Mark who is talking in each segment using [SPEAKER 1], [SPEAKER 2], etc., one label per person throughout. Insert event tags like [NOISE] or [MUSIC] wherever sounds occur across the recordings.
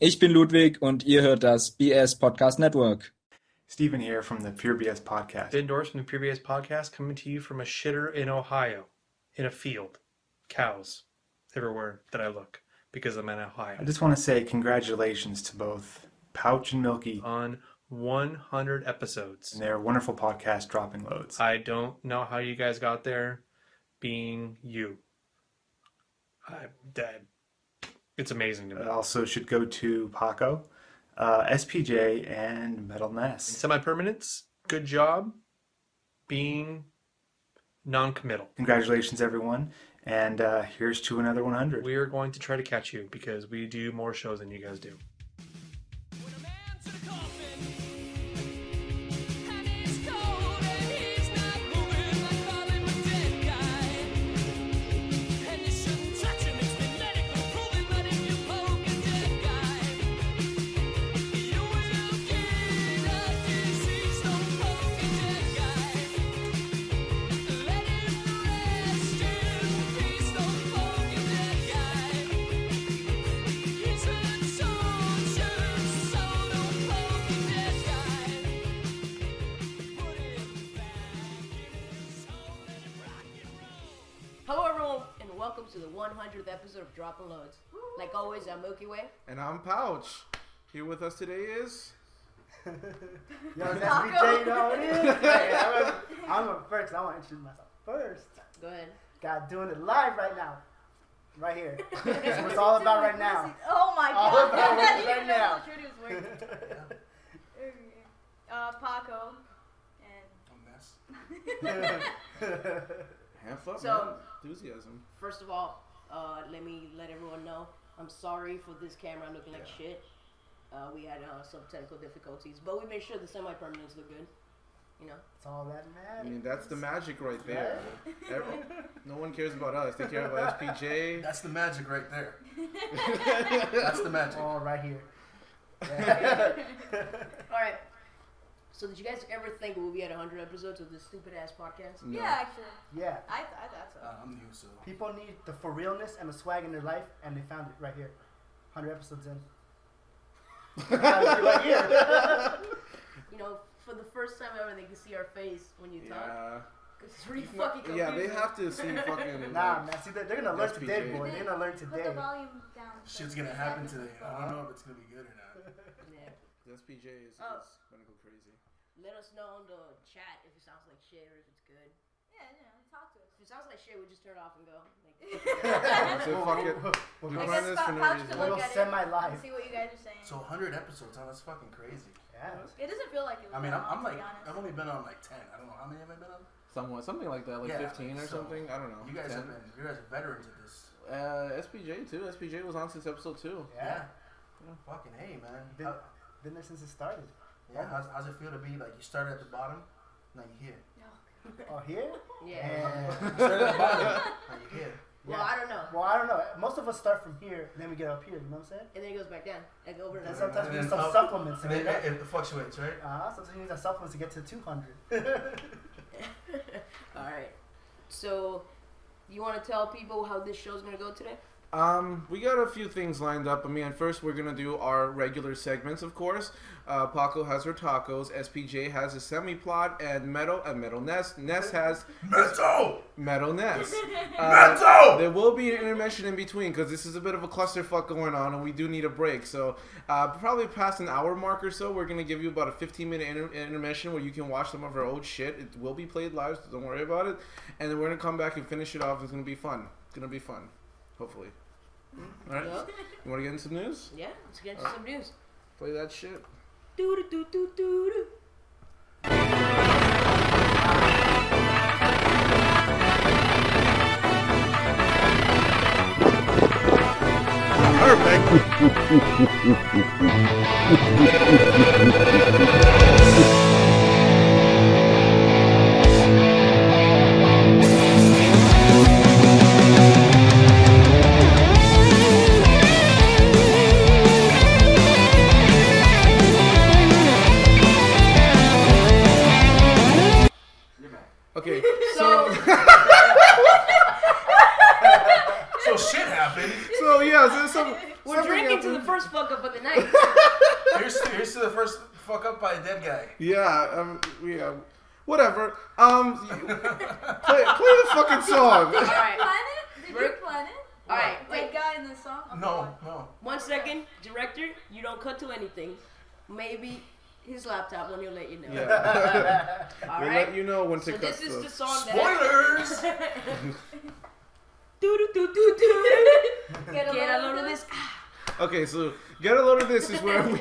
[SPEAKER 1] Ich bin Ludwig und ihr hört das BS Podcast Network.
[SPEAKER 2] Stephen here from the Pure BS Podcast.
[SPEAKER 3] Ben Dorst from the Pure BS Podcast coming to you from a shitter in Ohio, in a field. Cows everywhere that I look because I'm in
[SPEAKER 2] I
[SPEAKER 3] Ohio.
[SPEAKER 2] just want to say congratulations to both Pouch and Milky
[SPEAKER 3] On 100 episodes.
[SPEAKER 2] and their wonderful podcast, Dropping Loads.
[SPEAKER 3] I don't know how you guys got there being you. I, that, it's amazing to me.
[SPEAKER 2] I also should go to Paco, uh, SPJ, and Metal Ness.
[SPEAKER 3] Semi permanence, good job being non committal.
[SPEAKER 2] Congratulations, everyone. And uh, here's to another 100.
[SPEAKER 3] We are going to try to catch you because we do more shows than you guys do.
[SPEAKER 4] When a man to the coffin, and he's cold and he's not moving like calling a dead guy. And you shouldn't touch him, it's been medical proven that if you poke a dead guy, you will get a disease. Don't poke a dead guy. Let him rest in peace. Don't poke a dead guy. He's hurt soldier, so don't poke a dead guy. Put him back in his hole and rock and roll.
[SPEAKER 5] Hello, everyone, and welcome to the 100th episode of Dropping Loads. Like always, I'm Milky Way.
[SPEAKER 6] And I'm Pouch. Here with us today is.
[SPEAKER 7] SBJ, no, it is.
[SPEAKER 8] [LAUGHS]
[SPEAKER 7] Yeah, I'm, I'm up first. I want to introduce myself first.
[SPEAKER 5] Go ahead.
[SPEAKER 7] God, doing it live right now,
[SPEAKER 8] [LAUGHS]
[SPEAKER 7] right here. That's what it's all about right now.
[SPEAKER 8] Oh my
[SPEAKER 7] All
[SPEAKER 8] god. [LAUGHS]
[SPEAKER 7] about
[SPEAKER 8] I didn't
[SPEAKER 7] right
[SPEAKER 8] even know
[SPEAKER 7] now.
[SPEAKER 8] how true it was working. uh, Paco. And
[SPEAKER 6] Hands up,
[SPEAKER 5] So-
[SPEAKER 6] man. Enthusiasm.
[SPEAKER 5] First of all, uh, let me let everyone know I'm sorry for this camera looking like shit. Uh, we had uh, some technical difficulties, but we made sure the semi permanents
[SPEAKER 8] [LAUGHS]
[SPEAKER 5] look good. You know,
[SPEAKER 7] [LAUGHS] It's all that
[SPEAKER 6] I
[SPEAKER 7] matters.
[SPEAKER 6] mean, that's the magic right there. Every- no one cares about us. They care about SPJ.
[SPEAKER 9] That's the magic right there. That's the magic.
[SPEAKER 7] All right here.
[SPEAKER 5] all right. So, did you guys ever think we'll be at 100 episodes of this stupid ass podcast?
[SPEAKER 6] No.
[SPEAKER 8] yeah, actually.
[SPEAKER 7] Yeah,
[SPEAKER 8] I, th- I thought so.
[SPEAKER 9] Uh, I'm new, so
[SPEAKER 7] people need the for realness and the swag in their life, and they found it right here. Hundred episodes in. right here.
[SPEAKER 5] You know, for the first time ever, they can see our face when you talk.
[SPEAKER 6] Yeah.
[SPEAKER 5] It's really fucking confusing.
[SPEAKER 6] Yeah, they have to
[SPEAKER 5] [LAUGHS]
[SPEAKER 6] see fucking.
[SPEAKER 7] Nah,
[SPEAKER 6] like,
[SPEAKER 7] man. See, they're, they're gonna learn
[SPEAKER 6] That's
[SPEAKER 7] today,
[SPEAKER 6] PJ.
[SPEAKER 7] boy. They're gonna learn
[SPEAKER 8] Put
[SPEAKER 7] today.
[SPEAKER 8] the volume down.
[SPEAKER 9] shit's gonna happen today. I don't know if it's gonna be good or not.
[SPEAKER 5] Yeah.
[SPEAKER 6] SPJ is,
[SPEAKER 5] Oh.
[SPEAKER 6] is gonna go crazy.
[SPEAKER 5] Let us know on the chat if it sounds like shit or if it's good.
[SPEAKER 8] Yeah, you know, talk to us.
[SPEAKER 5] If it sounds like shit, we just turn it off and go. Like,
[SPEAKER 6] I said, fuck it.
[SPEAKER 9] [LAUGHS]
[SPEAKER 7] We'll
[SPEAKER 6] We
[SPEAKER 7] go-
[SPEAKER 6] run
[SPEAKER 8] I guess
[SPEAKER 6] this for no
[SPEAKER 8] Pouch
[SPEAKER 6] reason.
[SPEAKER 8] could
[SPEAKER 7] We'll
[SPEAKER 8] look
[SPEAKER 7] go
[SPEAKER 8] at it
[SPEAKER 7] semi-live.
[SPEAKER 8] and [LAUGHS] see what you guys are saying.
[SPEAKER 9] So 100 episodes, huh? That's fucking crazy.
[SPEAKER 7] Yeah.
[SPEAKER 8] it doesn't feel like it.
[SPEAKER 9] I mean, I'm, I'm like, uh, I've
[SPEAKER 8] I'm
[SPEAKER 9] only been on like 10. I don't know how many have I been on.
[SPEAKER 10] Somewhat, something like that, like
[SPEAKER 9] Yeah,
[SPEAKER 10] 15 or
[SPEAKER 9] so-
[SPEAKER 10] something.
[SPEAKER 6] I don't know.
[SPEAKER 9] You guys
[SPEAKER 10] Ten.
[SPEAKER 9] have been, you guys are veterans at this.
[SPEAKER 10] Uh, SPJ too. SPJ was on since episode two.
[SPEAKER 7] Yeah.
[SPEAKER 9] Yeah. Fucking hey, man.
[SPEAKER 7] Been,
[SPEAKER 9] How-
[SPEAKER 7] been there since it started.
[SPEAKER 9] yeah. How's, how's it feel to be like you started at the bottom, now you here.
[SPEAKER 7] Oh, here?
[SPEAKER 5] yeah.
[SPEAKER 9] You started at the bottom, now you here.
[SPEAKER 5] Well, I don't know.
[SPEAKER 7] Well, I don't know. Most of us start from here, then we get up here. You know what I'm saying?
[SPEAKER 5] And then it goes back down. Like over and
[SPEAKER 7] And
[SPEAKER 5] over.
[SPEAKER 7] sometimes we
[SPEAKER 9] And
[SPEAKER 7] need
[SPEAKER 9] then
[SPEAKER 7] some
[SPEAKER 9] up.
[SPEAKER 7] supplements to
[SPEAKER 9] And
[SPEAKER 7] get
[SPEAKER 9] it,
[SPEAKER 7] up.
[SPEAKER 9] it, it fluctuates, right?
[SPEAKER 7] Uh, sometimes we need some supplements to get to 200.
[SPEAKER 5] All right. So, you want to tell people how this show's gonna go today?
[SPEAKER 10] Um, we got a few things lined up. I mean, first we're gonna do our regular segments, of course. Uh, Paco has her tacos. SPJ has a semi plot, and Metal and Metal Nest. Ness has
[SPEAKER 9] Mental!
[SPEAKER 10] Metal Nest. Uh,
[SPEAKER 9] Mental!
[SPEAKER 10] There will be an intermission in between because this is a bit of a clusterfuck going on, and we do need a break. So, uh, probably past an hour mark or so, we're gonna give you about a 15 minute inter- intermission where you can watch some of our old shit. It will be played live, so don't worry about it. And then we're gonna come back and finish it off. It's gonna be fun. It's gonna be fun, hopefully. All right.
[SPEAKER 5] Yeah.
[SPEAKER 10] You wanna get in some news?
[SPEAKER 5] [LAUGHS] Yeah. Let's get into some news.
[SPEAKER 10] Play that shit.
[SPEAKER 5] Doo doo doo doo doo.
[SPEAKER 10] Okay.
[SPEAKER 5] So,
[SPEAKER 9] So shit happened.
[SPEAKER 10] so yeah, so some.
[SPEAKER 9] Oh,
[SPEAKER 5] we're drinking to the first fuck up of the
[SPEAKER 4] the
[SPEAKER 9] [LAUGHS]
[SPEAKER 4] night.
[SPEAKER 9] Here's to, here's to the first fuck up by a dead guy.
[SPEAKER 10] Yeah, um, yeah, whatever. Um, you- play, play the fucking
[SPEAKER 5] [LAUGHS]
[SPEAKER 10] song.
[SPEAKER 4] Did you
[SPEAKER 5] Alright.
[SPEAKER 4] plan it? Did you plan it?
[SPEAKER 5] All right,
[SPEAKER 4] Dead
[SPEAKER 5] wait.
[SPEAKER 4] guy in the song? Oh,
[SPEAKER 9] No, no.
[SPEAKER 5] One second, director. You don't cut to anything. Maybe his laptop when he'll let you know.
[SPEAKER 10] Yeah.
[SPEAKER 5] All
[SPEAKER 10] They
[SPEAKER 5] right.
[SPEAKER 10] let you know when to
[SPEAKER 5] so
[SPEAKER 10] cut
[SPEAKER 5] this is
[SPEAKER 10] stuff.
[SPEAKER 5] the song that.
[SPEAKER 9] Spoilers!
[SPEAKER 5] [LAUGHS] Do do do do do.
[SPEAKER 4] Get a
[SPEAKER 5] Get a
[SPEAKER 4] load of this.
[SPEAKER 10] Okay, so get a load of this is
[SPEAKER 5] [LAUGHS]
[SPEAKER 10] where we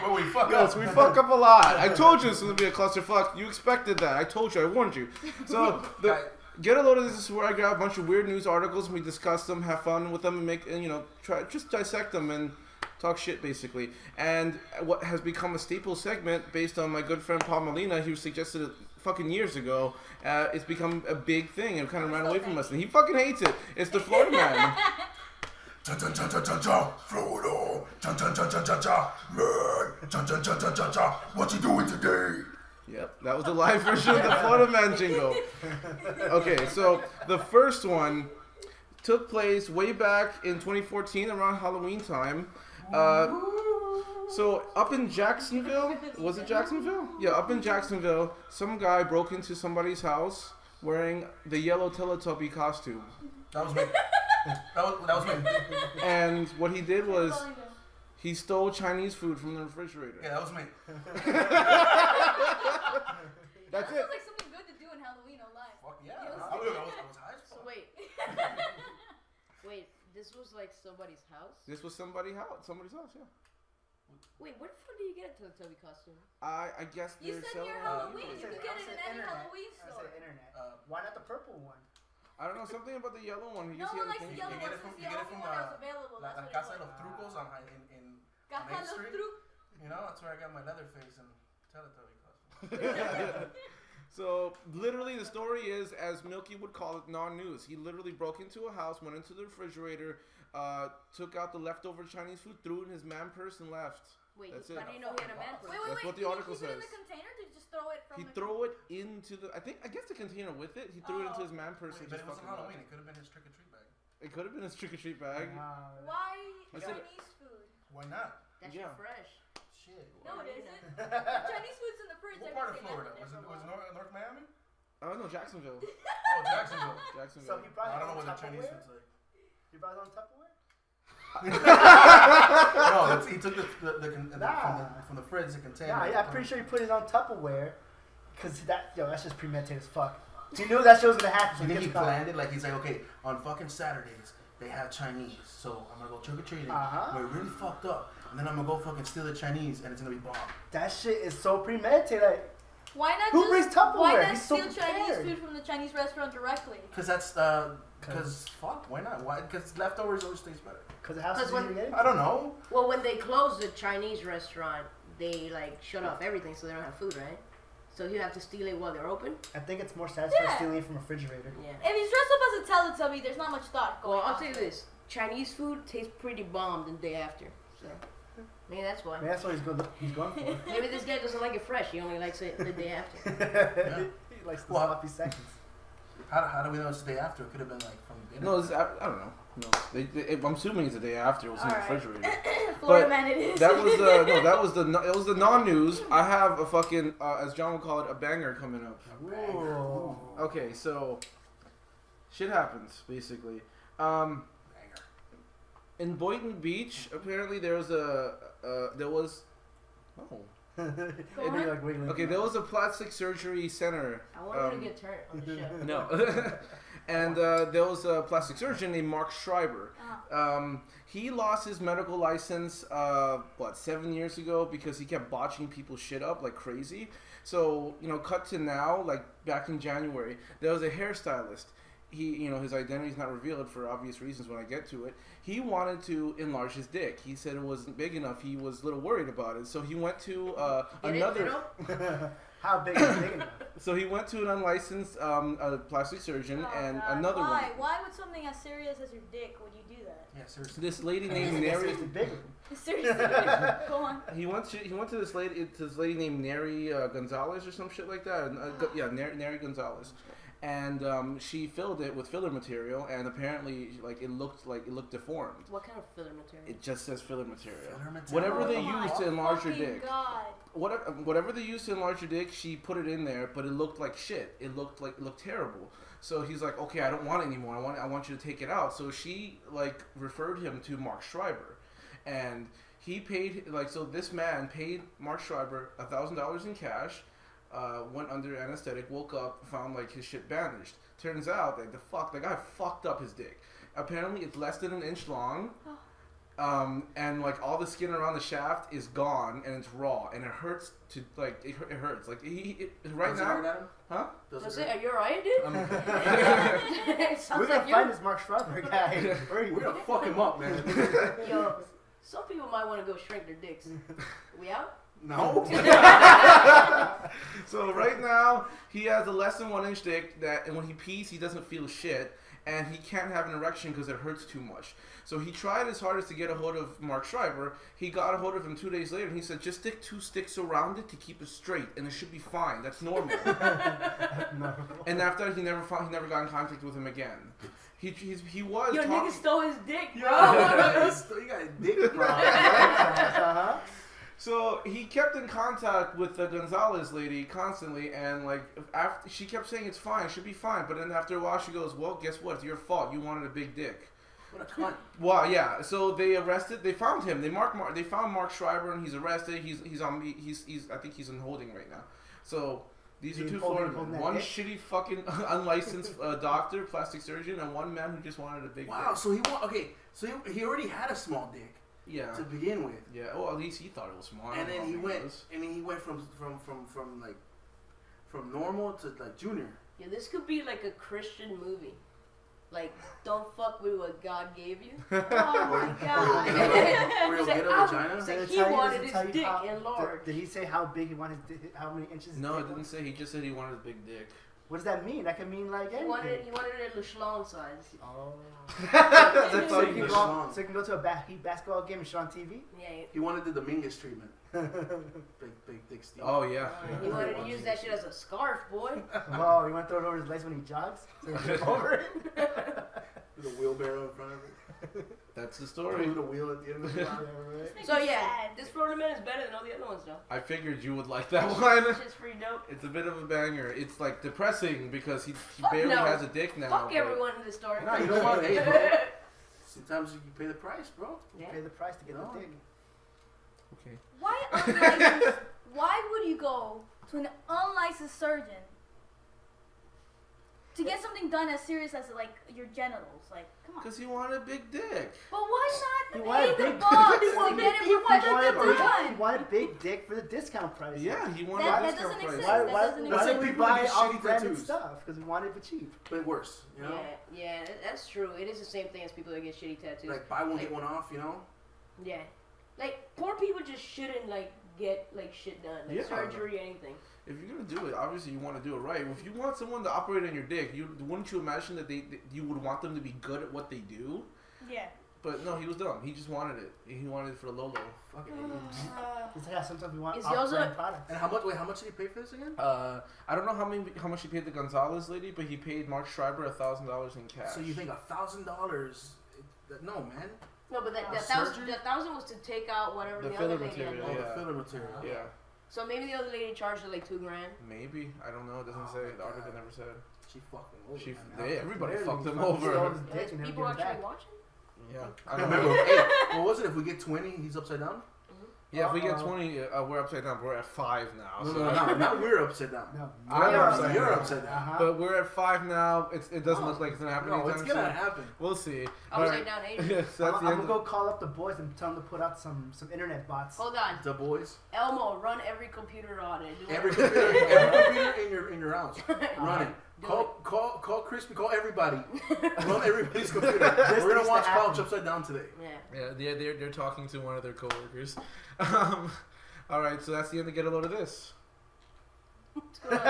[SPEAKER 9] Where we fuck
[SPEAKER 10] yes,
[SPEAKER 9] up.
[SPEAKER 10] we fuck up a lot. I told you this was gonna be a clusterfuck. You expected that. I told you. I warned you. So the, get a load of this is where I grab a bunch of weird news articles and we discuss them, have fun with them, and make and you know try just dissect them and talk shit basically. And what has become a staple segment based on my good friend Paul Molina, who suggested it fucking years ago. Uh, it's become a big thing and kind of ran away from us. And he fucking hates it. It's the Florida man.
[SPEAKER 9] Dun, dun, dun, dun, dun, dun. Florida. Dun, dun, dun, dun, dun, dun. Man. Dun, dun, dun, dun, dun, dun. What you doing today?
[SPEAKER 10] Yep, that was the live version of the Florida Man jingle. Okay, so the first one took place way back in 2014 around Halloween time. Uh, so up in Jacksonville, was it Jacksonville? Yeah, up in Jacksonville, some guy broke into somebody's house wearing the yellow Teletubby costume.
[SPEAKER 9] That was me. That was, that was me.
[SPEAKER 10] And what he did was he stole Chinese food from the refrigerator.
[SPEAKER 9] Yeah, that was me.
[SPEAKER 10] That's it.
[SPEAKER 4] Sounds like something good to do in Halloween alive.
[SPEAKER 9] Fuck yeah. I was, I was, I was high as
[SPEAKER 5] So
[SPEAKER 9] fuck.
[SPEAKER 4] [LAUGHS]
[SPEAKER 5] wait, wait. This was like somebody's house.
[SPEAKER 10] This was somebody house, somebody's house, yeah.
[SPEAKER 5] Wait, where the fuck do you get a Teletubby costume?
[SPEAKER 10] I, I guess
[SPEAKER 4] You
[SPEAKER 10] they're
[SPEAKER 4] said
[SPEAKER 10] selling
[SPEAKER 4] you're
[SPEAKER 10] uh, it.
[SPEAKER 4] Halloween.
[SPEAKER 7] I
[SPEAKER 4] You
[SPEAKER 7] said-
[SPEAKER 4] could get
[SPEAKER 7] I
[SPEAKER 4] it in
[SPEAKER 7] said
[SPEAKER 4] any
[SPEAKER 7] internet.
[SPEAKER 4] Halloween
[SPEAKER 7] I
[SPEAKER 4] store.
[SPEAKER 7] said internet.
[SPEAKER 9] Uh,
[SPEAKER 7] Why not the purple one?
[SPEAKER 10] I don't know something about the yellow one. He
[SPEAKER 4] No
[SPEAKER 10] just
[SPEAKER 4] one
[SPEAKER 10] had a
[SPEAKER 4] likes the
[SPEAKER 10] thing.
[SPEAKER 4] yellow
[SPEAKER 9] You
[SPEAKER 4] one.
[SPEAKER 9] get it
[SPEAKER 4] It's
[SPEAKER 9] from-
[SPEAKER 4] the
[SPEAKER 9] you get
[SPEAKER 4] only
[SPEAKER 9] it from,
[SPEAKER 4] one that
[SPEAKER 9] uh,
[SPEAKER 4] was available.
[SPEAKER 9] La, la
[SPEAKER 4] That's what
[SPEAKER 9] Casa de
[SPEAKER 4] it was.
[SPEAKER 9] los Trucos on high in, in
[SPEAKER 4] Casa
[SPEAKER 9] Main
[SPEAKER 4] los
[SPEAKER 9] Street.
[SPEAKER 4] Trucos.
[SPEAKER 9] You know, that's where I got my leather face and Teletubby costume.
[SPEAKER 10] [LAUGHS] So literally, the story is as Milky would call it, non-news. He literally broke into a house, went into the refrigerator, uh, took out the leftover Chinese food, threw it in his man purse, and left.
[SPEAKER 5] Wait,
[SPEAKER 10] That's
[SPEAKER 5] how
[SPEAKER 10] it.
[SPEAKER 5] do you know he had a man
[SPEAKER 4] Wait,
[SPEAKER 5] purse?
[SPEAKER 4] wait,
[SPEAKER 10] That's
[SPEAKER 4] wait.
[SPEAKER 10] what
[SPEAKER 4] did you
[SPEAKER 10] the article
[SPEAKER 4] keep it in the
[SPEAKER 10] says.
[SPEAKER 4] container? Did you just throw it from
[SPEAKER 10] He
[SPEAKER 4] the
[SPEAKER 10] threw it into the. I think I guess the container with it. He threw it into
[SPEAKER 4] Oh.
[SPEAKER 10] his man purse.
[SPEAKER 9] Wait,
[SPEAKER 10] and
[SPEAKER 9] but
[SPEAKER 10] just
[SPEAKER 9] it wasn't
[SPEAKER 10] fucking left.
[SPEAKER 9] Halloween. It could have been his trick or treat bag.
[SPEAKER 10] It could have been his trick or treat bag.
[SPEAKER 7] No, [LAUGHS]
[SPEAKER 4] Why
[SPEAKER 10] I said-
[SPEAKER 4] Chinese food?
[SPEAKER 9] Why not?
[SPEAKER 5] That's
[SPEAKER 10] Yeah.
[SPEAKER 5] fresh.
[SPEAKER 9] Shit.
[SPEAKER 4] No, it isn't.
[SPEAKER 7] that-
[SPEAKER 4] Chinese food's in the fridge.
[SPEAKER 9] What
[SPEAKER 4] I
[SPEAKER 9] part of
[SPEAKER 4] can say
[SPEAKER 9] Florida?
[SPEAKER 4] nothing
[SPEAKER 9] Was it
[SPEAKER 4] different
[SPEAKER 9] was it
[SPEAKER 4] about
[SPEAKER 9] North, North Miami?
[SPEAKER 10] Oh no,
[SPEAKER 4] [LAUGHS]
[SPEAKER 10] Jacksonville,
[SPEAKER 9] Oh, Jacksonville.
[SPEAKER 10] Jacksonville.
[SPEAKER 7] so he
[SPEAKER 9] I
[SPEAKER 7] brought
[SPEAKER 9] don't
[SPEAKER 7] it
[SPEAKER 9] know
[SPEAKER 7] on
[SPEAKER 9] what the Chinese
[SPEAKER 7] Tupperware.
[SPEAKER 9] food's like.
[SPEAKER 7] He brought it on Tupperware.
[SPEAKER 9] no,
[SPEAKER 7] [LAUGHS]
[SPEAKER 9] that's, he took the, the, the, con- the, from,
[SPEAKER 7] Nah.
[SPEAKER 9] the from the fridge the container.
[SPEAKER 7] Nah, yeah, I'm pretty sure he put it on Tupperware. Cause that, yo, that's just premeditated as fuck. He knew that shit was gonna happen. So
[SPEAKER 9] You think
[SPEAKER 7] he
[SPEAKER 9] he
[SPEAKER 7] gets caught.
[SPEAKER 9] planned it? Like he's like, okay, on fucking Saturdays they have Chinese, so I'm gonna go trick or treating.
[SPEAKER 7] Uh-huh.
[SPEAKER 9] We're really fucked up, and then I'm gonna go fucking steal the Chinese, and it's gonna be bomb.
[SPEAKER 7] That shit is so premeditated. Like,
[SPEAKER 4] it. Why not?
[SPEAKER 7] Who
[SPEAKER 4] just,
[SPEAKER 7] brings
[SPEAKER 4] Why
[SPEAKER 7] Tupperware?
[SPEAKER 4] not
[SPEAKER 7] He's so
[SPEAKER 4] steal Chinese
[SPEAKER 7] prepared.
[SPEAKER 4] food from the Chinese restaurant directly?
[SPEAKER 9] Cause that's uh, cause fuck, why not? Why? Cause leftovers always taste better.
[SPEAKER 7] cause the house
[SPEAKER 5] Cause
[SPEAKER 7] is
[SPEAKER 5] when-
[SPEAKER 7] even getting.
[SPEAKER 9] I don't know.
[SPEAKER 5] Well, when they close the Chinese restaurant, they like shut off everything so they don't have food, right? So you have to steal it while they're open.
[SPEAKER 7] I think it's more satisfying
[SPEAKER 4] Yeah.
[SPEAKER 7] stealing from a refrigerator.
[SPEAKER 5] Yeah.
[SPEAKER 4] If he's dressed up as a Teletubby, there's not much thought going
[SPEAKER 5] Well,
[SPEAKER 4] on.
[SPEAKER 5] I'll tell you this: Chinese food tastes pretty bomb the day after. So maybe that's
[SPEAKER 7] I
[SPEAKER 5] why.
[SPEAKER 7] mean, that's what he's going. He's going for.
[SPEAKER 5] Maybe this guy doesn't like it fresh. He only likes it the day [LAUGHS] after.
[SPEAKER 4] [LAUGHS]
[SPEAKER 7] [LAUGHS] he likes the
[SPEAKER 9] Well,
[SPEAKER 7] sloppy seconds.
[SPEAKER 9] How, how do we know it's the day after? It could have been like from the
[SPEAKER 10] No, it's, I, I don't know. No, they, they, I'm assuming it's the day after. It was in the
[SPEAKER 4] All right.
[SPEAKER 10] refrigerator.
[SPEAKER 4] Florida
[SPEAKER 10] but
[SPEAKER 4] man, it is.
[SPEAKER 10] That was the no. That was the no- it was the non-news. I have a fucking uh, as John would call it a banger coming up.
[SPEAKER 7] Whoa. [LAUGHS]
[SPEAKER 10] Okay, so shit happens basically. Um, in Boynton Beach, apparently there was a uh, there was oh
[SPEAKER 7] It'd be
[SPEAKER 10] uh,
[SPEAKER 7] like wiggling.
[SPEAKER 10] okay there was a plastic surgery center.
[SPEAKER 5] I want him
[SPEAKER 10] um,
[SPEAKER 5] to get turned
[SPEAKER 10] [LAUGHS]
[SPEAKER 5] on the show.
[SPEAKER 10] no. [LAUGHS] and uh, there was a plastic surgeon named Mark Schreiber. Um, he lost his medical license, uh, what, seven years ago because he kept botching people's shit up like crazy. So, you know, cut to now, like back in January, there was a hairstylist. He, you know, his identity's not revealed for obvious reasons when I get to it. He wanted to enlarge his dick. He said it wasn't big enough. He was a little worried about it. So he went to uh,
[SPEAKER 5] Get it,
[SPEAKER 10] another.
[SPEAKER 5] Colonel?
[SPEAKER 7] [LAUGHS] How big is [LAUGHS] big enough?
[SPEAKER 10] So he went to an unlicensed um, uh, plastic surgeon
[SPEAKER 4] Oh,
[SPEAKER 10] and
[SPEAKER 4] God,
[SPEAKER 10] another
[SPEAKER 4] why?
[SPEAKER 10] one.
[SPEAKER 4] Why would something as serious as your dick would you do that? [LAUGHS]
[SPEAKER 9] Yeah, seriously.
[SPEAKER 10] This lady
[SPEAKER 7] It's
[SPEAKER 10] named Neri.
[SPEAKER 7] the big one.
[SPEAKER 4] Seriously,
[SPEAKER 7] [LAUGHS]
[SPEAKER 4] go on.
[SPEAKER 10] He went to he went to this lady to this lady named Neri uh, Gonzalez or some shit like that. Uh, Gu- yeah, Neri, Neri Gonzalez, and um, she filled it with filler material, and apparently, like it looked like it looked deformed.
[SPEAKER 5] What kind of filler material?
[SPEAKER 10] It just says filler material.
[SPEAKER 9] Filler material.
[SPEAKER 10] Whatever they
[SPEAKER 4] Oh my
[SPEAKER 10] used to enlarge your
[SPEAKER 4] fucking
[SPEAKER 10] dick.
[SPEAKER 4] God.
[SPEAKER 10] Whatever, whatever they used to enlarge your dick, she put it in there, but it looked like shit. It looked like it looked terrible. So he's like, okay, I don't want it anymore. I want I want you to take it out. So she like referred him to Mark Schreiber, and he paid like so. This man paid Mark Schreiber a thousand dollars in cash. Uh, went under anesthetic, woke up, found like his shit bandaged. Turns out that the fuck the guy fucked up his dick. Apparently, it's less than an inch long um, and like all the skin around the shaft is gone and it's raw and it hurts to like it, hu- it hurts like he, it, right
[SPEAKER 9] Does it
[SPEAKER 10] now
[SPEAKER 9] hurt, Adam?
[SPEAKER 10] huh
[SPEAKER 9] Does
[SPEAKER 5] That's
[SPEAKER 9] it
[SPEAKER 5] it.
[SPEAKER 9] hurt?
[SPEAKER 5] Are you alright, dude?
[SPEAKER 10] [LAUGHS]
[SPEAKER 5] It [LAUGHS] sounds
[SPEAKER 7] We're gonna
[SPEAKER 5] like
[SPEAKER 7] find this Mark Schreiber [LAUGHS] guy. Where
[SPEAKER 9] We're
[SPEAKER 7] you?
[SPEAKER 9] gonna fuck him up, man.
[SPEAKER 5] you- Yo, some people might want to go shrink their
[SPEAKER 10] [LAUGHS]
[SPEAKER 5] dicks. We out?
[SPEAKER 9] [LAUGHS] No.
[SPEAKER 10] so right now he has a less than one inch dick that and when he pees he doesn't feel shit and he can't have an erection because it hurts too much so he tried his hardest to get a hold of mark schreiber he got a hold of him two days later and he said just stick two sticks around it to keep it straight and it should be fine that's normal
[SPEAKER 7] No.
[SPEAKER 10] and after that, he never found he never got in contact with him again he, he's, he was
[SPEAKER 5] Yo,
[SPEAKER 10] talking-
[SPEAKER 5] nigga stole his dick,
[SPEAKER 10] [LAUGHS]
[SPEAKER 9] you
[SPEAKER 5] bro.
[SPEAKER 9] got a dick problem.
[SPEAKER 7] Uh-huh.
[SPEAKER 10] So he kept in contact with the Gonzalez lady constantly, and like after she kept saying it's fine, it should be fine. But then after a while, she goes, "Well, guess what? It's your fault. You wanted a big dick."
[SPEAKER 9] What a cunt.
[SPEAKER 10] Well, yeah. So they arrested. They found him. They marked. Mar- they found Mark Schreiber, and he's arrested. He's he's on. He's he's. I think he's in holding right now. So these are
[SPEAKER 7] Dude,
[SPEAKER 10] two
[SPEAKER 7] holding-
[SPEAKER 10] Florida.
[SPEAKER 7] holding that
[SPEAKER 10] One
[SPEAKER 7] dick?
[SPEAKER 10] shitty fucking [LAUGHS] unlicensed uh, doctor, plastic surgeon, and one man who just wanted a big
[SPEAKER 9] Wow. So he wa- okay. So he, he already had a small dick
[SPEAKER 10] dick. Yeah.
[SPEAKER 9] to begin with,
[SPEAKER 10] Yeah. Well, at least he thought it was smart.
[SPEAKER 9] and then he went. I mean, he went from from from from like from normal to like junior.
[SPEAKER 5] Yeah, this could be like a Christian movie. Like, don't fuck with what God gave
[SPEAKER 9] [LAUGHS]
[SPEAKER 5] you.
[SPEAKER 4] Oh my god.
[SPEAKER 5] [LAUGHS]
[SPEAKER 9] Real
[SPEAKER 5] He's like,
[SPEAKER 9] ghetto
[SPEAKER 5] "I'm-"
[SPEAKER 9] vagina.
[SPEAKER 5] It's like
[SPEAKER 7] Did it
[SPEAKER 5] he
[SPEAKER 7] tell you-
[SPEAKER 5] wanted
[SPEAKER 7] does it
[SPEAKER 5] his
[SPEAKER 7] tell you
[SPEAKER 5] dick
[SPEAKER 7] how-
[SPEAKER 5] enlarged.
[SPEAKER 7] Did, did he say how big he wanted? His, dick- how many inches? his
[SPEAKER 10] No,
[SPEAKER 7] dick
[SPEAKER 10] it didn't
[SPEAKER 7] was?
[SPEAKER 10] say. He just said he wanted a big dick.
[SPEAKER 7] What does that mean? That could mean like
[SPEAKER 5] He
[SPEAKER 7] anything.
[SPEAKER 5] wanted, he wanted it in Luchlon size.
[SPEAKER 9] [LAUGHS]
[SPEAKER 7] [LAUGHS]
[SPEAKER 3] Oh.
[SPEAKER 7] so,
[SPEAKER 9] all
[SPEAKER 7] you
[SPEAKER 9] you
[SPEAKER 7] can go,
[SPEAKER 9] saw.
[SPEAKER 7] Oh, so you can go to a ba- basketball game and shit on TV. [LAUGHS]
[SPEAKER 5] Yeah,
[SPEAKER 9] He wanted the Dominguez treatment.
[SPEAKER 10] [LAUGHS]
[SPEAKER 9] Big big dick Steve.
[SPEAKER 10] Oh yeah.
[SPEAKER 5] he wanted to use that shit as a scarf, boy.
[SPEAKER 9] [LAUGHS]
[SPEAKER 7] Whoa, you want to throw it over his legs when he jogs? [LAUGHS] So
[SPEAKER 10] [LAUGHS]
[SPEAKER 7] he can over it?
[SPEAKER 9] With a wheelbarrow in front of it.
[SPEAKER 10] That's the
[SPEAKER 9] Or
[SPEAKER 10] story.
[SPEAKER 9] with a wheel at the end of [LAUGHS] the
[SPEAKER 7] Yeah,
[SPEAKER 9] line.
[SPEAKER 7] right.
[SPEAKER 5] So yeah, this Florida man is better than all the other ones, though.
[SPEAKER 10] I figured you would like that [LAUGHS] one.
[SPEAKER 5] Shit's pretty
[SPEAKER 9] [LAUGHS]
[SPEAKER 5] dope.
[SPEAKER 10] It's a bit of a banger. It's like depressing because he, he
[SPEAKER 5] Fuck
[SPEAKER 10] barely
[SPEAKER 5] no.
[SPEAKER 10] has a dick now.
[SPEAKER 5] Fuck
[SPEAKER 10] but-
[SPEAKER 5] everyone in this story.
[SPEAKER 9] No, you don't want it, bro.
[SPEAKER 5] [LAUGHS]
[SPEAKER 9] Sometimes you can pay the price, bro.
[SPEAKER 5] Yeah.
[SPEAKER 7] Pay the price to get
[SPEAKER 9] No.
[SPEAKER 7] the dick.
[SPEAKER 10] Okay.
[SPEAKER 4] Why unlicensed? Why would you go to an unlicensed surgeon to get something done as serious as like your genitals? Like, come on.
[SPEAKER 10] Because he wanted a big dick.
[SPEAKER 4] But why
[SPEAKER 7] You
[SPEAKER 4] not
[SPEAKER 7] want
[SPEAKER 4] pay
[SPEAKER 7] a
[SPEAKER 4] the
[SPEAKER 7] big- [LAUGHS]
[SPEAKER 4] boss
[SPEAKER 7] you
[SPEAKER 4] to
[SPEAKER 7] want
[SPEAKER 4] get it
[SPEAKER 7] big-
[SPEAKER 4] for
[SPEAKER 7] you
[SPEAKER 4] what
[SPEAKER 7] want a
[SPEAKER 4] they've
[SPEAKER 7] big- You
[SPEAKER 4] done?
[SPEAKER 7] want a big dick for the discount price.
[SPEAKER 10] Yeah, he wanted
[SPEAKER 4] That,
[SPEAKER 10] a
[SPEAKER 4] that doesn't
[SPEAKER 10] discount price.
[SPEAKER 4] exist.
[SPEAKER 7] Why,
[SPEAKER 4] that
[SPEAKER 7] why,
[SPEAKER 4] doesn't
[SPEAKER 7] why
[SPEAKER 9] That's
[SPEAKER 4] exist.
[SPEAKER 7] don't
[SPEAKER 9] like
[SPEAKER 7] we
[SPEAKER 9] people who
[SPEAKER 7] buy
[SPEAKER 9] get
[SPEAKER 7] all
[SPEAKER 9] shitty
[SPEAKER 7] the branded
[SPEAKER 9] tattoos.
[SPEAKER 7] stuff? Because we want it for cheap.
[SPEAKER 9] But worse, you know?
[SPEAKER 5] Yeah, yeah, that- that's true. It is the same thing as people that get shitty tattoos.
[SPEAKER 9] Like buy one, get one off, you know?
[SPEAKER 5] yeah, like poor people just shouldn't like get like shit done, like
[SPEAKER 10] Yeah.
[SPEAKER 5] surgery, anything.
[SPEAKER 10] If you're gonna do it, obviously you want to do it right. If you want someone to operate on your dick, you wouldn't you imagine that they that you would want them to be good at what they do?
[SPEAKER 4] Yeah.
[SPEAKER 10] But no, he was dumb. He just wanted it. He wanted it for the Lolo.
[SPEAKER 9] Fucking
[SPEAKER 5] [SIGHS]
[SPEAKER 7] It's like how sometimes we want
[SPEAKER 5] Is he also-
[SPEAKER 7] off-brand products.
[SPEAKER 9] And how much wait, how much did he pay for this again?
[SPEAKER 10] Uh, I don't know how many how much he paid the Gonzalez lady, but he paid Mark Schreiber a thousand dollars in cash.
[SPEAKER 9] So you think a thousand dollars no man.
[SPEAKER 5] No, but that,
[SPEAKER 9] Uh,
[SPEAKER 5] that thousand
[SPEAKER 9] surgery?
[SPEAKER 5] that thousand was to take out whatever
[SPEAKER 10] The
[SPEAKER 5] the, other
[SPEAKER 10] filler
[SPEAKER 5] lady had
[SPEAKER 10] material,
[SPEAKER 9] Oh,
[SPEAKER 5] done.
[SPEAKER 10] Yeah.
[SPEAKER 9] the filler material.
[SPEAKER 10] Yeah,
[SPEAKER 5] So maybe the other lady charged her like two grand.
[SPEAKER 10] maybe I don't know. It doesn't
[SPEAKER 9] Oh
[SPEAKER 10] say.
[SPEAKER 9] my
[SPEAKER 10] The article
[SPEAKER 9] God.
[SPEAKER 10] never said.
[SPEAKER 9] She fucking over.
[SPEAKER 10] She,
[SPEAKER 9] man.
[SPEAKER 10] they, everybody
[SPEAKER 9] Barely
[SPEAKER 10] fucked him
[SPEAKER 9] fucking
[SPEAKER 7] Stole
[SPEAKER 10] over.
[SPEAKER 7] his
[SPEAKER 5] Yeah,
[SPEAKER 7] dick and never
[SPEAKER 5] people
[SPEAKER 7] gave it
[SPEAKER 5] actually
[SPEAKER 7] back.
[SPEAKER 5] watching.
[SPEAKER 10] Yeah, I
[SPEAKER 9] I
[SPEAKER 10] don't
[SPEAKER 9] remember
[SPEAKER 10] know.
[SPEAKER 9] hey, what was it? If we get twenty, he's upside down?
[SPEAKER 10] Yeah, if we get
[SPEAKER 7] Uh-oh.
[SPEAKER 10] twenty, uh, we're upside down. We're at five now.
[SPEAKER 9] No,
[SPEAKER 10] So. [LAUGHS]
[SPEAKER 9] no, no, no, not we're upside down.
[SPEAKER 7] No,
[SPEAKER 10] I'm
[SPEAKER 9] You're
[SPEAKER 10] upside
[SPEAKER 9] upside-
[SPEAKER 10] down.
[SPEAKER 9] You're upside down.
[SPEAKER 7] Uh-huh.
[SPEAKER 10] But we're at five now. It's, it doesn't look like it's gonna happen
[SPEAKER 9] No,
[SPEAKER 10] anytime
[SPEAKER 9] it's gonna
[SPEAKER 10] soon.
[SPEAKER 9] happen.
[SPEAKER 10] We'll see. All
[SPEAKER 5] Upside
[SPEAKER 10] right.
[SPEAKER 5] down
[SPEAKER 10] so [LAUGHS]
[SPEAKER 5] Asian.
[SPEAKER 10] that's
[SPEAKER 7] I'm,
[SPEAKER 10] the
[SPEAKER 7] I'm
[SPEAKER 10] end.
[SPEAKER 7] gonna go call up the boys and tell them to put out some some internet bots.
[SPEAKER 5] Hold on,
[SPEAKER 9] The [LAUGHS] boys.
[SPEAKER 5] Elmo, run every computer on it. Do
[SPEAKER 9] [LAUGHS] Every
[SPEAKER 5] it.
[SPEAKER 9] computer, every computer in your in your [LAUGHS] house. Run it.
[SPEAKER 5] Do
[SPEAKER 9] Call call call Crispy. Call everybody. [LAUGHS] Run everybody's computer. We're
[SPEAKER 7] needs
[SPEAKER 9] gonna
[SPEAKER 7] to
[SPEAKER 9] watch
[SPEAKER 7] happen.
[SPEAKER 9] Couch upside down today.
[SPEAKER 5] Yeah.
[SPEAKER 10] yeah, they're, they're they're talking to one of their coworkers. [LAUGHS] Um, all right, so that's the end of get a load of this. [LAUGHS]
[SPEAKER 5] [LAUGHS] What's going on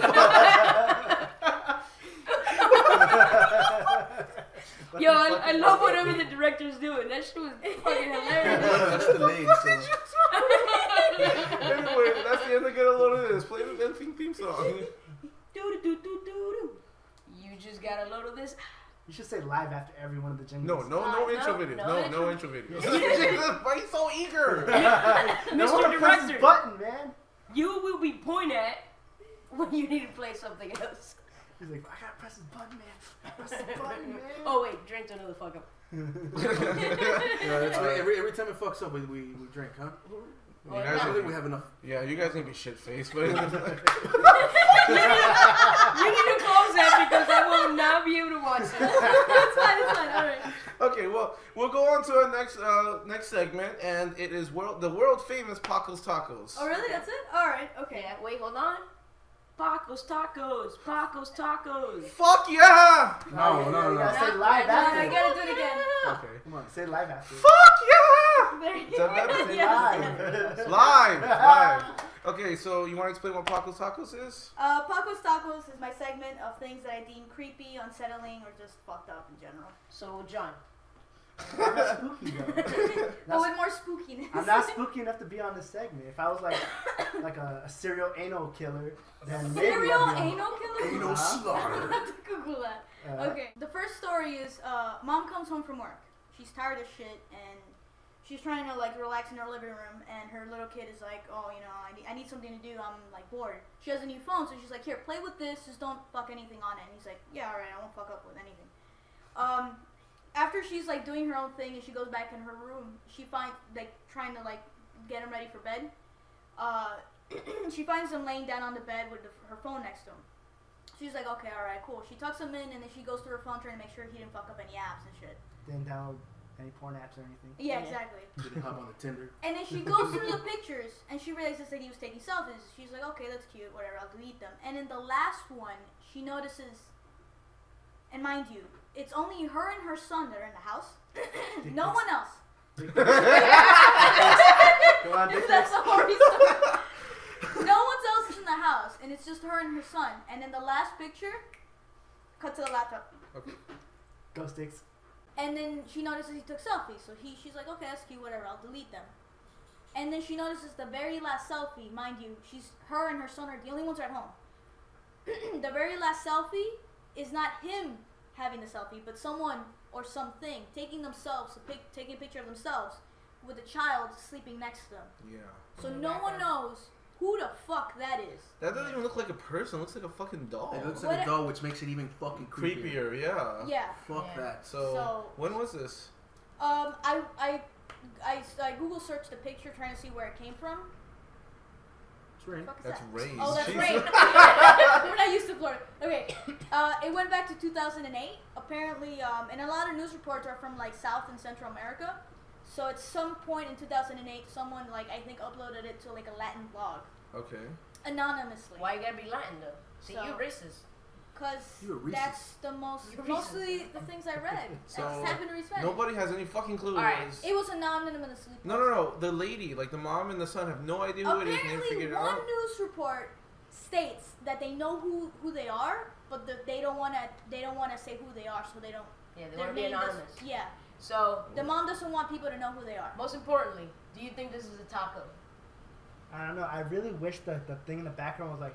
[SPEAKER 5] now?
[SPEAKER 9] What the fuck? [LAUGHS]
[SPEAKER 5] Yo, I, I love whatever
[SPEAKER 10] [LAUGHS]
[SPEAKER 5] the director's doing. That shit was fucking hilarious. [LAUGHS]
[SPEAKER 9] That's the lead. So.
[SPEAKER 10] anyway, that's the end of get a load of this. Play the effing theme song.
[SPEAKER 5] doo doo doo doo. You just got a load of
[SPEAKER 10] [LAUGHS]
[SPEAKER 5] this.
[SPEAKER 7] You should say live after every one of the
[SPEAKER 10] No,
[SPEAKER 7] jingles.
[SPEAKER 10] no,
[SPEAKER 5] Uh,
[SPEAKER 10] no
[SPEAKER 5] no,
[SPEAKER 10] intro videos.
[SPEAKER 5] no
[SPEAKER 10] No, no intro
[SPEAKER 5] intro-
[SPEAKER 10] videos. [LAUGHS] Why are you so
[SPEAKER 5] [LAUGHS]
[SPEAKER 10] eager?
[SPEAKER 7] no.
[SPEAKER 5] Mr.
[SPEAKER 7] want to press
[SPEAKER 5] Director.
[SPEAKER 7] this button, man.
[SPEAKER 5] You will be pointed at when you need to play something else.
[SPEAKER 7] He's like, I gotta press this button, man. I gotta press this button, man.
[SPEAKER 5] Oh wait, drink another fuck up.
[SPEAKER 10] yeah, that's
[SPEAKER 9] That's why
[SPEAKER 10] right.
[SPEAKER 9] every every time it fucks up, we we, we drink, huh?
[SPEAKER 5] Well, [LAUGHS]
[SPEAKER 10] guys
[SPEAKER 9] I don't
[SPEAKER 5] no.
[SPEAKER 9] think we have enough.
[SPEAKER 10] yeah, you guys gonna be shit faced,
[SPEAKER 4] [LAUGHS]
[SPEAKER 10] but [LAUGHS]
[SPEAKER 5] You need to close that because I will not be able to watch it.
[SPEAKER 4] it's fine, it's fine. All right.
[SPEAKER 10] okay. Well, we'll go on to our next uh, next segment, and it is world the world famous Paco's Tacos.
[SPEAKER 4] Oh, really? That's it? All right. Okay.
[SPEAKER 5] Yeah, wait, hold on. Paco's tacos, Paco's tacos.
[SPEAKER 10] Fuck yeah!
[SPEAKER 7] Oh,
[SPEAKER 9] No,
[SPEAKER 7] yeah,
[SPEAKER 9] no,
[SPEAKER 7] you gotta
[SPEAKER 9] no.
[SPEAKER 7] Say live
[SPEAKER 5] I
[SPEAKER 7] after.
[SPEAKER 5] gotta do it again.
[SPEAKER 10] Okay. Ah!
[SPEAKER 9] Come on.
[SPEAKER 7] Say live after.
[SPEAKER 10] Fuck
[SPEAKER 4] There
[SPEAKER 10] Is that better?
[SPEAKER 4] you
[SPEAKER 7] Say
[SPEAKER 4] go.
[SPEAKER 7] live.
[SPEAKER 10] yeah!
[SPEAKER 7] [LAUGHS]
[SPEAKER 10] Live, live. Okay, so you want to explain what Paco's Tacos is?
[SPEAKER 4] Uh, Paco's Tacos is my segment of things that I deem creepy, unsettling, or just fucked up in general.
[SPEAKER 5] So, John,
[SPEAKER 7] That's spooky though.
[SPEAKER 4] But
[SPEAKER 7] That's-
[SPEAKER 4] with more spookiness.
[SPEAKER 7] I'm not spooky enough to be on this segment. If I was like like a, a serial anal killer, then maybe
[SPEAKER 4] Serial
[SPEAKER 7] I'd be on-
[SPEAKER 4] anal killer? [LAUGHS]
[SPEAKER 11] Anal slaughter.
[SPEAKER 4] have to Google that.
[SPEAKER 7] Uh,
[SPEAKER 4] Okay. The first story is uh, mom comes home from work. She's tired of shit and she's trying to like relax in her living room and her little kid is like, "Oh, you know, I need, I need something to do. I'm like bored." She has a new phone, so she's like, "Here, play with this. Just don't fuck anything on it." And he's like, "Yeah, all right. I won't fuck up with anything." Um after she's like doing her own thing and she goes back in her room, she finds like trying to like get him ready for bed. Uh, [CLEARS THROAT] she finds him laying down on the bed with the, her phone next to him. She's like, okay, all right, cool. She tucks him in and then she goes through her phone trying to make sure he didn't fuck up any apps and shit.
[SPEAKER 7] Didn't download any porn apps or anything.
[SPEAKER 4] Yeah,
[SPEAKER 5] Yeah.
[SPEAKER 4] exactly.
[SPEAKER 9] Didn't hop on the Tinder.
[SPEAKER 4] And then she goes through the pictures and she realizes that he was taking selfies. She's like, okay, that's cute, whatever, I'll delete them. And in the last one, she notices, and mind you, it's only her and her son that are in the house. [COUGHS] no one else.
[SPEAKER 7] Go
[SPEAKER 4] [LAUGHS]
[SPEAKER 7] on, dick
[SPEAKER 4] That's
[SPEAKER 7] pics.
[SPEAKER 4] the horror story. No one else is in the house, and it's just her and her son. And in the last picture, cut to the laptop.
[SPEAKER 7] Ghost dicks.
[SPEAKER 4] And then she notices he took selfies, so he she's like, okay, that's cute, whatever, I'll delete them. And then she notices the very last selfie, mind you, she's her and her son are the only ones at home. [CLEARS THROAT] the very last selfie is not him having the selfie, but someone or something taking themselves, a pic, taking a picture of themselves with a child sleeping next to them.
[SPEAKER 10] Yeah.
[SPEAKER 4] So no one knows who the fuck that is.
[SPEAKER 10] That doesn't even look like a person. It looks like a fucking doll.
[SPEAKER 9] It looks
[SPEAKER 4] What
[SPEAKER 9] like
[SPEAKER 4] a-
[SPEAKER 9] a doll, which makes it even fucking creepier.
[SPEAKER 10] creepier. Yeah.
[SPEAKER 4] Yeah.
[SPEAKER 9] Fuck
[SPEAKER 5] Yeah.
[SPEAKER 9] that.
[SPEAKER 10] So,
[SPEAKER 4] So-
[SPEAKER 10] when was this?
[SPEAKER 4] Um, I, I, I, I Google searched the picture trying to see where it came from.
[SPEAKER 9] Drink.
[SPEAKER 4] What the fuck is
[SPEAKER 10] That's
[SPEAKER 4] that?
[SPEAKER 10] raised.
[SPEAKER 4] Oh, that's
[SPEAKER 10] Jesus.
[SPEAKER 4] right.
[SPEAKER 5] [LAUGHS]
[SPEAKER 4] We're not used to Florida. Okay. [COUGHS] Uh, it went back to 2008. Apparently, um, and a lot of news reports are from like South and Central America. So at some point in 2008, someone like I think uploaded it to like a Latin blog
[SPEAKER 10] Okay.
[SPEAKER 4] anonymously.
[SPEAKER 5] why you gotta be Latin though? See,
[SPEAKER 4] So-
[SPEAKER 5] you racist.
[SPEAKER 4] Because
[SPEAKER 9] You're racist.
[SPEAKER 4] that's the most
[SPEAKER 5] You're
[SPEAKER 4] mostly the things I read.
[SPEAKER 10] So,
[SPEAKER 4] That's happened in Spanish.
[SPEAKER 10] Nobody has any fucking clue. who
[SPEAKER 5] Alright.
[SPEAKER 10] it is.
[SPEAKER 4] It was anonymously.
[SPEAKER 10] No, no, no. The lady, like the mom and the son, have no idea who it is. and They haven't
[SPEAKER 4] Apparently,
[SPEAKER 10] figured it
[SPEAKER 4] one
[SPEAKER 10] out.
[SPEAKER 4] news report states that they know who, who they are, but the, they don't want to they don't want to say who they are, so they don't.
[SPEAKER 5] Yeah, they
[SPEAKER 4] their
[SPEAKER 5] wanna be
[SPEAKER 4] name doesn't-
[SPEAKER 5] anonymous.
[SPEAKER 4] Yeah,
[SPEAKER 5] So,
[SPEAKER 4] the mom doesn't want people to know who they are.
[SPEAKER 5] most importantly, do you think this is a taco?
[SPEAKER 7] I don't know. I really wish that the thing in the background was like,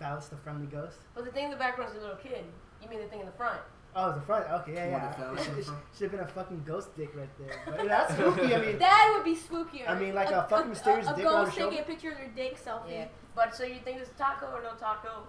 [SPEAKER 7] Phallus the friendly ghost.
[SPEAKER 5] But the thing in the background is a little kid. You mean the thing in the front?
[SPEAKER 7] Oh, it's the front. Okay, yeah,
[SPEAKER 9] Where the
[SPEAKER 7] yeah. [LAUGHS]
[SPEAKER 9] phallus
[SPEAKER 7] It
[SPEAKER 9] come
[SPEAKER 7] should-
[SPEAKER 9] from?
[SPEAKER 7] should have been a fucking ghost dick right there. But that's spooky. I
[SPEAKER 4] [LAUGHS]
[SPEAKER 7] mean,
[SPEAKER 4] That would be spookier.
[SPEAKER 7] I mean, like a fucking mysterious
[SPEAKER 4] a,
[SPEAKER 7] dick on her
[SPEAKER 4] ghost taking
[SPEAKER 7] shoulder.
[SPEAKER 4] a picture of their dick selfie.
[SPEAKER 5] Yeah. But so you think it's a taco or no taco?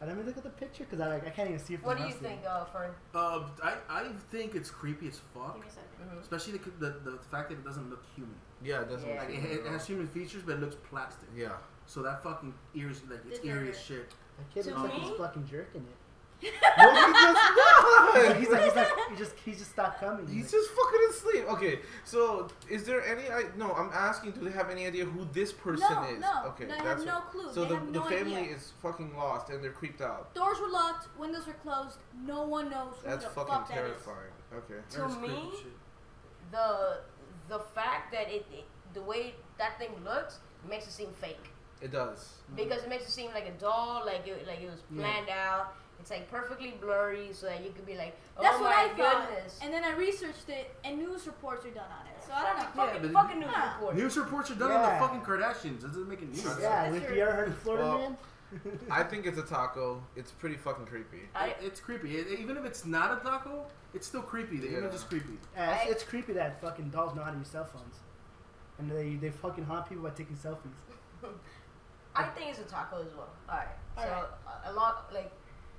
[SPEAKER 7] I let me look at the picture because I like I can't even see it. From
[SPEAKER 5] What do
[SPEAKER 7] where
[SPEAKER 5] you
[SPEAKER 7] I'm sitting.
[SPEAKER 5] think, uh, Fern?
[SPEAKER 9] Uh, I, I think it's creepy as fuck.
[SPEAKER 4] Give me a second.
[SPEAKER 9] Especially the, the, the fact that it doesn't look human.
[SPEAKER 10] Yeah, it doesn't.
[SPEAKER 5] Yeah.
[SPEAKER 10] look
[SPEAKER 9] Like,
[SPEAKER 10] human
[SPEAKER 9] it, it
[SPEAKER 10] at
[SPEAKER 9] has
[SPEAKER 10] all.
[SPEAKER 9] human features, but it looks plastic.
[SPEAKER 10] Yeah.
[SPEAKER 9] So that fucking ears, like, it's
[SPEAKER 4] This
[SPEAKER 9] eerie
[SPEAKER 4] is
[SPEAKER 9] as
[SPEAKER 4] it.
[SPEAKER 9] shit.
[SPEAKER 7] That kid
[SPEAKER 4] To
[SPEAKER 7] looks like
[SPEAKER 4] me?
[SPEAKER 7] he's fucking jerking it.
[SPEAKER 4] [LAUGHS]
[SPEAKER 10] no, he does not.
[SPEAKER 7] [LAUGHS] he's like, he's like, he just, he just stopped coming.
[SPEAKER 10] He's
[SPEAKER 7] He's
[SPEAKER 10] just fucking asleep. Okay, so is there any? I no, I'm asking. Do they have any idea who this person
[SPEAKER 4] No,
[SPEAKER 10] is?
[SPEAKER 4] no,
[SPEAKER 10] okay,
[SPEAKER 4] they have
[SPEAKER 10] that's
[SPEAKER 4] no
[SPEAKER 10] what-
[SPEAKER 4] clue.
[SPEAKER 10] So
[SPEAKER 4] They
[SPEAKER 10] the,
[SPEAKER 4] have
[SPEAKER 10] the
[SPEAKER 4] no
[SPEAKER 10] family
[SPEAKER 4] idea.
[SPEAKER 10] is fucking lost and they're creeped out.
[SPEAKER 4] Doors were locked, windows were closed. No one knows who
[SPEAKER 10] That's
[SPEAKER 4] the
[SPEAKER 10] fucking
[SPEAKER 4] fuck that is.
[SPEAKER 10] terrifying. Okay.
[SPEAKER 5] To
[SPEAKER 9] It's creepy
[SPEAKER 5] me,
[SPEAKER 9] as shit.
[SPEAKER 5] the the fact that it, it the way that thing looks makes it seem fake
[SPEAKER 10] It does.
[SPEAKER 7] Mm-hmm.
[SPEAKER 5] because it makes it seem like a doll, like it like it was planned out. It's like perfectly blurry, so that you could be like, oh
[SPEAKER 4] That's
[SPEAKER 5] my
[SPEAKER 4] what I thought.
[SPEAKER 5] goodness.
[SPEAKER 4] And then I researched it, and news reports are done on it. So I don't know.
[SPEAKER 5] fucking,
[SPEAKER 9] but it-
[SPEAKER 5] fucking news
[SPEAKER 4] Huh.
[SPEAKER 5] report.
[SPEAKER 9] News reports are done
[SPEAKER 7] Yeah.
[SPEAKER 9] on the fucking Kardashians. That doesn't make it news.
[SPEAKER 7] yeah,
[SPEAKER 4] That's
[SPEAKER 7] have
[SPEAKER 4] your-
[SPEAKER 7] you ever heard of Florida
[SPEAKER 10] Well,
[SPEAKER 7] Man?
[SPEAKER 10] I think it's a taco. It's pretty fucking creepy.
[SPEAKER 5] I,
[SPEAKER 9] it's creepy. It- even if it's not a taco, it's still creepy. The
[SPEAKER 10] Yeah.
[SPEAKER 9] image is creepy.
[SPEAKER 7] Yeah, it's,
[SPEAKER 5] I-
[SPEAKER 7] it's creepy that fucking dolls know how to use cell phones, and they they fucking haunt people by taking selfies.
[SPEAKER 12] I think it's a taco as well. All right. so a- along like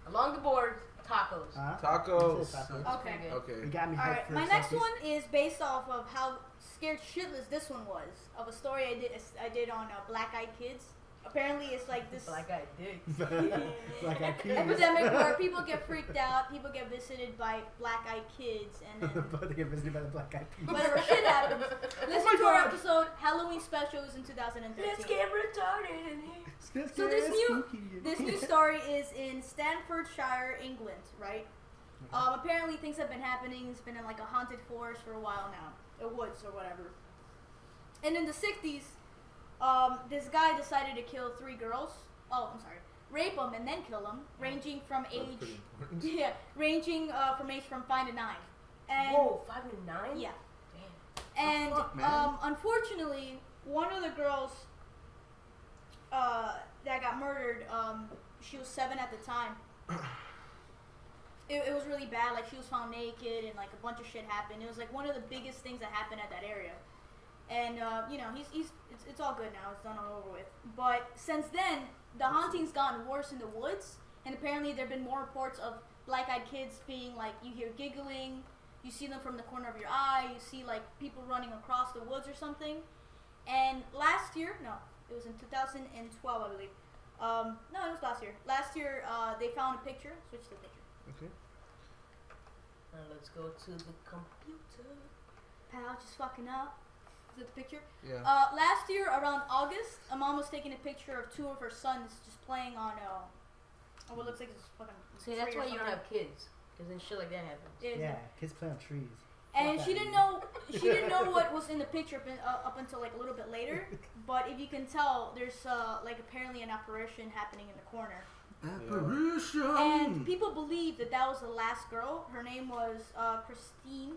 [SPEAKER 12] along the board, tacos.
[SPEAKER 7] Huh?
[SPEAKER 10] Tacos.
[SPEAKER 7] That's it, tacos.
[SPEAKER 12] It's
[SPEAKER 4] Okay.
[SPEAKER 12] pretty good.
[SPEAKER 7] You
[SPEAKER 10] Okay.
[SPEAKER 7] got me.
[SPEAKER 4] All
[SPEAKER 7] hyped
[SPEAKER 4] right,
[SPEAKER 7] for
[SPEAKER 4] my next
[SPEAKER 7] selfies.
[SPEAKER 4] one is based off of how scared shitless this one was of a story I did I did on uh, Black Eyed Kids. Apparently, it's like this
[SPEAKER 12] Black eyed [LAUGHS] dicks.
[SPEAKER 7] [LAUGHS]
[SPEAKER 4] [LAUGHS]
[SPEAKER 7] Black Eyed Peas.
[SPEAKER 4] epidemic where people get freaked out, people get visited by Black Eyed Kids, and
[SPEAKER 12] [LAUGHS]
[SPEAKER 4] then
[SPEAKER 7] [LAUGHS] but they get visited by the black eyed people. [LAUGHS]
[SPEAKER 4] whatever shit happens. Listen to our
[SPEAKER 12] Oh God.
[SPEAKER 4] episode Halloween specials in 2013.
[SPEAKER 12] Let's get retarded in here.
[SPEAKER 4] So this new- This
[SPEAKER 7] [LAUGHS]
[SPEAKER 4] new story is in Stanfordshire, England, right?
[SPEAKER 10] Mm-hmm.
[SPEAKER 4] Um, apparently things have been happening. It's been in like a haunted forest for a while now, a woods or whatever. And in the 60s, um, this guy decided to kill three girls. Oh, I'm sorry, rape them and then kill them, ranging from
[SPEAKER 10] That's
[SPEAKER 4] age
[SPEAKER 10] pretty
[SPEAKER 4] [LAUGHS]
[SPEAKER 10] important.
[SPEAKER 4] yeah, ranging uh, from age from five to nine. And
[SPEAKER 12] Whoa, five to nine.
[SPEAKER 4] yeah.
[SPEAKER 12] Damn.
[SPEAKER 4] And
[SPEAKER 9] fuck, man?
[SPEAKER 4] um, unfortunately, one of the girls uh, that got murdered, um, she was seven at the time. It, it was really bad. Like she was found naked, and like a bunch of shit happened. It was like one of the biggest things that happened at that area. And uh, you know, he's, he's it's, it's all good now. It's done all over with. But since then, the haunting's gotten worse in the woods, and apparently there've been more reports of black-eyed kids being like you hear giggling, you see them from the corner of your eye, you see like people running across the woods or something. And last year, no, it was in 2012, I believe. Um, no, it was last year. Last year, uh, they found a picture. Switch to the picture.
[SPEAKER 10] Okay.
[SPEAKER 12] Now let's go to the computer.
[SPEAKER 4] Pal, just fucking up. Is that the picture?
[SPEAKER 10] Yeah.
[SPEAKER 4] Uh, last year, around August, a mom was taking a picture of two of her sons just playing on uh, on what looks like it's fucking.
[SPEAKER 12] See, that's
[SPEAKER 4] tree or
[SPEAKER 12] why you don't
[SPEAKER 4] something.
[SPEAKER 12] have kids, because then shit like that happens.
[SPEAKER 4] It-
[SPEAKER 7] Yeah, kids play on trees.
[SPEAKER 4] And
[SPEAKER 7] Fuck
[SPEAKER 4] she
[SPEAKER 7] outta
[SPEAKER 4] didn't
[SPEAKER 7] here.
[SPEAKER 4] know she didn't know what was in the picture up, in, uh, up until like a little bit later. But if you can tell, there's uh, like apparently an apparition happening in the corner.
[SPEAKER 9] Apparition.
[SPEAKER 4] And people believe that that was the last girl. Her name was uh, Christine,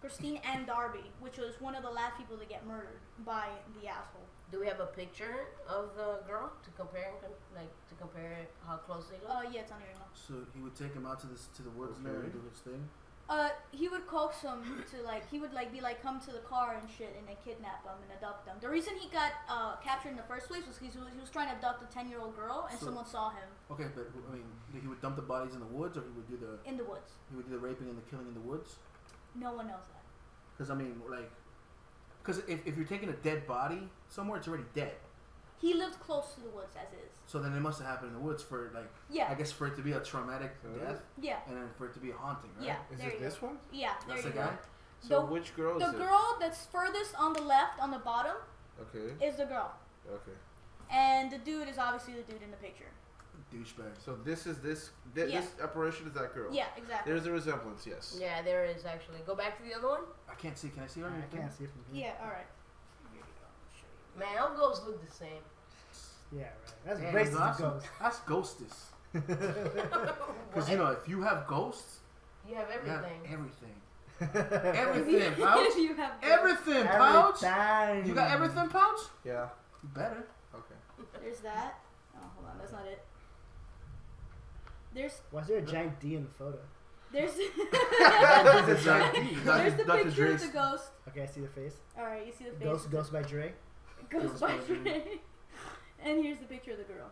[SPEAKER 4] Christine Ann Darby, which was one of the last people to get murdered by the asshole.
[SPEAKER 12] Do we have a picture of the girl to compare, and con- like to compare how close they look?
[SPEAKER 4] Uh, yeah, it's on your mom.
[SPEAKER 9] So he would take him out to this to the woods and let him
[SPEAKER 10] Okay.
[SPEAKER 9] do his thing.
[SPEAKER 4] Uh, he would coax him to like he would like be like come to the car and shit and then kidnap them and abduct them. The reason he got uh, captured in the first place was because he was, he was trying to abduct a ten year old girl and
[SPEAKER 9] So-
[SPEAKER 4] someone saw him
[SPEAKER 9] Okay, but who- I mean, he would dump the bodies in the woods, or he would do the
[SPEAKER 4] in the woods.
[SPEAKER 9] he would do the raping and the killing in the woods.
[SPEAKER 4] No one knows that.
[SPEAKER 9] Because I mean, like, because if, if you're taking a dead body somewhere, it's already dead.
[SPEAKER 4] He lived close to the woods as is.
[SPEAKER 9] So then it must have happened in the woods for like, I
[SPEAKER 4] Yeah,
[SPEAKER 9] guess for it to be a traumatic
[SPEAKER 10] So it
[SPEAKER 9] death,
[SPEAKER 10] is-
[SPEAKER 4] yeah,
[SPEAKER 9] and then for it to be a haunting, right?
[SPEAKER 4] yeah.
[SPEAKER 10] Is
[SPEAKER 4] there
[SPEAKER 10] it
[SPEAKER 4] you
[SPEAKER 10] this
[SPEAKER 4] go.
[SPEAKER 10] one?
[SPEAKER 4] Yeah, there
[SPEAKER 9] That's
[SPEAKER 4] you
[SPEAKER 9] the
[SPEAKER 4] go.
[SPEAKER 9] guy.
[SPEAKER 10] So
[SPEAKER 4] The-
[SPEAKER 10] which girl is
[SPEAKER 4] The
[SPEAKER 10] it?
[SPEAKER 4] girl that's furthest on the left on the bottom
[SPEAKER 10] Okay.
[SPEAKER 4] is the girl.
[SPEAKER 10] Okay.
[SPEAKER 4] And the dude is obviously the dude in the picture.
[SPEAKER 9] Douchebag.
[SPEAKER 10] So this is this thi-
[SPEAKER 4] Yeah.
[SPEAKER 10] this apparition is that girl.
[SPEAKER 4] Yeah, exactly.
[SPEAKER 10] There's a resemblance, yes.
[SPEAKER 12] Yeah, there is actually. Go back to the other one.
[SPEAKER 9] I can't see. Can I see her?
[SPEAKER 7] I can't see it from here.
[SPEAKER 4] Mm-hmm. Yeah, alright.
[SPEAKER 12] Man, all girls look the [LAUGHS] same.
[SPEAKER 7] Yeah, right. That's
[SPEAKER 9] Damn,
[SPEAKER 7] racist.
[SPEAKER 9] that's,
[SPEAKER 7] Ghost.
[SPEAKER 9] that's ghostess. Because you
[SPEAKER 12] What?
[SPEAKER 9] know, if you have ghosts,
[SPEAKER 12] You have
[SPEAKER 9] you have
[SPEAKER 12] everything.
[SPEAKER 9] everything,
[SPEAKER 4] [LAUGHS]
[SPEAKER 7] [LAUGHS] Everything.
[SPEAKER 9] everything, pouch,
[SPEAKER 4] you have
[SPEAKER 9] everything, pouch.
[SPEAKER 7] time.
[SPEAKER 9] You got everything, pouch.
[SPEAKER 10] Yeah.
[SPEAKER 9] You
[SPEAKER 7] [LAUGHS]
[SPEAKER 9] better.
[SPEAKER 10] Okay.
[SPEAKER 4] There's that. Oh, hold on, that's not it. There's
[SPEAKER 7] Why is there a giant D in the photo?
[SPEAKER 4] [LAUGHS] there's
[SPEAKER 9] It's like, [LAUGHS]
[SPEAKER 4] there's the picture
[SPEAKER 10] Dr.
[SPEAKER 4] of
[SPEAKER 10] Dre's-
[SPEAKER 4] the ghost.
[SPEAKER 7] Okay, I see the face.
[SPEAKER 4] Alright, you see the face.
[SPEAKER 7] Ghost, Ghost by Dre.
[SPEAKER 4] Ghost
[SPEAKER 9] Ghost
[SPEAKER 4] by
[SPEAKER 9] by Dre.
[SPEAKER 4] Dre. And here's the picture of the girl.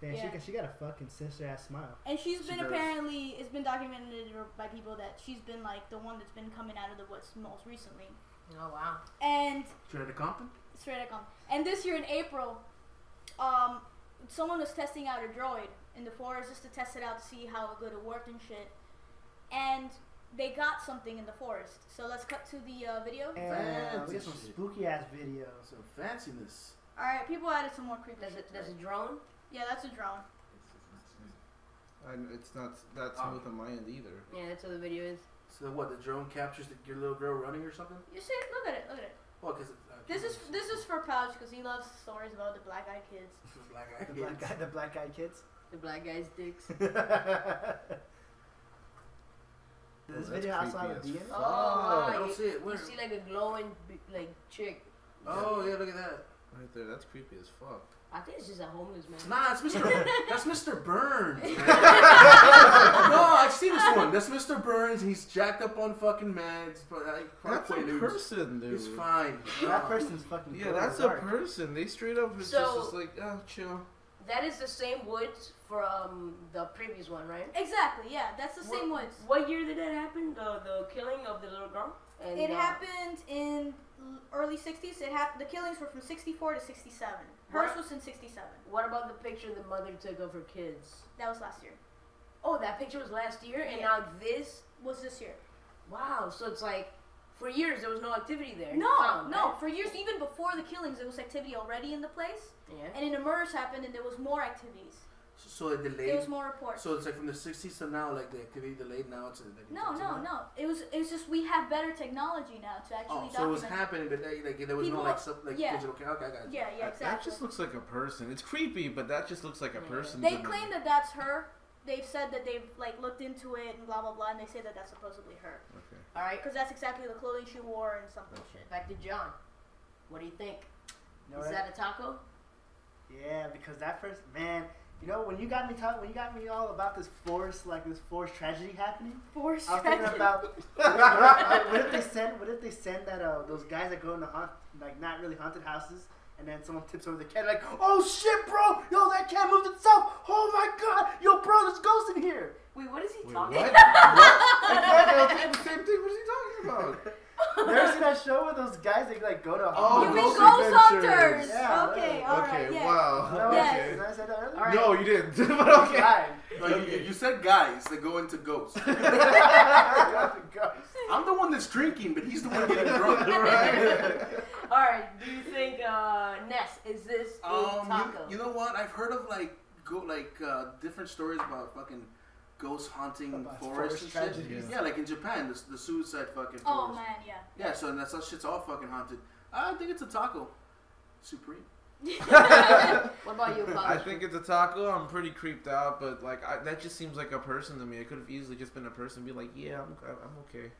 [SPEAKER 7] Damn, she
[SPEAKER 4] Yeah.
[SPEAKER 7] got she got a fucking sinister ass smile.
[SPEAKER 4] And she's
[SPEAKER 9] She
[SPEAKER 4] been
[SPEAKER 9] does.
[SPEAKER 4] apparently it's been documented by people that she's been like the one that's been coming out of the woods most recently.
[SPEAKER 12] Oh wow.
[SPEAKER 4] And
[SPEAKER 9] Straight to Compton.
[SPEAKER 4] Straight out Compton. And this year in April, um, someone was testing out a droid in the forest just to test it out to see how good it worked and shit. And they got something in the forest. So let's cut to the uh, video.
[SPEAKER 7] And we got some
[SPEAKER 9] shit.
[SPEAKER 7] spooky ass videos.
[SPEAKER 9] Some fanciness.
[SPEAKER 4] All right, people added some more creepy
[SPEAKER 12] There's
[SPEAKER 4] shit.
[SPEAKER 12] a,
[SPEAKER 4] To
[SPEAKER 12] there's a
[SPEAKER 4] it.
[SPEAKER 12] drone.
[SPEAKER 4] Yeah, that's a drone.
[SPEAKER 10] I, it's not that
[SPEAKER 9] Oh.
[SPEAKER 10] smooth on my end either.
[SPEAKER 12] Yeah, that's what the video is.
[SPEAKER 9] So what? The drone captures the, your little girl running or something?
[SPEAKER 4] You see? Look at it. Look at it.
[SPEAKER 9] Well, uh, because
[SPEAKER 4] This is this
[SPEAKER 9] [LAUGHS]
[SPEAKER 4] is for Pouch because he loves stories about the black eyed kids.
[SPEAKER 9] black eyed
[SPEAKER 7] The
[SPEAKER 9] kids.
[SPEAKER 7] black guy, the black
[SPEAKER 10] [LAUGHS]
[SPEAKER 7] eyed kids.
[SPEAKER 12] The black guy's dicks.
[SPEAKER 7] this
[SPEAKER 10] that's
[SPEAKER 7] video outside of
[SPEAKER 10] creepy
[SPEAKER 7] the
[SPEAKER 10] as
[SPEAKER 7] end.
[SPEAKER 12] Oh,
[SPEAKER 9] I don't
[SPEAKER 12] you,
[SPEAKER 9] see it. Where?
[SPEAKER 12] you see like a glowing b- like chick.
[SPEAKER 9] Oh yeah, look at that.
[SPEAKER 10] Right there, that's creepy as fuck.
[SPEAKER 5] I think it's just a homeless man.
[SPEAKER 9] Nah, it's
[SPEAKER 4] [LAUGHS]
[SPEAKER 9] Mr. that's Mr. Burns. man. no, I've seen this one. That's Mr. Burns. He's jacked up on fucking meds, but I
[SPEAKER 10] That's a
[SPEAKER 9] probably
[SPEAKER 10] person, dude.
[SPEAKER 9] He's fine.
[SPEAKER 7] That
[SPEAKER 9] Nah.
[SPEAKER 7] person's fucking.
[SPEAKER 10] Yeah,
[SPEAKER 7] cold
[SPEAKER 10] that's
[SPEAKER 7] as
[SPEAKER 10] a
[SPEAKER 7] dark.
[SPEAKER 10] person. They straight up is
[SPEAKER 5] So-
[SPEAKER 10] just, just like, oh, chill.
[SPEAKER 5] That is the same woods from the previous one, right?
[SPEAKER 4] Exactly. Yeah, that's the same
[SPEAKER 5] What-
[SPEAKER 4] woods.
[SPEAKER 5] What year did that happen? The the killing of the little girl. And,
[SPEAKER 4] It
[SPEAKER 5] uh,
[SPEAKER 4] happened in l- early '60s. It happened. The killings were from '64 to '67. Hers
[SPEAKER 5] What?
[SPEAKER 4] was in '67.
[SPEAKER 5] What about the picture the mother took of her kids?
[SPEAKER 4] That was last year.
[SPEAKER 5] Oh, that picture was last year, and
[SPEAKER 4] Yeah.
[SPEAKER 5] now this.
[SPEAKER 4] Was this year?
[SPEAKER 5] Wow. So it's like, for years there was no activity there.
[SPEAKER 4] No,
[SPEAKER 5] Found,
[SPEAKER 4] Oh, no.
[SPEAKER 5] right?
[SPEAKER 4] For years, even before the killings, there was activity already in the place,
[SPEAKER 5] Yeah.
[SPEAKER 4] and then the murders happened, and there was more activities.
[SPEAKER 9] So it
[SPEAKER 4] There
[SPEAKER 9] delayed.
[SPEAKER 4] was more reports.
[SPEAKER 9] So it's like from the 60s to now, like the activity delayed now to.
[SPEAKER 4] no, no, no. It was. It was just we have better technology now to actually
[SPEAKER 9] Oh,
[SPEAKER 4] document.
[SPEAKER 9] so it was happening, but like, like there was
[SPEAKER 4] People-
[SPEAKER 9] no like sub, like
[SPEAKER 4] yeah.
[SPEAKER 9] digital. Okay, okay, I got you.
[SPEAKER 4] Yeah, yeah,
[SPEAKER 10] That- That
[SPEAKER 4] exactly.
[SPEAKER 10] just looks like a person. It's creepy, but that just looks like a
[SPEAKER 5] Yeah.
[SPEAKER 10] person.
[SPEAKER 4] They
[SPEAKER 5] Mm-hmm.
[SPEAKER 10] to me.
[SPEAKER 4] claim that that's her. They've said that they've like looked into it and blah blah blah, and they say that that's supposedly her
[SPEAKER 10] Okay.
[SPEAKER 5] All right.
[SPEAKER 4] because that's exactly the clothing she wore and something shit.
[SPEAKER 5] Back to John. What do you think?
[SPEAKER 7] You know
[SPEAKER 5] is
[SPEAKER 7] what?
[SPEAKER 5] that a taco?
[SPEAKER 7] Yeah, because that first man, you know, when you got me talking, when you got me all about this forest, like this forest tragedy happening,
[SPEAKER 4] Forced
[SPEAKER 7] I was thinking about what, if- what if- what if they send what if they send that uh, those guys that go into haunt, like not really haunted houses. And then someone tips over the cat, like, "Oh shit, bro! Yo, that cat moved itself! Oh my god! Yo, bro, there's ghosts in here!"
[SPEAKER 5] Wait, what is he
[SPEAKER 10] Wait, what?
[SPEAKER 5] talking?
[SPEAKER 10] what? I thought they were the same thing. What is he talking [LAUGHS] about?
[SPEAKER 7] Never seen that show where those guys they like go to.
[SPEAKER 9] Oh,
[SPEAKER 4] You
[SPEAKER 7] haunted
[SPEAKER 4] mean
[SPEAKER 9] Ghost
[SPEAKER 4] Ghost Hunters?
[SPEAKER 7] Adventures. Yeah,
[SPEAKER 4] okay,
[SPEAKER 7] right.
[SPEAKER 4] all right, yeah.
[SPEAKER 10] okay, [LAUGHS]
[SPEAKER 7] Is
[SPEAKER 10] wow.
[SPEAKER 7] that what I said?
[SPEAKER 10] Okay.
[SPEAKER 7] Did I say that earlier?
[SPEAKER 5] [LAUGHS] All right.
[SPEAKER 10] No, Oh, you didn't. [LAUGHS] but okay.
[SPEAKER 7] Guys.
[SPEAKER 9] No, you- you, you said guys that go into ghosts. [LAUGHS]
[SPEAKER 7] Ghosts.
[SPEAKER 9] I'm the one that's drinking, but he's the one getting drunk.
[SPEAKER 5] All right. Do you think uh, Ness is this a
[SPEAKER 9] Um,
[SPEAKER 5] taco?
[SPEAKER 9] you, you know what? I've heard of like go like uh, different stories about fucking ghost haunting
[SPEAKER 7] About
[SPEAKER 9] forests
[SPEAKER 7] forest
[SPEAKER 9] and shit.
[SPEAKER 7] tragedies.
[SPEAKER 9] Yeah, like in Japan, the, the suicide fucking forest.
[SPEAKER 4] Oh man,
[SPEAKER 5] [LAUGHS]
[SPEAKER 4] yeah.
[SPEAKER 9] Yeah, so that's that shit's all fucking haunted. I think it's a taco. Supreme.
[SPEAKER 5] what about you, Pablo?
[SPEAKER 10] I think it's a taco. I'm pretty creeped out, but like I, that just seems like a person to me. It could have easily just been a person. Be like, yeah, I'm, I'm
[SPEAKER 4] [LAUGHS]
[SPEAKER 10] okay.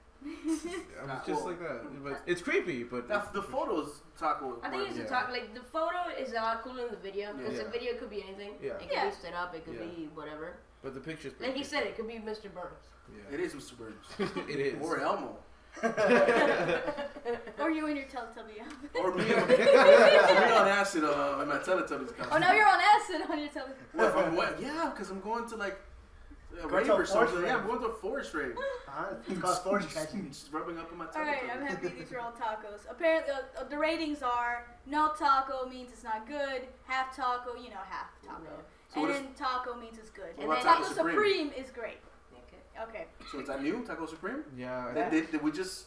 [SPEAKER 10] I'm
[SPEAKER 9] Ah,
[SPEAKER 10] just
[SPEAKER 9] well.
[SPEAKER 10] like that. But it's creepy. But
[SPEAKER 9] Now, the photos taco.
[SPEAKER 5] I think it's
[SPEAKER 10] Yeah.
[SPEAKER 5] a taco. Like the photo is a lot cooler than the video because
[SPEAKER 10] Yeah.
[SPEAKER 5] the video could be anything.
[SPEAKER 10] Yeah.
[SPEAKER 5] It could
[SPEAKER 4] Yeah.
[SPEAKER 5] be set up. It could
[SPEAKER 10] Yeah.
[SPEAKER 5] be whatever.
[SPEAKER 10] but the picture's pretty.
[SPEAKER 5] Like he said, it could be Mr. Burns.
[SPEAKER 10] creepy.
[SPEAKER 9] It is Mr. Burns.
[SPEAKER 10] Yeah. [LAUGHS] it is.
[SPEAKER 9] or Elmo.
[SPEAKER 4] Or you and your Teletubby. [LAUGHS] outfit.
[SPEAKER 10] [LAUGHS]
[SPEAKER 9] Or me. on- me on acid uh, in my Teletubbies costume.
[SPEAKER 4] oh, now you're on acid on your Teletubby.
[SPEAKER 9] What, if I'm wet? Yeah, because I'm going to like a
[SPEAKER 7] Go
[SPEAKER 9] rave
[SPEAKER 7] to a
[SPEAKER 9] or
[SPEAKER 7] forest
[SPEAKER 9] something.
[SPEAKER 7] rave.
[SPEAKER 9] Yeah, I'm going to a forest rave.
[SPEAKER 7] Uh-huh, It's called forest tragedy.
[SPEAKER 9] Just rubbing up on my
[SPEAKER 4] All
[SPEAKER 9] tummy.
[SPEAKER 4] right, I'm happy these
[SPEAKER 9] [LAUGHS]
[SPEAKER 4] are all tacos. Apparently, uh, uh, the ratings are no taco means it's not good, half taco, you know, half taco,
[SPEAKER 5] Yeah.
[SPEAKER 9] Oh, So
[SPEAKER 4] and
[SPEAKER 9] what
[SPEAKER 4] then taco means it's good, and
[SPEAKER 9] about
[SPEAKER 4] then
[SPEAKER 9] Taco
[SPEAKER 4] taco
[SPEAKER 9] Supreme?
[SPEAKER 4] supreme is great.
[SPEAKER 5] Okay.
[SPEAKER 9] [LAUGHS]
[SPEAKER 4] Okay.
[SPEAKER 9] So is that new? Taco Supreme?
[SPEAKER 10] Yeah, I,
[SPEAKER 9] Did, did, did we just.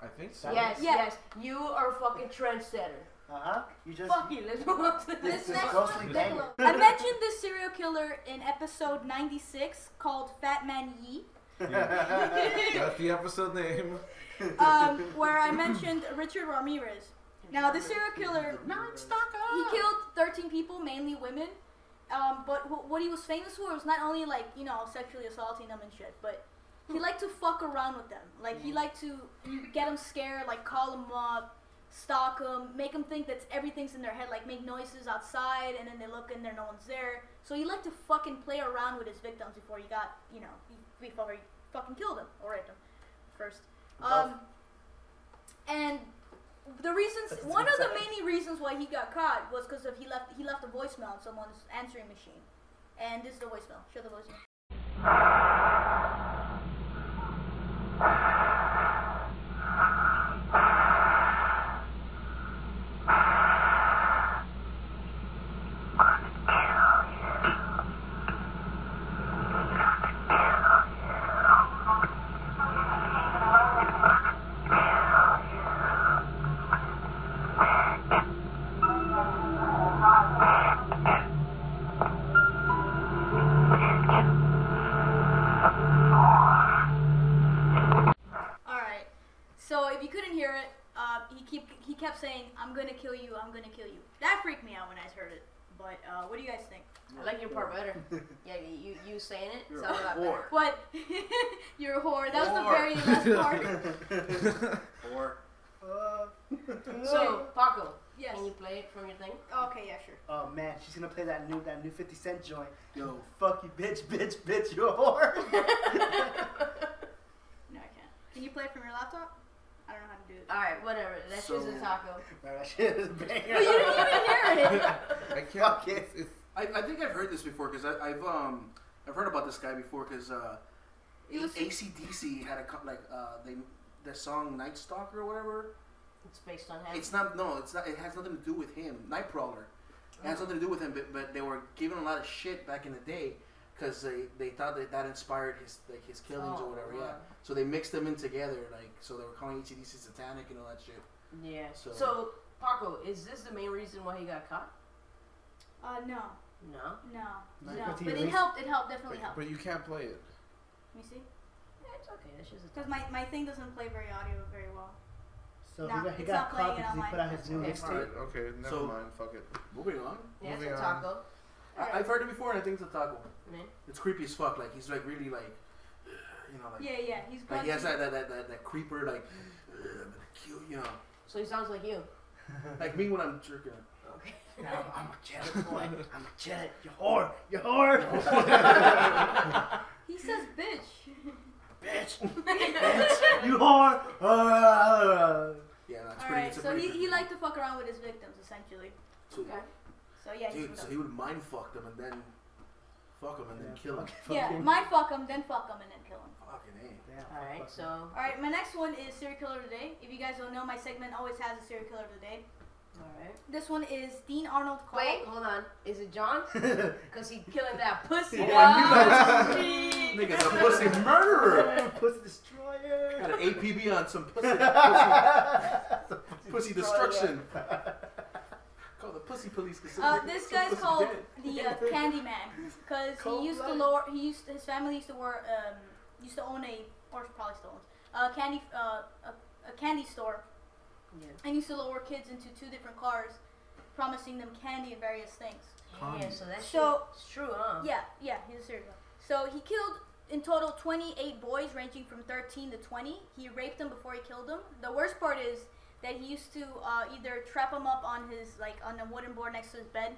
[SPEAKER 10] I think [LAUGHS] so.
[SPEAKER 5] Yes,
[SPEAKER 4] Yeah.
[SPEAKER 5] yes. You are a fucking trendsetter.
[SPEAKER 7] Uh huh. You just.
[SPEAKER 5] Fuck you. Let's move on to
[SPEAKER 7] This,
[SPEAKER 5] this
[SPEAKER 7] this
[SPEAKER 5] next.
[SPEAKER 7] ghostly
[SPEAKER 4] one,
[SPEAKER 7] banger.
[SPEAKER 4] Bigelow. I mentioned this serial killer in episode 96 called Fat Man
[SPEAKER 9] [LAUGHS]
[SPEAKER 4] Yee,
[SPEAKER 10] That's the episode name.
[SPEAKER 4] um, where I mentioned Richard Ramirez. Now, the serial killer, he killed 13 people, mainly women. Um, but wh- what he was famous for was not only like you know sexually assaulting them and shit, but he liked to fuck around with them. Like he liked to get them scared, like call them up, stalk them, make them think that everything's in their head, like make noises outside, and then they look and there no one's there. So he liked to fucking play around with his victims before he got you know he- before he fucking killed them or raped them first. Um, and the reasons,
[SPEAKER 7] That's
[SPEAKER 4] one of the
[SPEAKER 7] insane.
[SPEAKER 4] many reasons why he got caught was because of he left he left a voicemail on someone's answering machine, and this is the voicemail. Show the voicemail. All right. So if you couldn't hear it, uh, he keep he kept saying, "I'm gonna kill you. I'm gonna kill you." That freaked me out when I heard it. But uh, what do you guys think?
[SPEAKER 5] I like your part
[SPEAKER 9] [LAUGHS]
[SPEAKER 5] better. Yeah, you you, you saying it uh,
[SPEAKER 9] You're a
[SPEAKER 5] sounded a lot better.
[SPEAKER 9] whore.
[SPEAKER 4] What? [LAUGHS] You're a whore. That was
[SPEAKER 9] Whore.
[SPEAKER 4] the
[SPEAKER 7] [LAUGHS]
[SPEAKER 9] [LAUGHS]
[SPEAKER 4] very last part.
[SPEAKER 10] Or
[SPEAKER 9] Or.
[SPEAKER 7] Uh,
[SPEAKER 5] So Paco,
[SPEAKER 4] Yes.
[SPEAKER 5] Can you play it from your thing?
[SPEAKER 4] Okay, yeah, sure.
[SPEAKER 7] [LAUGHS] Oh man, she's gonna play that new that new 50 Cent joint. Yo, fuck you, bitch, bitch, bitch, you a whore. [LAUGHS]
[SPEAKER 4] No, I can't. Can you play it from your laptop? I don't know how to do it.
[SPEAKER 12] All right, whatever. That's
[SPEAKER 7] So-
[SPEAKER 12] just a taco.
[SPEAKER 9] [LAUGHS]
[SPEAKER 7] Man, that shit is banger.
[SPEAKER 12] But you didn't even hear it.
[SPEAKER 10] I can't.
[SPEAKER 7] Fuck it.
[SPEAKER 10] It's, it's,
[SPEAKER 9] I, I think I've heard this before because I've um I've heard about this guy before because uh,
[SPEAKER 4] You listen-
[SPEAKER 9] ACDC had a co- like uh they their song Night Stalker or whatever.
[SPEAKER 5] It's based on him.
[SPEAKER 9] It's not no, it's not. It has nothing to do with him. Nightcrawler. It has nothing to do with him, but, but they were giving a lot of shit back in the day because they, they thought that that inspired his like his killings
[SPEAKER 12] Oh,
[SPEAKER 9] or whatever. Yeah.
[SPEAKER 12] wow.
[SPEAKER 9] So they mixed them in together, like so they were calling ACDC satanic and all that shit.
[SPEAKER 5] Yeah.
[SPEAKER 9] So,
[SPEAKER 12] Oh, So, Paco, is this the main reason why he got caught?
[SPEAKER 4] Uh, no,
[SPEAKER 5] No.
[SPEAKER 4] no,
[SPEAKER 7] Like, [LAUGHS]
[SPEAKER 4] no.
[SPEAKER 7] what's he
[SPEAKER 4] But it
[SPEAKER 7] erased?
[SPEAKER 4] helped. It helped. Definitely
[SPEAKER 10] but,
[SPEAKER 4] helped. Let
[SPEAKER 10] but you can't play it.
[SPEAKER 4] me see.
[SPEAKER 12] Yeah, it's okay. That's just a
[SPEAKER 4] Because my, my thing doesn't play very audio very well.
[SPEAKER 7] So
[SPEAKER 4] Nah,
[SPEAKER 7] he got, he
[SPEAKER 4] it's
[SPEAKER 7] got
[SPEAKER 4] not playing it
[SPEAKER 7] caught because he
[SPEAKER 4] online.
[SPEAKER 7] put out his new
[SPEAKER 12] Okay,
[SPEAKER 7] mixtape.
[SPEAKER 10] Alright, okay, never
[SPEAKER 9] So-
[SPEAKER 10] mind. Fuck it.
[SPEAKER 9] moving on.
[SPEAKER 12] Yeah, it's
[SPEAKER 10] Moving
[SPEAKER 12] a
[SPEAKER 10] on.
[SPEAKER 12] taco.
[SPEAKER 9] I, I've heard it before, and I think it's a taco.
[SPEAKER 12] Man.
[SPEAKER 9] It's creepy as fuck. Like he's like really like, [SIGHS] you know, like
[SPEAKER 4] Yeah, yeah. He's
[SPEAKER 9] like he
[SPEAKER 4] going.
[SPEAKER 9] has that that, that, that, that creeper like, "Ugh, I'm gonna kill
[SPEAKER 10] [LAUGHS]
[SPEAKER 9] you, you know,
[SPEAKER 12] So he sounds like you.
[SPEAKER 9] like me when I'm jerking.
[SPEAKER 12] [LAUGHS] Okay.
[SPEAKER 7] Nah, I'm- I'm a Jedi boy. I'm a Jedi. You whore. You whore.
[SPEAKER 4] He says
[SPEAKER 9] [LAUGHS]
[SPEAKER 4] bitch.
[SPEAKER 7] bitch.
[SPEAKER 12] [LAUGHS]
[SPEAKER 7] bitch. You whore. Uh,
[SPEAKER 9] Yeah, that's
[SPEAKER 4] All
[SPEAKER 9] pretty.
[SPEAKER 4] right.
[SPEAKER 9] it's a
[SPEAKER 4] So he,
[SPEAKER 9] pretty
[SPEAKER 4] he liked to fuck around with his victims essentially.
[SPEAKER 9] So-
[SPEAKER 12] Okay.
[SPEAKER 4] So yeah, he's
[SPEAKER 9] Dude, so he would mind fuck them and then fuck them and then kill them.
[SPEAKER 4] yeah.
[SPEAKER 7] fucking-
[SPEAKER 4] My fuck him, then fuck him, and then kill him.
[SPEAKER 9] Fucking a.
[SPEAKER 7] Damn,
[SPEAKER 12] All right.
[SPEAKER 7] fuck.
[SPEAKER 12] So.
[SPEAKER 4] All right. My next one is serial killer of the day. If you guys don't know, my segment always has a serial killer of the day.
[SPEAKER 12] All right.
[SPEAKER 4] This one is Dean Arnold Cole.
[SPEAKER 12] Wait, hold on. Is it
[SPEAKER 9] [LAUGHS]
[SPEAKER 12] John? Cause he killing that pussy.
[SPEAKER 7] Yeah,
[SPEAKER 12] Wow.
[SPEAKER 9] Nigga's a pussy
[SPEAKER 7] [LAUGHS]
[SPEAKER 9] murderer.
[SPEAKER 7] Pussy destroyer.
[SPEAKER 9] Got an APB on some pussy
[SPEAKER 7] [LAUGHS]
[SPEAKER 9] pussy, pussy destruction. Call the pussy police. 'cause
[SPEAKER 4] Uh,
[SPEAKER 9] some-
[SPEAKER 4] this
[SPEAKER 9] some
[SPEAKER 4] guy's
[SPEAKER 9] pussy
[SPEAKER 4] called
[SPEAKER 9] dead. [LAUGHS]
[SPEAKER 4] the uh, Candyman because
[SPEAKER 7] Cold
[SPEAKER 4] he used to
[SPEAKER 7] blooded.
[SPEAKER 4] lure. He used his family used to wear, um, used to own a or probably still owns a candy uh, a, a candy store,
[SPEAKER 12] Yeah.
[SPEAKER 4] and used to lure kids into two different cars, promising them candy and various things.
[SPEAKER 12] Yeah. So that's
[SPEAKER 4] So-
[SPEAKER 12] it's true,
[SPEAKER 5] Uh-huh.
[SPEAKER 12] huh?
[SPEAKER 4] Yeah, yeah, he's a serial killer. So he killed in total 28 boys ranging from 13 to 20. He raped them before he killed them. The worst part is that he used to uh, either trap them up on his like on a wooden board next to his bed,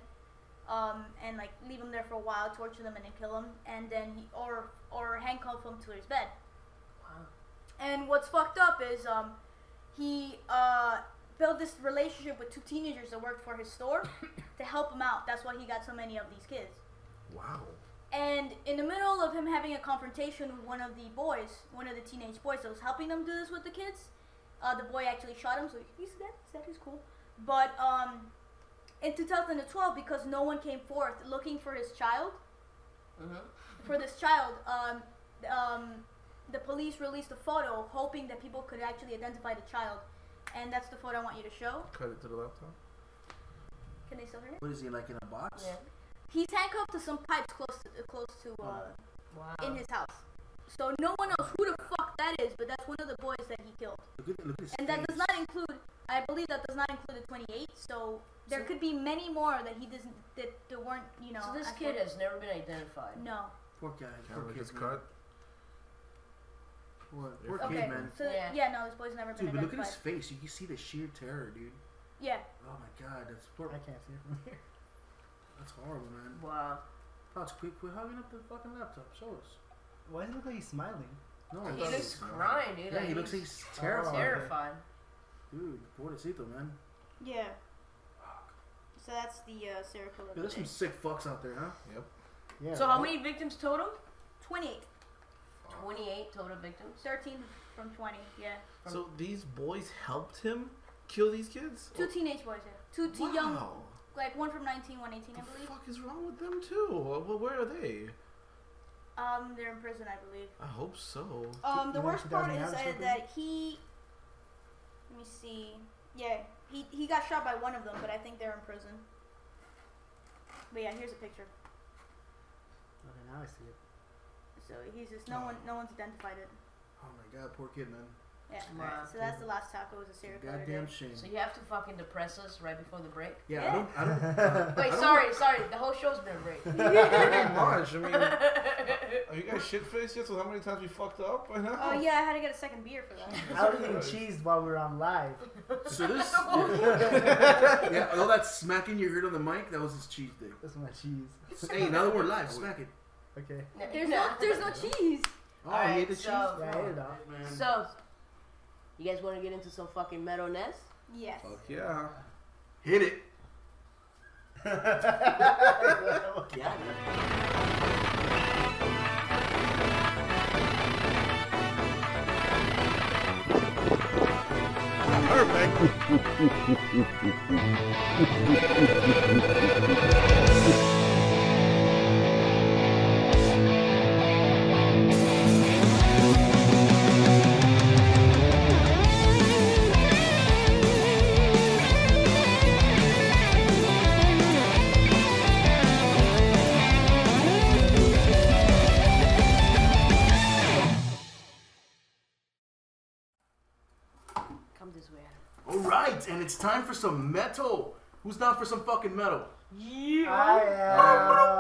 [SPEAKER 4] um, and like leave them there for a while, torture them, and then kill them, and then he or or handcuff them to his bed.
[SPEAKER 12] Wow.
[SPEAKER 4] And what's fucked up is um, he uh, built this relationship with two teenagers that worked for his store to help him out. That's why he got so many of these kids.
[SPEAKER 10] Wow.
[SPEAKER 4] And in the middle of him having a confrontation with one of the boys, one of the teenage boys that was helping them do this with the kids, uh, the boy actually shot him, so he's dead. That is cool. But um, in 2012, because no one came forth looking for his child,
[SPEAKER 9] Mm-hmm.
[SPEAKER 12] Mhm.
[SPEAKER 4] for this child, um, um, the police released a photo hoping that people could actually identify the child. And that's the photo I want you to show.
[SPEAKER 10] Cut it to the laptop.
[SPEAKER 4] Can they still hear me?
[SPEAKER 9] What is he like in a box?
[SPEAKER 12] Yeah.
[SPEAKER 4] He's handcuffed to some pipes close to, close to
[SPEAKER 9] Oh,
[SPEAKER 4] uh,
[SPEAKER 12] Wow.
[SPEAKER 4] in his house. So no one knows who the fuck that is, but that's one of the boys that he killed.
[SPEAKER 9] Look at, look at his
[SPEAKER 4] And that does
[SPEAKER 9] face.
[SPEAKER 4] not include, I believe that does not include the 28. So there could be many more that he doesn't, that, that weren't, you know.
[SPEAKER 12] so this
[SPEAKER 4] as-
[SPEAKER 12] kid has never been identified.
[SPEAKER 4] No.
[SPEAKER 9] Poor guy. Poor
[SPEAKER 10] Camera
[SPEAKER 9] kid.
[SPEAKER 10] just
[SPEAKER 9] man.
[SPEAKER 10] cut.
[SPEAKER 9] What? Poor
[SPEAKER 4] Okay.
[SPEAKER 9] kid, man.
[SPEAKER 4] So yeah.
[SPEAKER 12] Yeah.
[SPEAKER 4] no, this boy's never been
[SPEAKER 9] Dude, but look at
[SPEAKER 4] identified.
[SPEAKER 9] his face. You can see the sheer terror, dude.
[SPEAKER 4] Yeah.
[SPEAKER 9] Oh my god, that's poor.
[SPEAKER 7] I can't see it from here.
[SPEAKER 9] That's horrible, man.
[SPEAKER 12] Wow.
[SPEAKER 9] Pops, quit, quit hugging up the fucking laptop. Show us.
[SPEAKER 7] Why does it look like he's smiling?
[SPEAKER 9] No,
[SPEAKER 12] He
[SPEAKER 9] that's-
[SPEAKER 12] looks crying, dude.
[SPEAKER 9] Yeah,
[SPEAKER 12] like,
[SPEAKER 9] he looks like
[SPEAKER 12] he's
[SPEAKER 9] he's terrified.
[SPEAKER 12] terrified.
[SPEAKER 9] Dude, pobrecito, man.
[SPEAKER 4] Yeah. So that's the uh, serial killer.
[SPEAKER 9] Dude, there's some sick fucks out there, huh?
[SPEAKER 7] Yeah.
[SPEAKER 12] So how many victims total?
[SPEAKER 4] 28.
[SPEAKER 12] 28 total victims.
[SPEAKER 4] 13 from 20. Yeah.
[SPEAKER 10] So these boys helped him kill these kids?
[SPEAKER 4] Two teenage boys. Yeah. Two, two
[SPEAKER 10] wow.
[SPEAKER 4] young, like one from 19, one 18, I
[SPEAKER 10] What the
[SPEAKER 4] believe.
[SPEAKER 10] fuck is wrong with them too? Well, where are they?
[SPEAKER 4] Um, they're in prison, I believe.
[SPEAKER 10] I hope so.
[SPEAKER 4] Um, the
[SPEAKER 7] You know,
[SPEAKER 4] worst part is
[SPEAKER 7] 2009 or
[SPEAKER 4] uh,
[SPEAKER 7] something?
[SPEAKER 4] that he. Let me see. Yeah, he he got shot by one of them, but I think they're in prison. But yeah, here's a picture.
[SPEAKER 7] Okay, now I see it.
[SPEAKER 4] So he's just no one no one's identified it.
[SPEAKER 9] Oh my god, poor kid, man.
[SPEAKER 4] Yeah.
[SPEAKER 12] Wow.
[SPEAKER 4] So that's the last taco was a serial killer.
[SPEAKER 9] Goddamn
[SPEAKER 4] day.
[SPEAKER 9] shame.
[SPEAKER 12] So you have to fucking depress us right before the
[SPEAKER 9] [LAUGHS]
[SPEAKER 12] break.
[SPEAKER 9] Yeah,
[SPEAKER 4] Yeah. [LAUGHS]
[SPEAKER 9] I don't. I don't. uh, I
[SPEAKER 12] Wait,
[SPEAKER 9] don't-
[SPEAKER 12] sorry, sorry. The whole show's been a break.
[SPEAKER 10] Pretty much. I mean, are you guys shit faced yet with how many times we fucked up? [LAUGHS] by now?
[SPEAKER 4] Oh yeah, I had to get a second beer for [LAUGHS] that.
[SPEAKER 10] Jesus
[SPEAKER 7] I was eating
[SPEAKER 10] Christ.
[SPEAKER 7] cheese while we were on live. [LAUGHS]
[SPEAKER 9] So this, yeah, all that smacking you heard on the mic, that was his cheese day.
[SPEAKER 7] That's my cheese.
[SPEAKER 9] Hey, now that we're live, smack it.
[SPEAKER 7] Okay.
[SPEAKER 12] [LAUGHS]
[SPEAKER 4] There's no, there's no cheese.
[SPEAKER 9] [LAUGHS] Oh,
[SPEAKER 12] All
[SPEAKER 9] he
[SPEAKER 12] right,
[SPEAKER 9] ate the cheese.
[SPEAKER 12] so-
[SPEAKER 7] Yeah, I ate it all.
[SPEAKER 12] So
[SPEAKER 5] You guys want to get into some fucking metal nest?
[SPEAKER 4] Yes.
[SPEAKER 10] Fuck yeah.
[SPEAKER 9] Hit it.
[SPEAKER 5] Yeah.
[SPEAKER 10] Perfect.
[SPEAKER 5] Come this way. Adam.
[SPEAKER 9] All right, and it's time for some metal. Who's down for some fucking metal?
[SPEAKER 7] I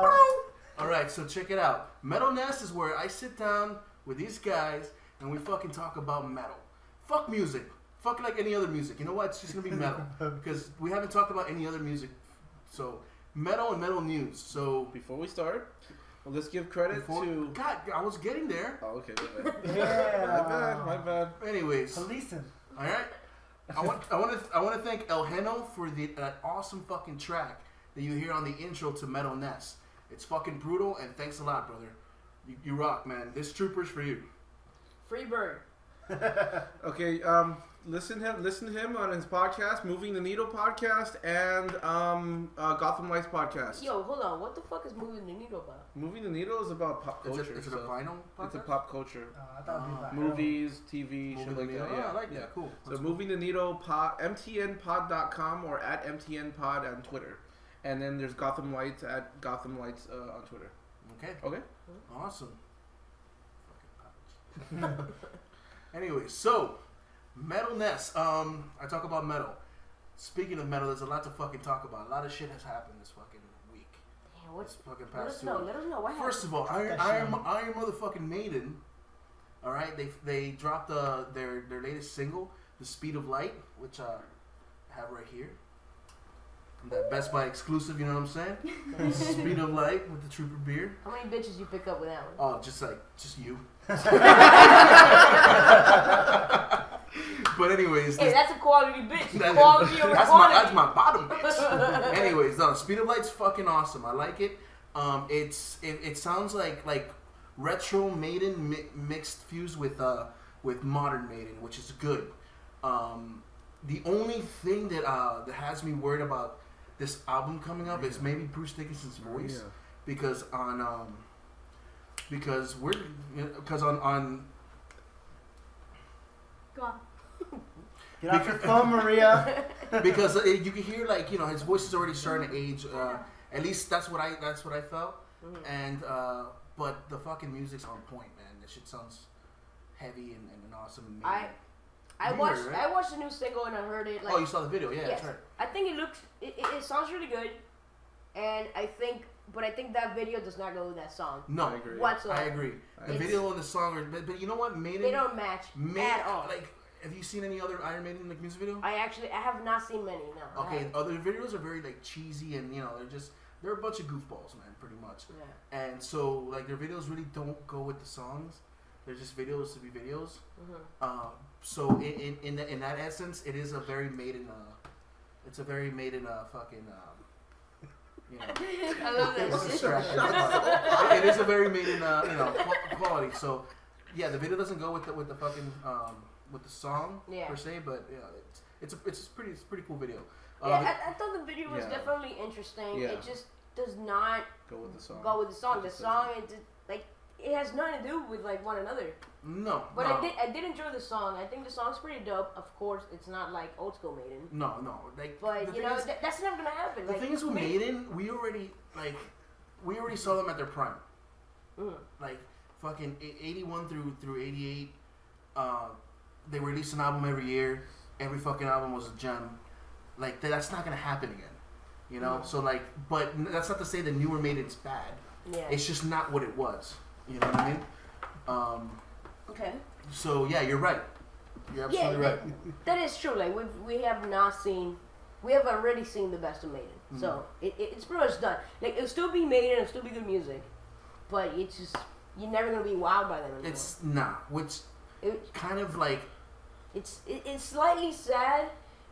[SPEAKER 7] am.
[SPEAKER 9] All right, so check it out. Metal Nest is where I sit down with these guys and we fucking talk about metal. Fuck music. Fuck like any other music. You know what? It's just gonna
[SPEAKER 10] [LAUGHS]
[SPEAKER 9] be metal because we haven't talked about any other music. So metal and metal news. So
[SPEAKER 10] Before we start, well, let's give credit [LAUGHS]
[SPEAKER 9] before,
[SPEAKER 10] to.
[SPEAKER 9] God, I was getting there.
[SPEAKER 10] Oh, okay. My bad. my
[SPEAKER 7] [LAUGHS]
[SPEAKER 10] bad. My
[SPEAKER 7] Yeah.
[SPEAKER 10] bad.
[SPEAKER 9] Anyways, all
[SPEAKER 7] Policing.
[SPEAKER 9] right. I want I want to I want to thank El Heno for the that awesome fucking track that you hear on the intro to Metal Nest. It's fucking brutal and thanks a lot, brother. You, you rock, man. This trooper's for you.
[SPEAKER 12] free bird.
[SPEAKER 10] Okay, um, listen him, listen to him on his podcast, Moving the Needle podcast, and um, uh, Gotham Lights podcast.
[SPEAKER 5] Yo, hold on.
[SPEAKER 12] What the fuck is moving the needle about?
[SPEAKER 10] Moving the Needle is about pop
[SPEAKER 9] Is
[SPEAKER 10] culture.
[SPEAKER 9] it, is it a
[SPEAKER 10] so-
[SPEAKER 9] vinyl?
[SPEAKER 10] it's a
[SPEAKER 9] podcast?
[SPEAKER 10] pop culture,
[SPEAKER 7] Oh, I thought it was like-
[SPEAKER 10] movies, TV,
[SPEAKER 9] Moving
[SPEAKER 10] shit
[SPEAKER 9] the
[SPEAKER 10] like
[SPEAKER 9] needle.
[SPEAKER 10] that.
[SPEAKER 9] Oh,
[SPEAKER 10] Yeah,
[SPEAKER 9] I like
[SPEAKER 10] yeah.
[SPEAKER 9] that. Cool.
[SPEAKER 10] So
[SPEAKER 9] That's
[SPEAKER 10] moving the needle pod mtnpod.com or at mtnpod on Twitter, and then there's Gotham Lights at Gotham Lights uh, on Twitter.
[SPEAKER 9] cool. Okay.
[SPEAKER 10] Okay. [LAUGHS]
[SPEAKER 9] Awesome. Fucking college. anyway, so metal nest. Um, I talk about metal. Speaking of metal, there's a lot to fucking talk about. A lot of shit has happened this fucking week.
[SPEAKER 5] Damn, what's
[SPEAKER 9] This fucking
[SPEAKER 5] let
[SPEAKER 9] past
[SPEAKER 5] us
[SPEAKER 9] two.
[SPEAKER 5] know.
[SPEAKER 9] weeks.
[SPEAKER 5] Let us know what happened.
[SPEAKER 9] First of all, Iron
[SPEAKER 7] That
[SPEAKER 9] Iron,
[SPEAKER 7] shit.
[SPEAKER 9] Iron motherfucking Maiden. All right, they they dropped uh, their their latest single, "The Speed of Light," which uh, I have right here. That Best Buy exclusive, you know what I'm saying? Speed of Light with the Trooper beard.
[SPEAKER 12] How many bitches you pick up with that one?
[SPEAKER 9] Oh, just like just you. but anyways,
[SPEAKER 12] Hey,
[SPEAKER 9] this-
[SPEAKER 12] that's a quality bitch.
[SPEAKER 9] that-
[SPEAKER 12] quality over
[SPEAKER 9] that's my
[SPEAKER 12] quantity.
[SPEAKER 9] that's my
[SPEAKER 12] [LAUGHS]
[SPEAKER 9] bottom bitch. anyways, no, Speed of Light's fucking awesome. I like it. Um, it's it, it sounds like like retro Maiden mi- mixed fused with uh with modern Maiden, which is good. Um, the only thing that uh that has me worried about this album coming up is maybe Bruce Dickinson's voice because on um because we're because on on
[SPEAKER 4] Go on.
[SPEAKER 7] Get off your phone, Maria.
[SPEAKER 12] [LAUGHS]
[SPEAKER 9] because uh, you can hear like you know his voice is already starting to age uh, at least that's what i that's what i felt
[SPEAKER 12] Mm-hmm.
[SPEAKER 9] and uh but the fucking music's on point man this shit sounds heavy and, and awesome and
[SPEAKER 12] I
[SPEAKER 9] amazing.
[SPEAKER 12] I
[SPEAKER 9] You heard
[SPEAKER 12] watched
[SPEAKER 9] it, right?
[SPEAKER 12] I watched the new single and I heard it like
[SPEAKER 9] oh you saw the video yeah
[SPEAKER 12] yes.
[SPEAKER 9] that's right
[SPEAKER 12] I think it looks it, it, it sounds really good, and I think but I think that video does not go with that song
[SPEAKER 9] no
[SPEAKER 10] I agree.
[SPEAKER 9] I
[SPEAKER 12] whatsoever.
[SPEAKER 9] agree. the
[SPEAKER 12] It's-
[SPEAKER 9] video and the song are but, but you know what made
[SPEAKER 12] They
[SPEAKER 9] it
[SPEAKER 12] don't match
[SPEAKER 9] made,
[SPEAKER 12] at all.
[SPEAKER 9] like have you seen any other iron maiden like music video
[SPEAKER 12] I actually I have not seen many now.
[SPEAKER 9] okay
[SPEAKER 12] [LAUGHS]
[SPEAKER 9] other videos are very like cheesy and you know they're just they're a bunch of goofballs man pretty much
[SPEAKER 12] Yeah.
[SPEAKER 9] and so like their videos really don't go with the songs they're just videos to be videos
[SPEAKER 12] Mhm.
[SPEAKER 9] um, so in in in, the, in that essence it is a very maiden uh it's a very maiden uh fucking um you know
[SPEAKER 12] I love
[SPEAKER 9] it's
[SPEAKER 12] that shit.
[SPEAKER 9] distracting. it it is a very maiden uh you know qu- quality so yeah the video doesn't go with the with the fucking um with the song
[SPEAKER 12] Yeah.
[SPEAKER 9] per se but yeah it's it's a, it's a pretty it's a pretty cool video uh, the-
[SPEAKER 12] Yeah, I, I thought the video was
[SPEAKER 10] Yeah.
[SPEAKER 12] definitely interesting.
[SPEAKER 10] Yeah.
[SPEAKER 12] It just does not
[SPEAKER 10] Go with the song.
[SPEAKER 12] go with the song. The
[SPEAKER 10] Just
[SPEAKER 12] song it just, like it has nothing to do with like one another.
[SPEAKER 9] no
[SPEAKER 12] But
[SPEAKER 9] no.
[SPEAKER 12] I did I did enjoy the song. I think the song's pretty dope. Of course, it's not like old school Maiden,
[SPEAKER 9] no no like
[SPEAKER 12] but
[SPEAKER 9] the
[SPEAKER 12] you
[SPEAKER 9] thing
[SPEAKER 12] know
[SPEAKER 9] is-
[SPEAKER 12] tha- that's never gonna happen.
[SPEAKER 9] The
[SPEAKER 12] like,
[SPEAKER 9] thing is with
[SPEAKER 12] Ma-
[SPEAKER 9] Maiden, we already like we already saw them at their prime.
[SPEAKER 12] Mhm.
[SPEAKER 9] Like fucking e- 81 through through 88 uh they release an album every year. Every fucking album was a gem. Like th- that's not gonna happen again, you know. So like, but n- that's not to say the newer Maiden's bad.
[SPEAKER 5] Yeah.
[SPEAKER 9] It's just not what it was. You know what I mean? Um,
[SPEAKER 5] Okay.
[SPEAKER 9] so yeah, you're right. You're absolutely
[SPEAKER 5] Yeah,
[SPEAKER 9] right.
[SPEAKER 5] That is true. Like we we have not seen, we have already seen the best of Maiden.
[SPEAKER 9] Mm-hmm.
[SPEAKER 5] So it, it, it's pretty much done. Like it'll still be Maiden, it'll still be good music, but it's just you're never gonna be wowed by them anymore.
[SPEAKER 9] It's nah, which
[SPEAKER 5] It,
[SPEAKER 9] kind of like
[SPEAKER 5] it's it, it's slightly sad,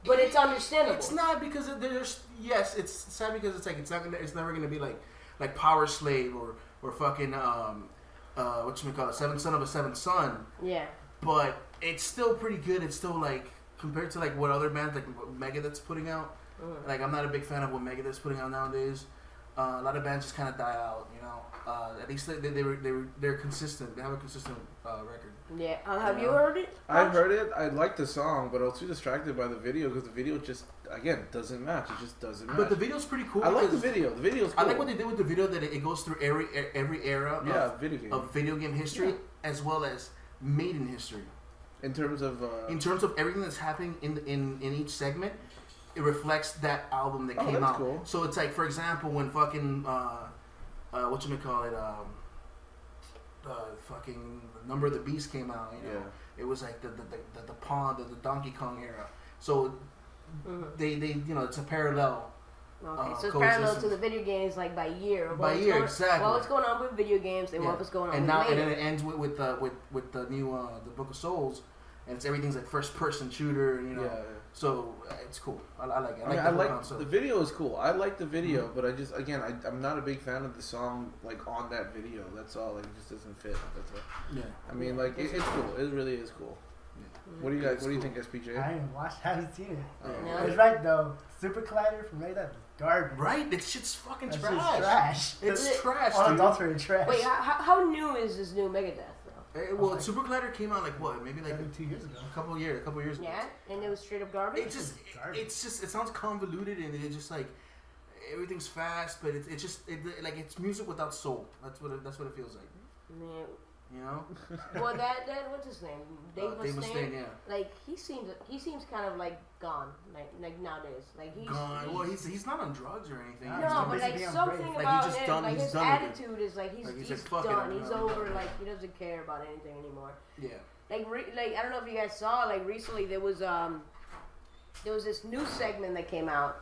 [SPEAKER 5] but it's understandable.
[SPEAKER 9] It's not because it, there's yes, it's sad because it's like it's not gonna it's never gonna be like like Power Slave or or fucking um uh what you call it Seventh Son of a Seventh Son,
[SPEAKER 5] Yeah.
[SPEAKER 9] but it's still pretty good. It's still like compared to like what other bands like what Megadeth's putting out.
[SPEAKER 5] Mm.
[SPEAKER 9] Like I'm not a big fan of what Megadeth's putting out nowadays. Uh, a lot of bands just kind of die out, you know. Uh, at least they, they, they were they were they're consistent. They have a consistent uh, record.
[SPEAKER 5] Yeah. Uh, have you
[SPEAKER 10] Yeah.
[SPEAKER 5] heard it?
[SPEAKER 10] I heard it. I liked the song, but I was too distracted by the video because the video just again doesn't match. It just doesn't match.
[SPEAKER 9] But the video's pretty cool.
[SPEAKER 10] I like the
[SPEAKER 9] because-
[SPEAKER 10] video. The video's cool.
[SPEAKER 9] I like what they did with the video that it, it goes through every e- every era
[SPEAKER 10] yeah
[SPEAKER 9] of,
[SPEAKER 10] video game
[SPEAKER 9] of video game history as well as maiden history.
[SPEAKER 10] in terms of uh,
[SPEAKER 9] In terms of everything that's happening in in, in each segment, it reflects that album that
[SPEAKER 10] Oh,
[SPEAKER 9] came
[SPEAKER 10] that's
[SPEAKER 9] out.
[SPEAKER 10] cool.
[SPEAKER 9] So it's like, for example, when fucking uh, uh, what you call it, um, uh, fucking Number of the Beast came out. You know, it was like the the the, the, the pawn, the, the Donkey Kong era. So
[SPEAKER 5] Mhm.
[SPEAKER 9] they they you know it's a parallel.
[SPEAKER 5] Okay,
[SPEAKER 9] Mm-hmm. Uh,
[SPEAKER 5] so it's parallel to
[SPEAKER 9] coexistence.
[SPEAKER 5] the video games, like by year. of
[SPEAKER 9] By
[SPEAKER 5] what's
[SPEAKER 9] year,
[SPEAKER 5] going,
[SPEAKER 9] exactly.
[SPEAKER 5] Well, what's going on with video games and
[SPEAKER 9] Yeah.
[SPEAKER 5] what was going on
[SPEAKER 9] and
[SPEAKER 5] with
[SPEAKER 9] now and
[SPEAKER 5] Maiden.
[SPEAKER 9] then it ends with with uh, with with the new uh, the Book of Souls, and it's everything's like first person shooter, you know.
[SPEAKER 10] yeah. yeah.
[SPEAKER 9] So uh, it's cool. I, I like it. I
[SPEAKER 10] I mean,
[SPEAKER 9] like
[SPEAKER 10] I
[SPEAKER 9] the Mm-hmm. whole
[SPEAKER 10] like
[SPEAKER 9] concept.
[SPEAKER 10] the video is cool. I like the video, but I just again, I, I'm not a big fan of the song like on that video. That's all. Like, it just doesn't fit. That's all.
[SPEAKER 9] yeah.
[SPEAKER 10] I mean, like it, it's cool. It really is cool. What do you guys? What do you think,
[SPEAKER 7] I
[SPEAKER 10] SPJ?
[SPEAKER 7] haven't watched, haven't seen it.
[SPEAKER 9] Um,
[SPEAKER 10] Oh,
[SPEAKER 5] No.
[SPEAKER 9] [LAUGHS]
[SPEAKER 7] It's right though. Super Collider from Megadeth was garbage.
[SPEAKER 9] Right? This shit's fucking
[SPEAKER 7] That's just
[SPEAKER 9] trash.
[SPEAKER 7] trash.
[SPEAKER 9] It's
[SPEAKER 5] Is it-
[SPEAKER 9] trash, dude.
[SPEAKER 7] Unadulterated trash.
[SPEAKER 5] Wait, how, how- how new is this new Megadeth though?
[SPEAKER 9] Eh, well, Super Collider came out like what? Maybe like
[SPEAKER 7] Maybe
[SPEAKER 9] a
[SPEAKER 7] two years ago.
[SPEAKER 9] couple of years, a couple of years. ago.
[SPEAKER 5] Yeah, and it was straight up garbage.
[SPEAKER 9] It just,
[SPEAKER 7] Garbage.
[SPEAKER 9] it's just, it sounds convoluted and it's just like everything's fast, but it's it's just it, like it's music without soul. That's what it, that's what it feels like.
[SPEAKER 5] Man,
[SPEAKER 9] You know?
[SPEAKER 5] well, that that what's his name? Dave
[SPEAKER 9] Uh,
[SPEAKER 5] Mustaine.
[SPEAKER 9] yeah.
[SPEAKER 5] Like he seems he seems kind of like gone like like nowadays. Like he's
[SPEAKER 9] Gone. Well, he's he's not on drugs or anything.
[SPEAKER 7] No,
[SPEAKER 9] He's
[SPEAKER 5] no,
[SPEAKER 9] not-
[SPEAKER 5] but
[SPEAKER 7] busy
[SPEAKER 5] like
[SPEAKER 7] being
[SPEAKER 5] something
[SPEAKER 7] brave.
[SPEAKER 9] Like, he
[SPEAKER 5] about
[SPEAKER 9] just
[SPEAKER 5] him,
[SPEAKER 9] done-
[SPEAKER 5] like
[SPEAKER 9] he's
[SPEAKER 5] his
[SPEAKER 9] done with it.
[SPEAKER 5] attitude is like he's
[SPEAKER 9] Like, he's
[SPEAKER 5] he's,
[SPEAKER 9] like, "Fuck it,
[SPEAKER 5] done.
[SPEAKER 9] I'm
[SPEAKER 5] he's
[SPEAKER 9] done.
[SPEAKER 5] over. Like he doesn't care about anything anymore.
[SPEAKER 9] Yeah.
[SPEAKER 5] Like re- like I don't know if you guys saw like recently there was um there was this new segment that came out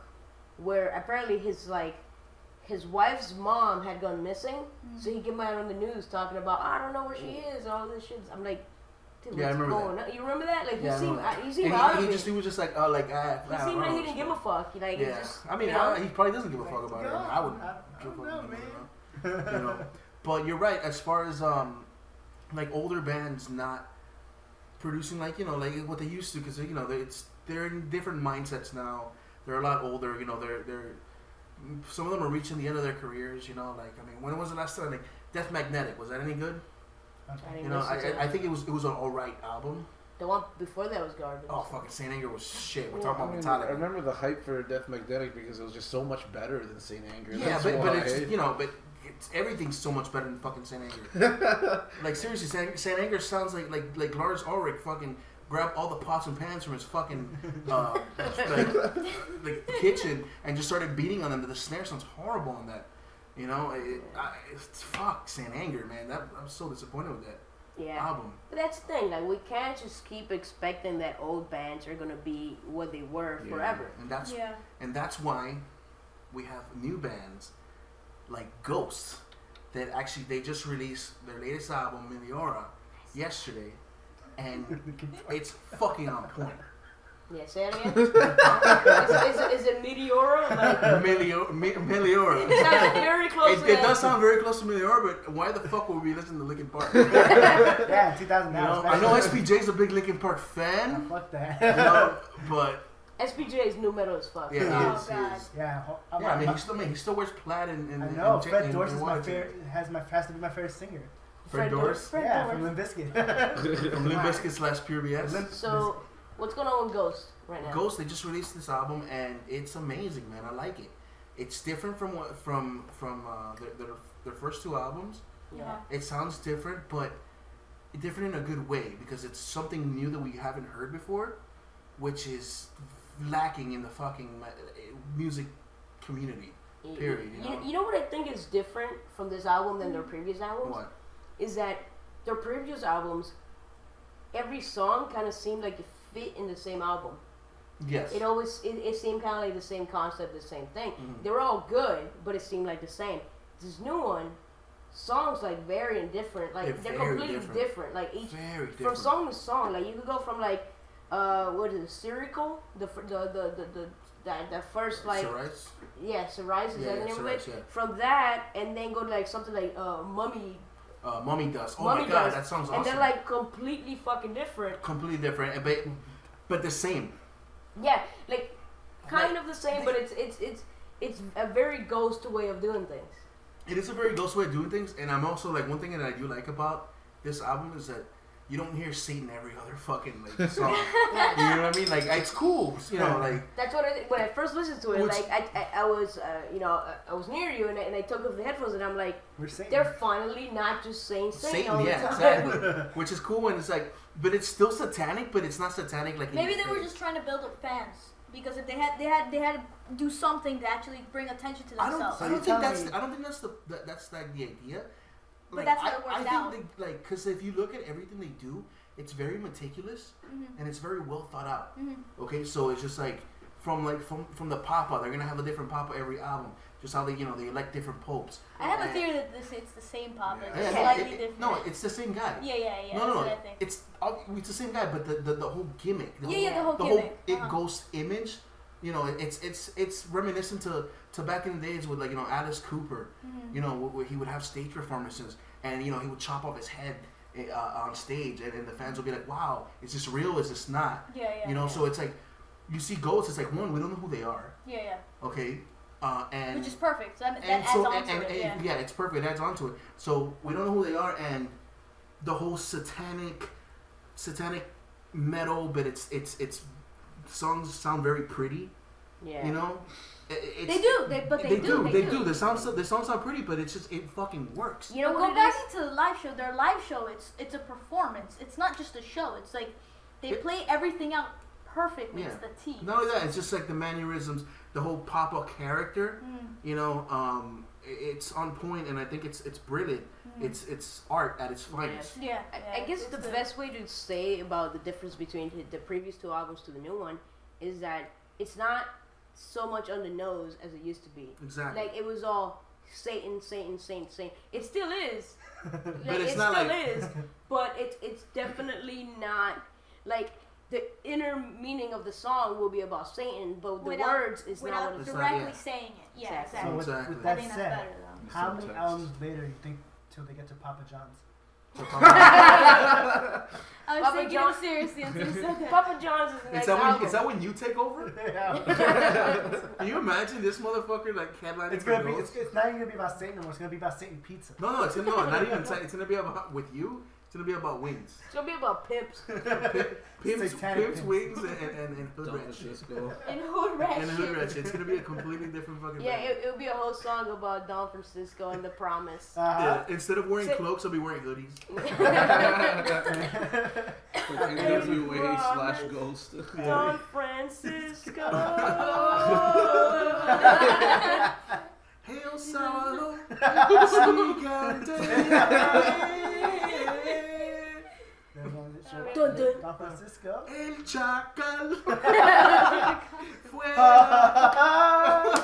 [SPEAKER 5] where apparently his like his wife's mom had gone missing,
[SPEAKER 9] Mm.
[SPEAKER 5] so he came out on the news talking about I don't know where she is and all this shit. I'm like, dude, what's
[SPEAKER 9] Yeah, I remember
[SPEAKER 5] going on? You remember that? Like
[SPEAKER 9] Yeah, I
[SPEAKER 5] you seem
[SPEAKER 9] remember that.
[SPEAKER 5] uh, you seem
[SPEAKER 9] And
[SPEAKER 5] out
[SPEAKER 9] he,
[SPEAKER 5] of
[SPEAKER 9] he
[SPEAKER 5] it.
[SPEAKER 9] just he was just like oh like I.
[SPEAKER 5] He seemed like he didn't give a fuck. Like
[SPEAKER 9] Yeah.
[SPEAKER 5] it just
[SPEAKER 9] I mean,
[SPEAKER 5] you know?
[SPEAKER 9] I, he probably doesn't give a fuck about it. I wouldn't
[SPEAKER 7] I, I
[SPEAKER 9] give a
[SPEAKER 7] don't
[SPEAKER 9] fuck
[SPEAKER 7] know,
[SPEAKER 9] about it,
[SPEAKER 7] man.
[SPEAKER 9] You know.
[SPEAKER 7] [LAUGHS]
[SPEAKER 9] But you're right. As far as um, like older bands not producing like you know like what they used to because you know they, it's they're in different mindsets now. They're a lot older. You know they're they're some of them are reaching the end of their careers. You know like I mean when was the last time like Death Magnetic was that any good?
[SPEAKER 5] I
[SPEAKER 9] You
[SPEAKER 5] didn't
[SPEAKER 9] know
[SPEAKER 5] listen
[SPEAKER 9] I,
[SPEAKER 5] to
[SPEAKER 9] I, I think it was it was an all right album.
[SPEAKER 5] the one before that was garbage.
[SPEAKER 9] Oh fucking Saint Anger was shit. We're
[SPEAKER 5] Yeah,
[SPEAKER 10] I,
[SPEAKER 9] talking
[SPEAKER 10] mean,
[SPEAKER 9] about
[SPEAKER 10] I
[SPEAKER 9] Metallica.
[SPEAKER 10] remember the hype for Death Magnetic because it was just so much better than Saint Anger.
[SPEAKER 9] Yeah,
[SPEAKER 10] That's
[SPEAKER 9] but, but
[SPEAKER 10] why.
[SPEAKER 9] it's you know, but it's, everything's so much better than fucking San Anger. like seriously, San, San Anger sounds like like like Lars Ulrich fucking grabbed all the pots and pans from his fucking uh, like, like kitchen and just started beating on them. The snare sounds horrible on that. You know, it, I, it's fuck San Anger, man. That I'm so disappointed with that
[SPEAKER 5] yeah.
[SPEAKER 9] album.
[SPEAKER 5] But that's the thing, like we can't just keep expecting that old bands are gonna be what they were
[SPEAKER 10] Yeah.
[SPEAKER 5] forever.
[SPEAKER 9] And that's
[SPEAKER 4] Yeah.
[SPEAKER 9] and that's why we have new bands like Ghost that actually they just released their latest album Meteora yesterday, and it's fucking on point.
[SPEAKER 5] Yeah, say it again. is, it- is, it- is it Meteora?
[SPEAKER 9] [LAUGHS]
[SPEAKER 5] Like,
[SPEAKER 9] Melio- Me- Meliora.
[SPEAKER 5] it sounds very close
[SPEAKER 9] It,
[SPEAKER 5] to
[SPEAKER 9] it
[SPEAKER 5] that.
[SPEAKER 9] does sound very close to Meliora, but why the fuck would we listen to Linkin Park? You
[SPEAKER 7] yeah, 2009.
[SPEAKER 9] know, I
[SPEAKER 7] back
[SPEAKER 9] know
[SPEAKER 7] then.
[SPEAKER 9] SPJ's a big Linkin
[SPEAKER 7] [LAUGHS]
[SPEAKER 9] Park fan,
[SPEAKER 7] Fuck
[SPEAKER 9] you
[SPEAKER 7] that.
[SPEAKER 9] know, but
[SPEAKER 5] SPJ is new metal as fuck.
[SPEAKER 9] yeah, he
[SPEAKER 4] Oh,
[SPEAKER 9] is, he
[SPEAKER 4] God.
[SPEAKER 9] is.
[SPEAKER 7] Yeah, ho- I'm
[SPEAKER 9] Yeah, I
[SPEAKER 7] like-
[SPEAKER 9] mean, he still, I mean, he still wears plaid and, and
[SPEAKER 7] I know.
[SPEAKER 9] and-
[SPEAKER 7] Fred
[SPEAKER 9] and-
[SPEAKER 7] Dorst is
[SPEAKER 9] and
[SPEAKER 7] my
[SPEAKER 9] water.
[SPEAKER 7] favorite. Has my has to be my favorite singer.
[SPEAKER 9] Fred Doris?
[SPEAKER 5] Fred
[SPEAKER 7] yeah,
[SPEAKER 5] Doris.
[SPEAKER 7] from Limp Bizkit. [LAUGHS]
[SPEAKER 9] From Limp Bizkit slash Pure BS.
[SPEAKER 7] Limp-
[SPEAKER 5] So, what's going on with Ghost right now?
[SPEAKER 9] Ghost, they just released this album and it's amazing, man. I like it. It's different from what from from uh, their, their their first two albums.
[SPEAKER 4] Uh-huh.
[SPEAKER 5] Yeah.
[SPEAKER 9] It sounds different, but different in a good way because it's something new that we haven't heard before, which is lacking in the fucking uh, music community. Period. You know?
[SPEAKER 5] You, you know what I think is different from this album than their previous albums
[SPEAKER 9] What?
[SPEAKER 5] is that their previous albums, every song kind of seemed like it fit in the same album.
[SPEAKER 9] Yes.
[SPEAKER 5] It always it, it seemed kind of like the same concept, the same thing.
[SPEAKER 9] Mm-hmm.
[SPEAKER 5] They were all good, but it seemed like the same. This new one, songs like very indifferent. Like
[SPEAKER 9] They're
[SPEAKER 5] they're,
[SPEAKER 9] very
[SPEAKER 5] completely different.
[SPEAKER 9] different.
[SPEAKER 5] Like each
[SPEAKER 9] Very
[SPEAKER 5] from
[SPEAKER 9] different.
[SPEAKER 5] song to song. Like you could go from like uh what is it, Sirical, the fir- the the the, the that, that first like
[SPEAKER 9] Sorites?
[SPEAKER 5] yeah, psoriasis.
[SPEAKER 9] Uh, Yeah,
[SPEAKER 5] and
[SPEAKER 9] yeah,
[SPEAKER 5] then
[SPEAKER 9] psoriasis,
[SPEAKER 5] went
[SPEAKER 9] yeah.
[SPEAKER 5] From that, and then go to like something like uh, mummy,
[SPEAKER 9] Uh, Mummy Dust. Oh
[SPEAKER 5] mummy
[SPEAKER 9] my god,
[SPEAKER 5] Dust,
[SPEAKER 9] that sounds
[SPEAKER 5] And
[SPEAKER 9] awesome.
[SPEAKER 5] they're like completely fucking different.
[SPEAKER 9] completely different, but but the same.
[SPEAKER 5] Yeah, like kind of the same, but it's it's it's it's a very ghost way of doing things.
[SPEAKER 9] It is a very ghost way of doing things, and I'm also like one thing that I do like about this album is that you don't hear Satan every other
[SPEAKER 4] [LAUGHS]
[SPEAKER 9] fucking like song. you know what I mean? Like it's cool, you know, like
[SPEAKER 5] That's what I did. when I first listened to it.
[SPEAKER 9] Which-
[SPEAKER 5] like I, I, I was uh, you know I- I was near you and I, and I took off the headphones and I'm like
[SPEAKER 7] We're saying
[SPEAKER 5] they're finally not just saying Satan, all
[SPEAKER 9] Satan,
[SPEAKER 5] the
[SPEAKER 9] yeah,
[SPEAKER 5] time.
[SPEAKER 9] exactly. Which is cool, and it's like, but it's still satanic, but it's not satanic like. in
[SPEAKER 4] Maybe
[SPEAKER 9] your
[SPEAKER 4] they were
[SPEAKER 9] face.
[SPEAKER 4] just trying to build up fans because if they had they had they had to do something to actually bring attention to
[SPEAKER 9] I don't.
[SPEAKER 4] themselves.
[SPEAKER 9] I
[SPEAKER 7] you're
[SPEAKER 9] don't think that's.
[SPEAKER 7] telling me-
[SPEAKER 9] I don't think that's the. That, that's like the idea.
[SPEAKER 4] But
[SPEAKER 9] Like,
[SPEAKER 4] that's
[SPEAKER 9] I,
[SPEAKER 4] how it worked
[SPEAKER 9] I think
[SPEAKER 4] out.
[SPEAKER 9] They, like, because if you look at everything they do, it's very meticulous
[SPEAKER 4] Mm-hmm.
[SPEAKER 9] and it's very well thought out. Okay, so it's just like from like from from the papa, they're gonna have a different papa every album. Just how they you know they elect different popes.
[SPEAKER 4] I have a
[SPEAKER 9] And-
[SPEAKER 4] theory that this it's the same pop, but
[SPEAKER 9] Yeah,
[SPEAKER 4] it's
[SPEAKER 9] no,
[SPEAKER 4] slightly
[SPEAKER 9] it- it-
[SPEAKER 4] different.
[SPEAKER 9] No, it's the same guy.
[SPEAKER 4] yeah, yeah, yeah.
[SPEAKER 9] No, no,
[SPEAKER 4] that's
[SPEAKER 9] no.
[SPEAKER 4] what I think.
[SPEAKER 9] It's ob- it's the same guy, but the, the, the whole gimmick. The
[SPEAKER 4] Yeah,
[SPEAKER 9] whole,
[SPEAKER 4] yeah, the whole gimmick.
[SPEAKER 9] it
[SPEAKER 4] Uh-huh.
[SPEAKER 9] ghost image. You know, it's it's it's reminiscent to, to back in the days with like you know Alice Cooper.
[SPEAKER 4] Mm-hmm.
[SPEAKER 9] You know, where, where he would have stage performances, and you know he would chop off his head eh, uh, on stage, and, and the fans would be like, "Wow, is this real? Is this not?"
[SPEAKER 4] yeah, yeah.
[SPEAKER 9] you know,
[SPEAKER 4] yeah.
[SPEAKER 9] so it's like you see ghosts. It's like one, we don't know who they are.
[SPEAKER 4] yeah, yeah.
[SPEAKER 9] Okay, uh, and
[SPEAKER 4] Which is perfect. So that, that
[SPEAKER 9] and
[SPEAKER 4] adds
[SPEAKER 9] so
[SPEAKER 4] on
[SPEAKER 9] and,
[SPEAKER 4] to
[SPEAKER 9] and,
[SPEAKER 4] it.
[SPEAKER 9] and-
[SPEAKER 4] yeah.
[SPEAKER 9] yeah. it's perfect. It adds on to it. So we don't know who they are, and the whole satanic, satanic metal, but it's it's it's songs sound very pretty.
[SPEAKER 5] [LAUGHS] yeah.
[SPEAKER 9] You know, I- I- it's,
[SPEAKER 4] They do, they, but they, do,
[SPEAKER 9] They, do. The sounds the sounds are pretty, but it's just it fucking works.
[SPEAKER 5] You know
[SPEAKER 4] But
[SPEAKER 5] what
[SPEAKER 4] go
[SPEAKER 5] it
[SPEAKER 4] back
[SPEAKER 5] is?
[SPEAKER 4] into the live show. Their live show, it's it's a performance. It's not just a show. It's like they
[SPEAKER 9] It-
[SPEAKER 4] play everything out perfectly
[SPEAKER 9] Yeah.
[SPEAKER 4] to the T.
[SPEAKER 9] Not only that, it's just like the mannerisms, the whole Papa character.
[SPEAKER 4] Mm.
[SPEAKER 9] You know, um, i- it's on point, and I think it's it's brilliant.
[SPEAKER 4] Mm.
[SPEAKER 9] It's it's art at its finest.
[SPEAKER 4] Yeah,
[SPEAKER 5] I,
[SPEAKER 4] yeah,
[SPEAKER 5] I guess
[SPEAKER 4] it's
[SPEAKER 5] the
[SPEAKER 4] good.
[SPEAKER 5] best way to say about the difference between hi- the previous two albums to the new one is that it's not so much on the nose as it used to be.
[SPEAKER 9] Exactly.
[SPEAKER 5] Like it was all Satan, Satan, Satan, Satan. It still
[SPEAKER 9] [LAUGHS]
[SPEAKER 5] is. like,
[SPEAKER 9] it's
[SPEAKER 5] it
[SPEAKER 9] not
[SPEAKER 5] still
[SPEAKER 9] like- [LAUGHS]
[SPEAKER 5] is, but it's it's definitely not like the inner meaning of the song will be about Satan, but the
[SPEAKER 4] Without-
[SPEAKER 5] words is not
[SPEAKER 4] without
[SPEAKER 5] what it's
[SPEAKER 9] It's not-
[SPEAKER 4] directly
[SPEAKER 9] yeah.
[SPEAKER 4] saying it. Yeah, exactly.
[SPEAKER 5] Exactly.
[SPEAKER 7] So with,
[SPEAKER 9] Exactly.
[SPEAKER 4] I
[SPEAKER 7] with that
[SPEAKER 4] think that's
[SPEAKER 7] said,
[SPEAKER 4] better though.
[SPEAKER 7] how many
[SPEAKER 10] Subtext.
[SPEAKER 7] albums later you think till they get to Papa John's?
[SPEAKER 4] [LAUGHS] I was
[SPEAKER 5] Papa
[SPEAKER 4] taking
[SPEAKER 5] John-
[SPEAKER 4] it seriously until you said that.
[SPEAKER 5] Papa John's is the
[SPEAKER 9] Is
[SPEAKER 5] next
[SPEAKER 9] that,
[SPEAKER 5] album.
[SPEAKER 9] when, is that when you take over? Can you imagine this motherfucker like headlining?
[SPEAKER 7] it's
[SPEAKER 9] for
[SPEAKER 7] gonna be.
[SPEAKER 9] Ghost?
[SPEAKER 7] It's, it's not even gonna be about Satan no more. It's gonna be about Satan pizza.
[SPEAKER 9] no, no, it's no, not even. It's, it's gonna be about with you. It's gonna be about
[SPEAKER 7] [LAUGHS]
[SPEAKER 9] wings,
[SPEAKER 5] it's gonna be about
[SPEAKER 9] [LAUGHS]
[SPEAKER 5] pips.
[SPEAKER 9] pimps,
[SPEAKER 7] Satanic
[SPEAKER 9] pimps,
[SPEAKER 7] pimps.
[SPEAKER 9] wings, and and, and, and hood
[SPEAKER 1] Don't
[SPEAKER 9] rat
[SPEAKER 1] let
[SPEAKER 9] shit.
[SPEAKER 1] this go.
[SPEAKER 4] In hood rat
[SPEAKER 9] And hood
[SPEAKER 4] shit.
[SPEAKER 9] rat shit. It's gonna be a completely different fucking.
[SPEAKER 5] Yeah,
[SPEAKER 9] band.
[SPEAKER 5] it, it'll be a whole song about Don Francisco and the promise.
[SPEAKER 9] Ah,
[SPEAKER 7] Uh-huh.
[SPEAKER 9] yeah. Instead of wearing
[SPEAKER 5] Sa-
[SPEAKER 9] cloaks, I'll be wearing hoodies. [LAUGHS]
[SPEAKER 5] NWA
[SPEAKER 10] [LAUGHS] NWA
[SPEAKER 5] slash
[SPEAKER 10] slash Ghost. [LAUGHS]
[SPEAKER 5] Don
[SPEAKER 9] [LAUGHS]
[SPEAKER 5] Francisco. [LAUGHS]
[SPEAKER 7] [LAUGHS]
[SPEAKER 9] Hail Saulo, Gigante,
[SPEAKER 5] Dun, [LAUGHS] dun.
[SPEAKER 7] Don Francisco.
[SPEAKER 9] El Chacal, Fuera.
[SPEAKER 7] Ah!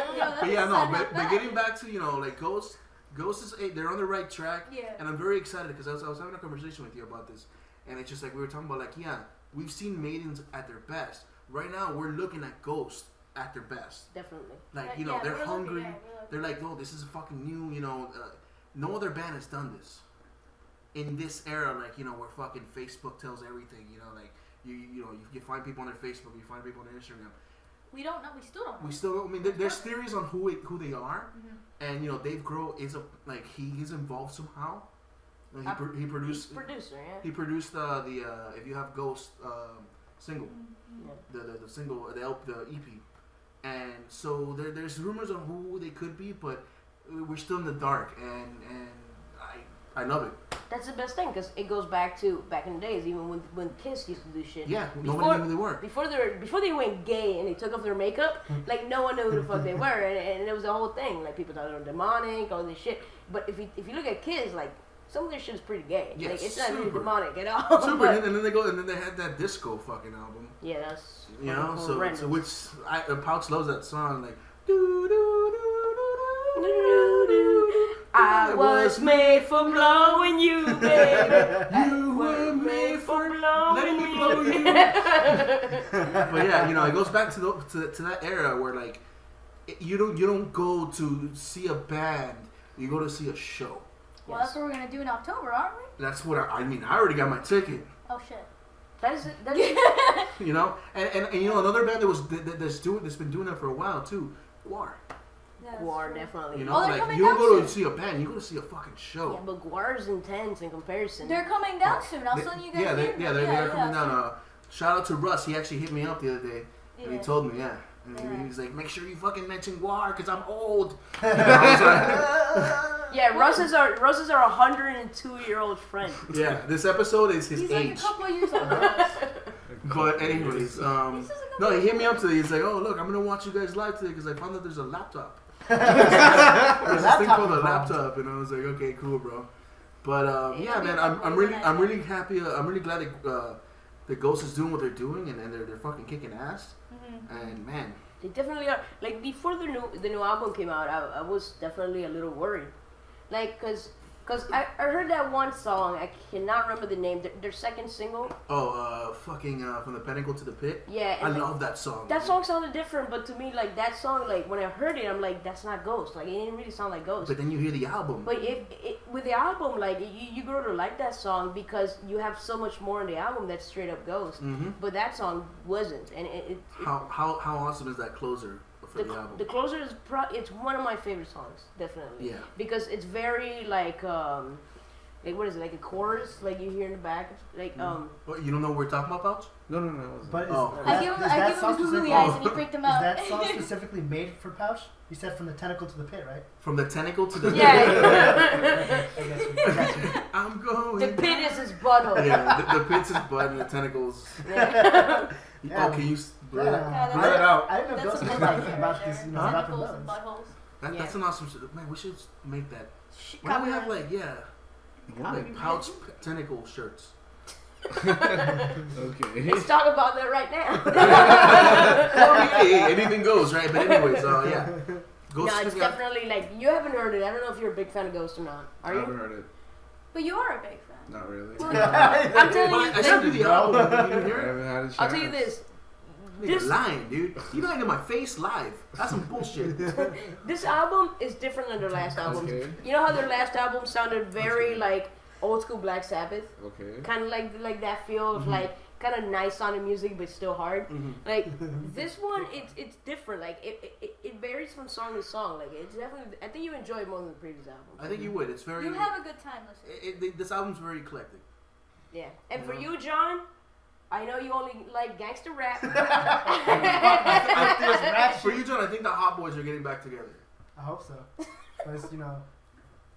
[SPEAKER 4] [LAUGHS]
[SPEAKER 9] But yeah, no. But, but getting back to you know, like Ghost, Ghost is eh, they're on the right track,
[SPEAKER 4] Yeah.
[SPEAKER 9] and I'm very excited because I was, I was having a conversation with you about this, and it's just like we were talking about like yeah, we've seen maidens at their best. Right now, we're looking at Ghost at their best.
[SPEAKER 5] Definitely.
[SPEAKER 9] Like
[SPEAKER 4] Right,
[SPEAKER 9] you know,
[SPEAKER 4] yeah,
[SPEAKER 9] they're
[SPEAKER 4] we're looking,
[SPEAKER 9] hungry.
[SPEAKER 4] yeah, we're looking.
[SPEAKER 9] they're like, oh, this is fucking new. You know, uh, no other band has done this in this era. Like you know, where fucking Facebook tells everything. You know, like you you know you, you find people on their Facebook, you find people on their Instagram.
[SPEAKER 4] We don't know. We still don't know.
[SPEAKER 9] We still, I mean, there, there's theories on who it, who they are,
[SPEAKER 5] Mm-hmm.
[SPEAKER 9] and you know, Dave Grohl is a like he he's involved somehow. You know, he,
[SPEAKER 5] Uh,
[SPEAKER 9] pro- he produced
[SPEAKER 5] Producer, yeah.
[SPEAKER 9] he produced uh, the uh, if you have Ghost um, single,
[SPEAKER 5] Yeah.
[SPEAKER 9] the, the the single the L, the EP, and so there, there's rumors on who they could be, but we're still in the dark, and and I I love it.
[SPEAKER 5] That's the best thing because it goes back to back in the days, even when when Kiss used to do shit.
[SPEAKER 9] Yeah, nobody
[SPEAKER 5] Before-
[SPEAKER 9] knew who they were. Hmm.
[SPEAKER 5] Before they were, before they went gay and they took off their makeup, like no one knew who the
[SPEAKER 9] [LAUGHS]
[SPEAKER 5] fuck they were, and, and it was a whole thing. Like people thought they were demonic, all this shit. But if you if you look at Kiss, like some of their shit is pretty gay.
[SPEAKER 9] Yeah,
[SPEAKER 5] like, it's not really
[SPEAKER 9] super.
[SPEAKER 5] demonic at all. [LAUGHS]
[SPEAKER 9] Super,
[SPEAKER 5] but-
[SPEAKER 9] and, then, and then they go, and then they had that disco fucking album.
[SPEAKER 5] yeah, that's
[SPEAKER 9] You know,
[SPEAKER 5] fucking
[SPEAKER 9] so,
[SPEAKER 5] horrendous.
[SPEAKER 9] so which I, uh, Pouch loves that song, like. doo, doo, doo, doo, doo,
[SPEAKER 5] I was made for blowing
[SPEAKER 9] [LAUGHS]
[SPEAKER 5] you, baby.
[SPEAKER 9] You were made for
[SPEAKER 5] blowing
[SPEAKER 9] letting me blow you. [LAUGHS] but yeah, you know, it goes back to the, to, to that era where like it- you don't you don't go to see a band, you go to see a show.
[SPEAKER 4] Well, that's what we're gonna do in October, aren't we?
[SPEAKER 9] That's what I, I mean. I already got my ticket,
[SPEAKER 4] Oh shit.
[SPEAKER 5] That is that [LAUGHS] is
[SPEAKER 9] you know, and and, and you know another band that was that, that- that's doing that's been doing that for a while too. Guar,
[SPEAKER 4] That's
[SPEAKER 5] Guar
[SPEAKER 4] true.
[SPEAKER 5] definitely.
[SPEAKER 9] you know,
[SPEAKER 4] Oh, they're
[SPEAKER 9] like oh.
[SPEAKER 4] coming
[SPEAKER 9] you don't
[SPEAKER 4] out
[SPEAKER 9] go to
[SPEAKER 4] soon.
[SPEAKER 9] see a band, you go to see a fucking show.
[SPEAKER 5] Yeah, but Guar's intense in comparison.
[SPEAKER 4] They're coming down soon. I'll send you guys.
[SPEAKER 9] yeah, they,
[SPEAKER 4] the
[SPEAKER 9] yeah, they're,
[SPEAKER 4] info.
[SPEAKER 9] they're coming
[SPEAKER 4] yeah.
[SPEAKER 9] down. Uh, shout out to Russ. He actually hit me up the other day, and he
[SPEAKER 4] Yeah.
[SPEAKER 9] told me, yeah. And
[SPEAKER 4] Yeah.
[SPEAKER 9] he was like, make sure you fucking mention Guar, because I'm old. And I was like, [LAUGHS]
[SPEAKER 5] yeah, Russ is our Russ is our 102 year old friend.
[SPEAKER 9] yeah, this episode is his
[SPEAKER 4] He's like a
[SPEAKER 9] age.
[SPEAKER 4] couple of years
[SPEAKER 9] [LAUGHS]
[SPEAKER 4] old.
[SPEAKER 9] but anyways, um,
[SPEAKER 4] He's just a
[SPEAKER 9] no, he
[SPEAKER 4] couple
[SPEAKER 9] hit me up today. He's like, oh look, I'm gonna watch you guys live today because I found out there's a laptop. there's this thing
[SPEAKER 7] Laptop
[SPEAKER 9] called a
[SPEAKER 7] involved.
[SPEAKER 9] laptop, and I was like, okay, cool, bro. But um, yeah,
[SPEAKER 4] Yeah,
[SPEAKER 9] man,
[SPEAKER 4] yeah,
[SPEAKER 9] I'm, I'm
[SPEAKER 4] we're
[SPEAKER 9] really
[SPEAKER 4] gonna-
[SPEAKER 9] I'm really happy. Uh, I'm really glad that uh, the Ghost is doing what they're doing, and, and they're they're fucking kicking ass.
[SPEAKER 5] Mm-hmm.
[SPEAKER 9] And man,
[SPEAKER 5] They definitely are. Like before the new the new album came out, I, I was definitely a little worried. Like, cause cause I, I heard that one song. I cannot remember the name. Their, their second single.
[SPEAKER 9] Oh, uh, fucking uh, from the pinnacle to the pit.
[SPEAKER 5] Yeah,
[SPEAKER 9] I
[SPEAKER 5] and like,
[SPEAKER 9] love that song.
[SPEAKER 5] that song sounded different, but to me, like that song, like when I heard it, I'm like, that's not Ghost. Like it didn't really sound like Ghost.
[SPEAKER 9] But then you hear the album.
[SPEAKER 5] But if it, with the album, like you, you grow to like that song because you have so much more in the album that's straight up Ghost.
[SPEAKER 9] Mhm.
[SPEAKER 5] But that song wasn't, and it, it, it
[SPEAKER 9] how how how awesome is that closer for
[SPEAKER 5] the,
[SPEAKER 9] the, album?
[SPEAKER 5] the closer is pro- it's one of my favorite songs, definitely.
[SPEAKER 9] Yeah.
[SPEAKER 5] Because it's very like um, like what is it like a chorus like you hear in the back like
[SPEAKER 9] Mm.
[SPEAKER 5] um
[SPEAKER 9] What, you don't know what we're talking about, Pouch?
[SPEAKER 10] No, no, no. it
[SPEAKER 7] But is,
[SPEAKER 9] Oh.
[SPEAKER 7] is
[SPEAKER 4] I
[SPEAKER 7] that-
[SPEAKER 4] give him,
[SPEAKER 7] is
[SPEAKER 4] I
[SPEAKER 7] that
[SPEAKER 4] give him
[SPEAKER 7] song
[SPEAKER 4] the googly
[SPEAKER 7] specific-
[SPEAKER 4] eyes and he freaked him
[SPEAKER 7] [LAUGHS] Is
[SPEAKER 4] out.
[SPEAKER 7] that
[SPEAKER 5] [LAUGHS]
[SPEAKER 7] song specifically made for Pouch? You said from the tentacle to the pit,
[SPEAKER 4] [LAUGHS]
[SPEAKER 7] right?
[SPEAKER 9] From the tentacle to the
[SPEAKER 5] yeah
[SPEAKER 7] I guess we I got you.
[SPEAKER 9] [LAUGHS] I'm
[SPEAKER 5] the
[SPEAKER 9] going.
[SPEAKER 5] pit is his butthole.
[SPEAKER 9] yeah, the, the pit's his butt and the tentacles.
[SPEAKER 7] Yeah.
[SPEAKER 9] Oh, can you s- blur
[SPEAKER 7] Yeah.
[SPEAKER 9] that?
[SPEAKER 4] Yeah,
[SPEAKER 9] blur
[SPEAKER 4] that's-
[SPEAKER 9] that out?
[SPEAKER 7] I didn't know
[SPEAKER 4] That's
[SPEAKER 7] Ghost
[SPEAKER 4] a
[SPEAKER 7] was
[SPEAKER 4] good
[SPEAKER 7] talking
[SPEAKER 4] idea
[SPEAKER 7] about
[SPEAKER 4] right
[SPEAKER 7] this,
[SPEAKER 4] there.
[SPEAKER 7] you know, about
[SPEAKER 4] Nipples and
[SPEAKER 7] the
[SPEAKER 4] buttholes.
[SPEAKER 9] That, That's an awesome. s- Man, we should make that.
[SPEAKER 4] Sh-
[SPEAKER 9] Why don't we
[SPEAKER 4] copyright.
[SPEAKER 9] have like yeah, like
[SPEAKER 10] wasn't.
[SPEAKER 9] Pouch p-
[SPEAKER 5] [LAUGHS]
[SPEAKER 9] tentacle shirts? [LAUGHS] uh,
[SPEAKER 10] Okay.
[SPEAKER 5] Let's talk about that right now.
[SPEAKER 9] Well, hey, anything goes, right? But anyways, uh, yeah. Ghost
[SPEAKER 5] no, it's
[SPEAKER 9] check out-
[SPEAKER 5] definitely like you haven't heard it. I don't know if you're a big fan of Ghost or not.
[SPEAKER 10] [LAUGHS] I
[SPEAKER 5] Are you?
[SPEAKER 10] haven't heard it.
[SPEAKER 4] But you are a big fan.
[SPEAKER 10] Not really.
[SPEAKER 5] [LAUGHS] I'm
[SPEAKER 7] buttholes.
[SPEAKER 5] telling you,
[SPEAKER 9] But I should do the album. Did you
[SPEAKER 10] I
[SPEAKER 9] hear it?
[SPEAKER 10] haven't had a chance.
[SPEAKER 5] I'll tell you this.
[SPEAKER 9] Nigga
[SPEAKER 5] This-
[SPEAKER 9] lying, dude. You lying in my face live. That's some bullshit.
[SPEAKER 7] [LAUGHS]
[SPEAKER 5] This album is different than their last album.
[SPEAKER 10] Okay.
[SPEAKER 5] You know how their last album sounded very like old school Black Sabbath,
[SPEAKER 10] Okay.
[SPEAKER 5] kind of like like that feel
[SPEAKER 9] Mm-hmm.
[SPEAKER 5] of like kind of nice sounding music but still hard.
[SPEAKER 9] [LAUGHS]
[SPEAKER 5] Like this one, it's it's different. Like it, it it varies from song to song. Like it's definitely. I think you enjoy it more than the previous album.
[SPEAKER 9] I think you would. It's very.
[SPEAKER 4] You have a good time listening.
[SPEAKER 9] it, it, this album's very eclectic.
[SPEAKER 5] Yeah. And for
[SPEAKER 9] Yeah.
[SPEAKER 5] you, John, I know you only like gangster rap.
[SPEAKER 9] [LAUGHS] For you, John, I think the Hot Boys are getting back together.
[SPEAKER 7] I hope so. But it's, you know,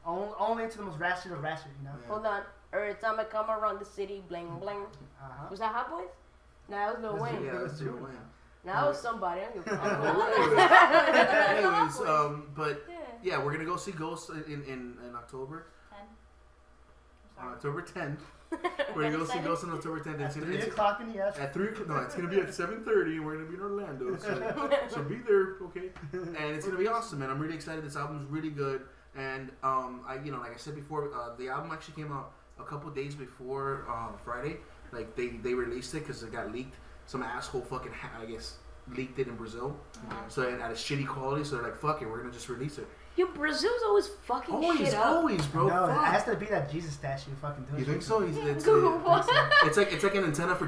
[SPEAKER 7] only, only to the most rational of ratchet, you know?
[SPEAKER 5] Hold on. Every time I come around the city, bling bling.
[SPEAKER 7] Uh-huh.
[SPEAKER 5] Was that Hot Boys? No, that was Lil
[SPEAKER 7] That's
[SPEAKER 5] Wayne.
[SPEAKER 9] Yeah, that's true. Wow.
[SPEAKER 5] No, that was somebody. I don't give a fuck. [LAUGHS]
[SPEAKER 9] [LAUGHS] Anyways, um, but
[SPEAKER 4] Yeah.
[SPEAKER 9] yeah, we're gonna go see Ghost in in, in, in October,
[SPEAKER 4] Ten.
[SPEAKER 9] on
[SPEAKER 4] I'm sorry.
[SPEAKER 9] October 10th. We're gonna go see Ghost on October 10th.
[SPEAKER 7] At
[SPEAKER 9] It's gonna,
[SPEAKER 7] 3
[SPEAKER 9] it's,
[SPEAKER 7] o'clock in the afternoon.
[SPEAKER 9] at three o'clock. No, it's gonna be at 7:30, and we're gonna be in Orlando. So. So be there, okay? And it's gonna be awesome, man. I'm really excited. This album's really good, and um, I, you know, like I said before, uh, the album actually came out a couple days before uh, Friday. Like they they released it because it got leaked. Some asshole fucking ha- I guess leaked it in Brazil.
[SPEAKER 5] Mm-hmm.
[SPEAKER 9] So it had a shitty quality. So they're like, fuck it, we're gonna just release it.
[SPEAKER 5] Yo, Brazil's always fucking
[SPEAKER 9] Always,
[SPEAKER 5] shit up.
[SPEAKER 9] always, bro.
[SPEAKER 7] no, it
[SPEAKER 9] fuck.
[SPEAKER 7] has to be that Jesus statue fucking doing
[SPEAKER 9] You think
[SPEAKER 5] [LAUGHS]
[SPEAKER 9] so? It's, it's,
[SPEAKER 5] Google what?
[SPEAKER 9] it's like it's like an antenna for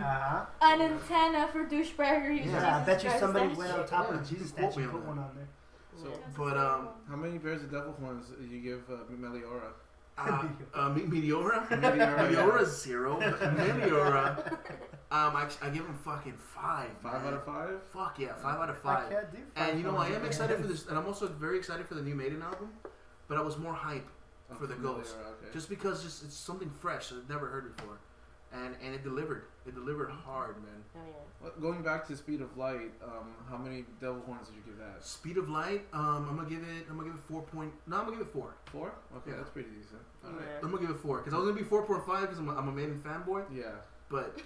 [SPEAKER 7] [LAUGHS] Uh huh.
[SPEAKER 4] An antenna for douchebaggery.
[SPEAKER 9] Yeah,
[SPEAKER 7] Yeah, I
[SPEAKER 4] Jesus
[SPEAKER 7] bet you
[SPEAKER 4] Christ,
[SPEAKER 7] somebody
[SPEAKER 4] that
[SPEAKER 7] went
[SPEAKER 4] shit.
[SPEAKER 7] on top of
[SPEAKER 9] Yeah,
[SPEAKER 7] the Jesus
[SPEAKER 9] quote me
[SPEAKER 7] statue and
[SPEAKER 9] on
[SPEAKER 7] put
[SPEAKER 9] that.
[SPEAKER 7] one on there.
[SPEAKER 10] So,
[SPEAKER 9] But um,
[SPEAKER 10] how many pairs of devil horns do you give uh,
[SPEAKER 5] [LAUGHS]
[SPEAKER 10] Meliora?
[SPEAKER 9] uh, uh, Me-
[SPEAKER 7] [LAUGHS]
[SPEAKER 9] Meteora.
[SPEAKER 10] Meteora.
[SPEAKER 9] Meteora zero. Meteora. Um, I, I give him fucking five.
[SPEAKER 10] Five
[SPEAKER 9] man.
[SPEAKER 10] out of five.
[SPEAKER 9] Fuck yeah, five out of
[SPEAKER 7] I
[SPEAKER 9] five.
[SPEAKER 7] can't do five
[SPEAKER 9] And you know, I
[SPEAKER 7] songs.
[SPEAKER 9] am excited for this, and I'm also very excited for the new Maiden album. But I was more hype for the
[SPEAKER 10] Unfamiliar,
[SPEAKER 9] ghost.
[SPEAKER 10] Oh, okay.
[SPEAKER 9] Just because just it's something fresh that I've never heard before, and and it delivered. It delivered
[SPEAKER 10] Mm-hmm.
[SPEAKER 9] hard, man.
[SPEAKER 5] Oh, yeah.
[SPEAKER 10] Well, Going back to Speed of Light, um, how many devil horns did you give that?
[SPEAKER 9] Speed of Light. Um, I'm gonna give it. I'm gonna give it four point. No, I'm gonna give it four.
[SPEAKER 10] Four? Okay,
[SPEAKER 9] Yeah.
[SPEAKER 10] that's pretty decent. All right.
[SPEAKER 5] Yeah.
[SPEAKER 9] I'm gonna give it four because I was gonna be four point five because I'm a, I'm a Maiden fanboy,
[SPEAKER 10] Yeah. [LAUGHS]
[SPEAKER 9] but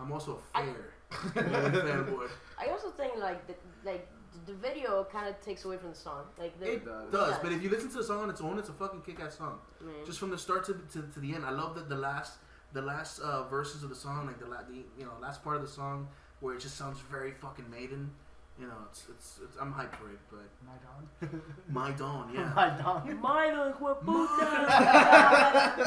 [SPEAKER 9] I'm also a
[SPEAKER 5] I-
[SPEAKER 9] fair Maiden fanboy.
[SPEAKER 5] I also think like the, like the video kind of takes away from the song. Like the,
[SPEAKER 9] It
[SPEAKER 10] does.
[SPEAKER 9] does, but if you listen to the song on its own, it's a fucking kick-ass song.
[SPEAKER 5] Mm.
[SPEAKER 9] Just from the start to, to, to the end, I love that the last the last uh, verses of the song, like the, la- the you know last part of the song, where it just sounds very fucking Maiden. You know, it's it's, it's I'm hyped for it, but
[SPEAKER 7] My dog.
[SPEAKER 9] my dawn,
[SPEAKER 10] [LAUGHS]
[SPEAKER 9] yeah,
[SPEAKER 7] My [LAUGHS] dog.
[SPEAKER 5] Milo
[SPEAKER 9] [LAUGHS]
[SPEAKER 5] [LAUGHS]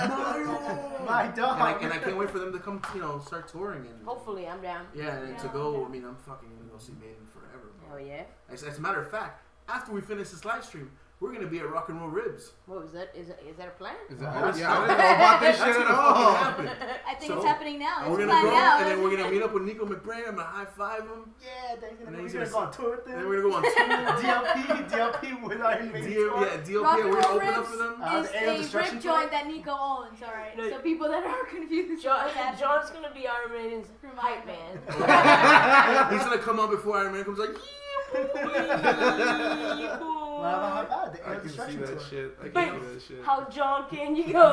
[SPEAKER 9] Mario,
[SPEAKER 7] My dog.
[SPEAKER 9] and I, and
[SPEAKER 10] [LAUGHS]
[SPEAKER 9] I can't wait for them to come, you know, start touring and
[SPEAKER 5] Hopefully, I'm down.
[SPEAKER 9] yeah, and to
[SPEAKER 4] Yeah.
[SPEAKER 9] go. I mean, I'm fucking gonna go see Maiden forever.
[SPEAKER 5] Oh
[SPEAKER 9] Bro.
[SPEAKER 5] yeah.
[SPEAKER 9] As, as a matter of fact, after we finish this live stream, we're gonna be at Rock and Roll Ribs.
[SPEAKER 5] What was that? Is that, is that a plan?
[SPEAKER 10] Is that,
[SPEAKER 9] That's-
[SPEAKER 10] yeah, I didn't know about this shit
[SPEAKER 9] That's
[SPEAKER 10] at
[SPEAKER 9] gonna
[SPEAKER 10] all.
[SPEAKER 9] fucking happen.
[SPEAKER 4] [LAUGHS] I think
[SPEAKER 9] So,
[SPEAKER 4] it's happening now.
[SPEAKER 9] And
[SPEAKER 4] It's
[SPEAKER 9] we're gonna
[SPEAKER 4] planned
[SPEAKER 9] go,
[SPEAKER 4] out.
[SPEAKER 9] and then we're gonna meet up with Nico McBrain. I'm gonna high five him.
[SPEAKER 7] Yeah, then he's
[SPEAKER 9] And
[SPEAKER 7] gonna,
[SPEAKER 9] then
[SPEAKER 7] we're
[SPEAKER 9] he's
[SPEAKER 7] gonna go
[SPEAKER 9] gonna
[SPEAKER 7] on tour with
[SPEAKER 9] And
[SPEAKER 7] them.
[SPEAKER 9] then we're gonna
[SPEAKER 4] [LAUGHS]
[SPEAKER 9] go on tour.
[SPEAKER 10] [LAUGHS]
[SPEAKER 7] [LAUGHS] DLP, DLP with Iron Maiden.
[SPEAKER 9] D-
[SPEAKER 7] tour.
[SPEAKER 9] yeah, DLP.
[SPEAKER 4] Rock and
[SPEAKER 9] we're gonna
[SPEAKER 4] Roll
[SPEAKER 9] open up
[SPEAKER 4] Ribs.
[SPEAKER 9] for
[SPEAKER 4] [LAUGHS]
[SPEAKER 9] them.
[SPEAKER 7] Uh,
[SPEAKER 4] It's
[SPEAKER 7] the
[SPEAKER 4] a
[SPEAKER 7] Aerial
[SPEAKER 4] rip
[SPEAKER 7] Destruction
[SPEAKER 4] joint
[SPEAKER 7] Tour?
[SPEAKER 4] that Nico owns, alright?
[SPEAKER 5] No.
[SPEAKER 4] So people that are [LAUGHS] confused.
[SPEAKER 5] John,
[SPEAKER 4] about that-
[SPEAKER 5] John's gonna be Iron Maiden's
[SPEAKER 4] From
[SPEAKER 5] hype
[SPEAKER 4] Iron
[SPEAKER 5] man.
[SPEAKER 4] Man.
[SPEAKER 5] [LAUGHS]
[SPEAKER 9] Oh. He's gonna come out before Iron Man comes. Like,
[SPEAKER 7] Well, how about the
[SPEAKER 10] I
[SPEAKER 7] Aerial
[SPEAKER 10] can see
[SPEAKER 7] Destruction
[SPEAKER 10] that
[SPEAKER 7] Tour?
[SPEAKER 10] shit. I
[SPEAKER 5] But
[SPEAKER 10] can see that shit.
[SPEAKER 5] How John can you [LAUGHS] go?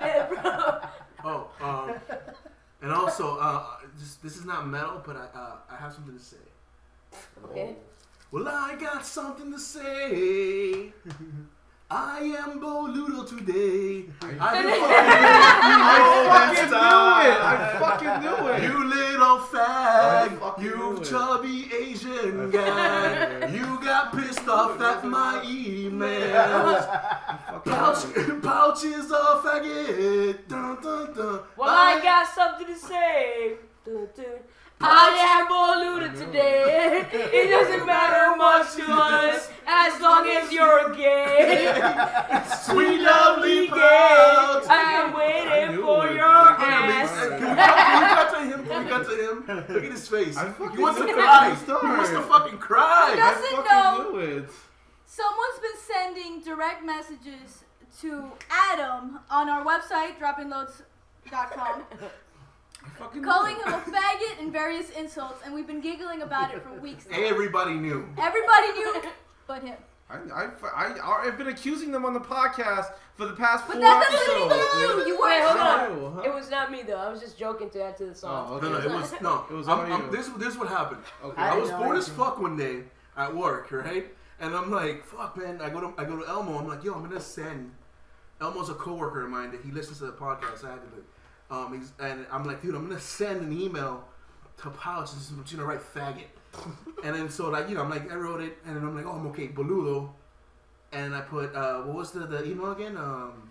[SPEAKER 5] Yeah, bro.
[SPEAKER 9] oh, um, and also, uh, just, this is not metal, but I uh, I have something to say.
[SPEAKER 5] Okay.
[SPEAKER 9] Well, I got something to say. I am Boludo today. I do
[SPEAKER 10] I fucking knew it! I fucking knew it!
[SPEAKER 9] You little
[SPEAKER 10] I
[SPEAKER 9] fag,
[SPEAKER 10] fucking knew
[SPEAKER 9] you
[SPEAKER 10] it.
[SPEAKER 9] chubby Asian
[SPEAKER 10] I fucking knew
[SPEAKER 9] guy,
[SPEAKER 10] it.
[SPEAKER 9] you got pissed off at my
[SPEAKER 10] [LAUGHS]
[SPEAKER 9] emails.
[SPEAKER 10] fucking
[SPEAKER 9] Pouch,
[SPEAKER 10] knew it.
[SPEAKER 9] pouch is a faggot. Dun, dun, dun.
[SPEAKER 5] Well, I got something to say. Dude, dude. I am Boluda [LAUGHS] today. It doesn't matter much to us as long as you're gay.
[SPEAKER 9] sweet
[SPEAKER 5] [LAUGHS] Lovely
[SPEAKER 9] lovely
[SPEAKER 5] gay.
[SPEAKER 9] pouch.
[SPEAKER 5] I'm
[SPEAKER 10] I
[SPEAKER 5] waiting
[SPEAKER 10] knew
[SPEAKER 5] for
[SPEAKER 10] it.
[SPEAKER 5] your
[SPEAKER 10] I
[SPEAKER 5] ass.
[SPEAKER 10] knew it.
[SPEAKER 9] Can we cut- can we cut to him? Can we cut to him? Look at his face.
[SPEAKER 10] I fucking
[SPEAKER 9] He wants to
[SPEAKER 10] knew it.
[SPEAKER 5] [LAUGHS]
[SPEAKER 9] cry.
[SPEAKER 10] Start.
[SPEAKER 9] He wants to fucking cry.
[SPEAKER 4] Yes.
[SPEAKER 10] I
[SPEAKER 4] Doesn't
[SPEAKER 10] fucking
[SPEAKER 4] know.
[SPEAKER 10] knew it.
[SPEAKER 4] Someone's been sending direct messages to Adam on our website, droppingloads.com,
[SPEAKER 10] I fucking knew
[SPEAKER 4] calling
[SPEAKER 10] it.
[SPEAKER 4] him a faggot and various insults, and we've been giggling about
[SPEAKER 9] [LAUGHS]
[SPEAKER 4] it for weeks now.
[SPEAKER 9] Everybody knew.
[SPEAKER 4] Everybody knew but him.
[SPEAKER 10] I, I, I, I've been accusing them on the podcast for the past
[SPEAKER 4] But
[SPEAKER 10] four
[SPEAKER 4] that doesn't
[SPEAKER 10] episodes.
[SPEAKER 4] even
[SPEAKER 10] dude.
[SPEAKER 4] you. You
[SPEAKER 5] Wait,
[SPEAKER 4] were
[SPEAKER 5] hold on.
[SPEAKER 10] Ew, huh?
[SPEAKER 5] It was not me though. I was just joking to add to the song.
[SPEAKER 10] Oh, okay.
[SPEAKER 9] No, no, it was no.
[SPEAKER 10] [LAUGHS] It was
[SPEAKER 9] I'm,
[SPEAKER 10] all
[SPEAKER 9] I'm,
[SPEAKER 10] you.
[SPEAKER 9] this, this is what happened.
[SPEAKER 10] Okay.
[SPEAKER 9] I,
[SPEAKER 7] I
[SPEAKER 9] was
[SPEAKER 7] know
[SPEAKER 9] bored as
[SPEAKER 7] everything.
[SPEAKER 9] fuck one day at work, right? And I'm like, fuck, man. I go to I go to Elmo. I'm like, yo, I'm gonna send. Elmo's a coworker of mine that he listens to the podcast actively. Um, he's and I'm like, dude, I'm gonna send an email to Pouch. and I'm just gonna write
[SPEAKER 10] [LAUGHS]
[SPEAKER 9] faggot. and then so like you know, I'm like, I wrote it, and then I'm like, oh, I'm okay, Boludo. And I put uh, what was the, the email again? Um,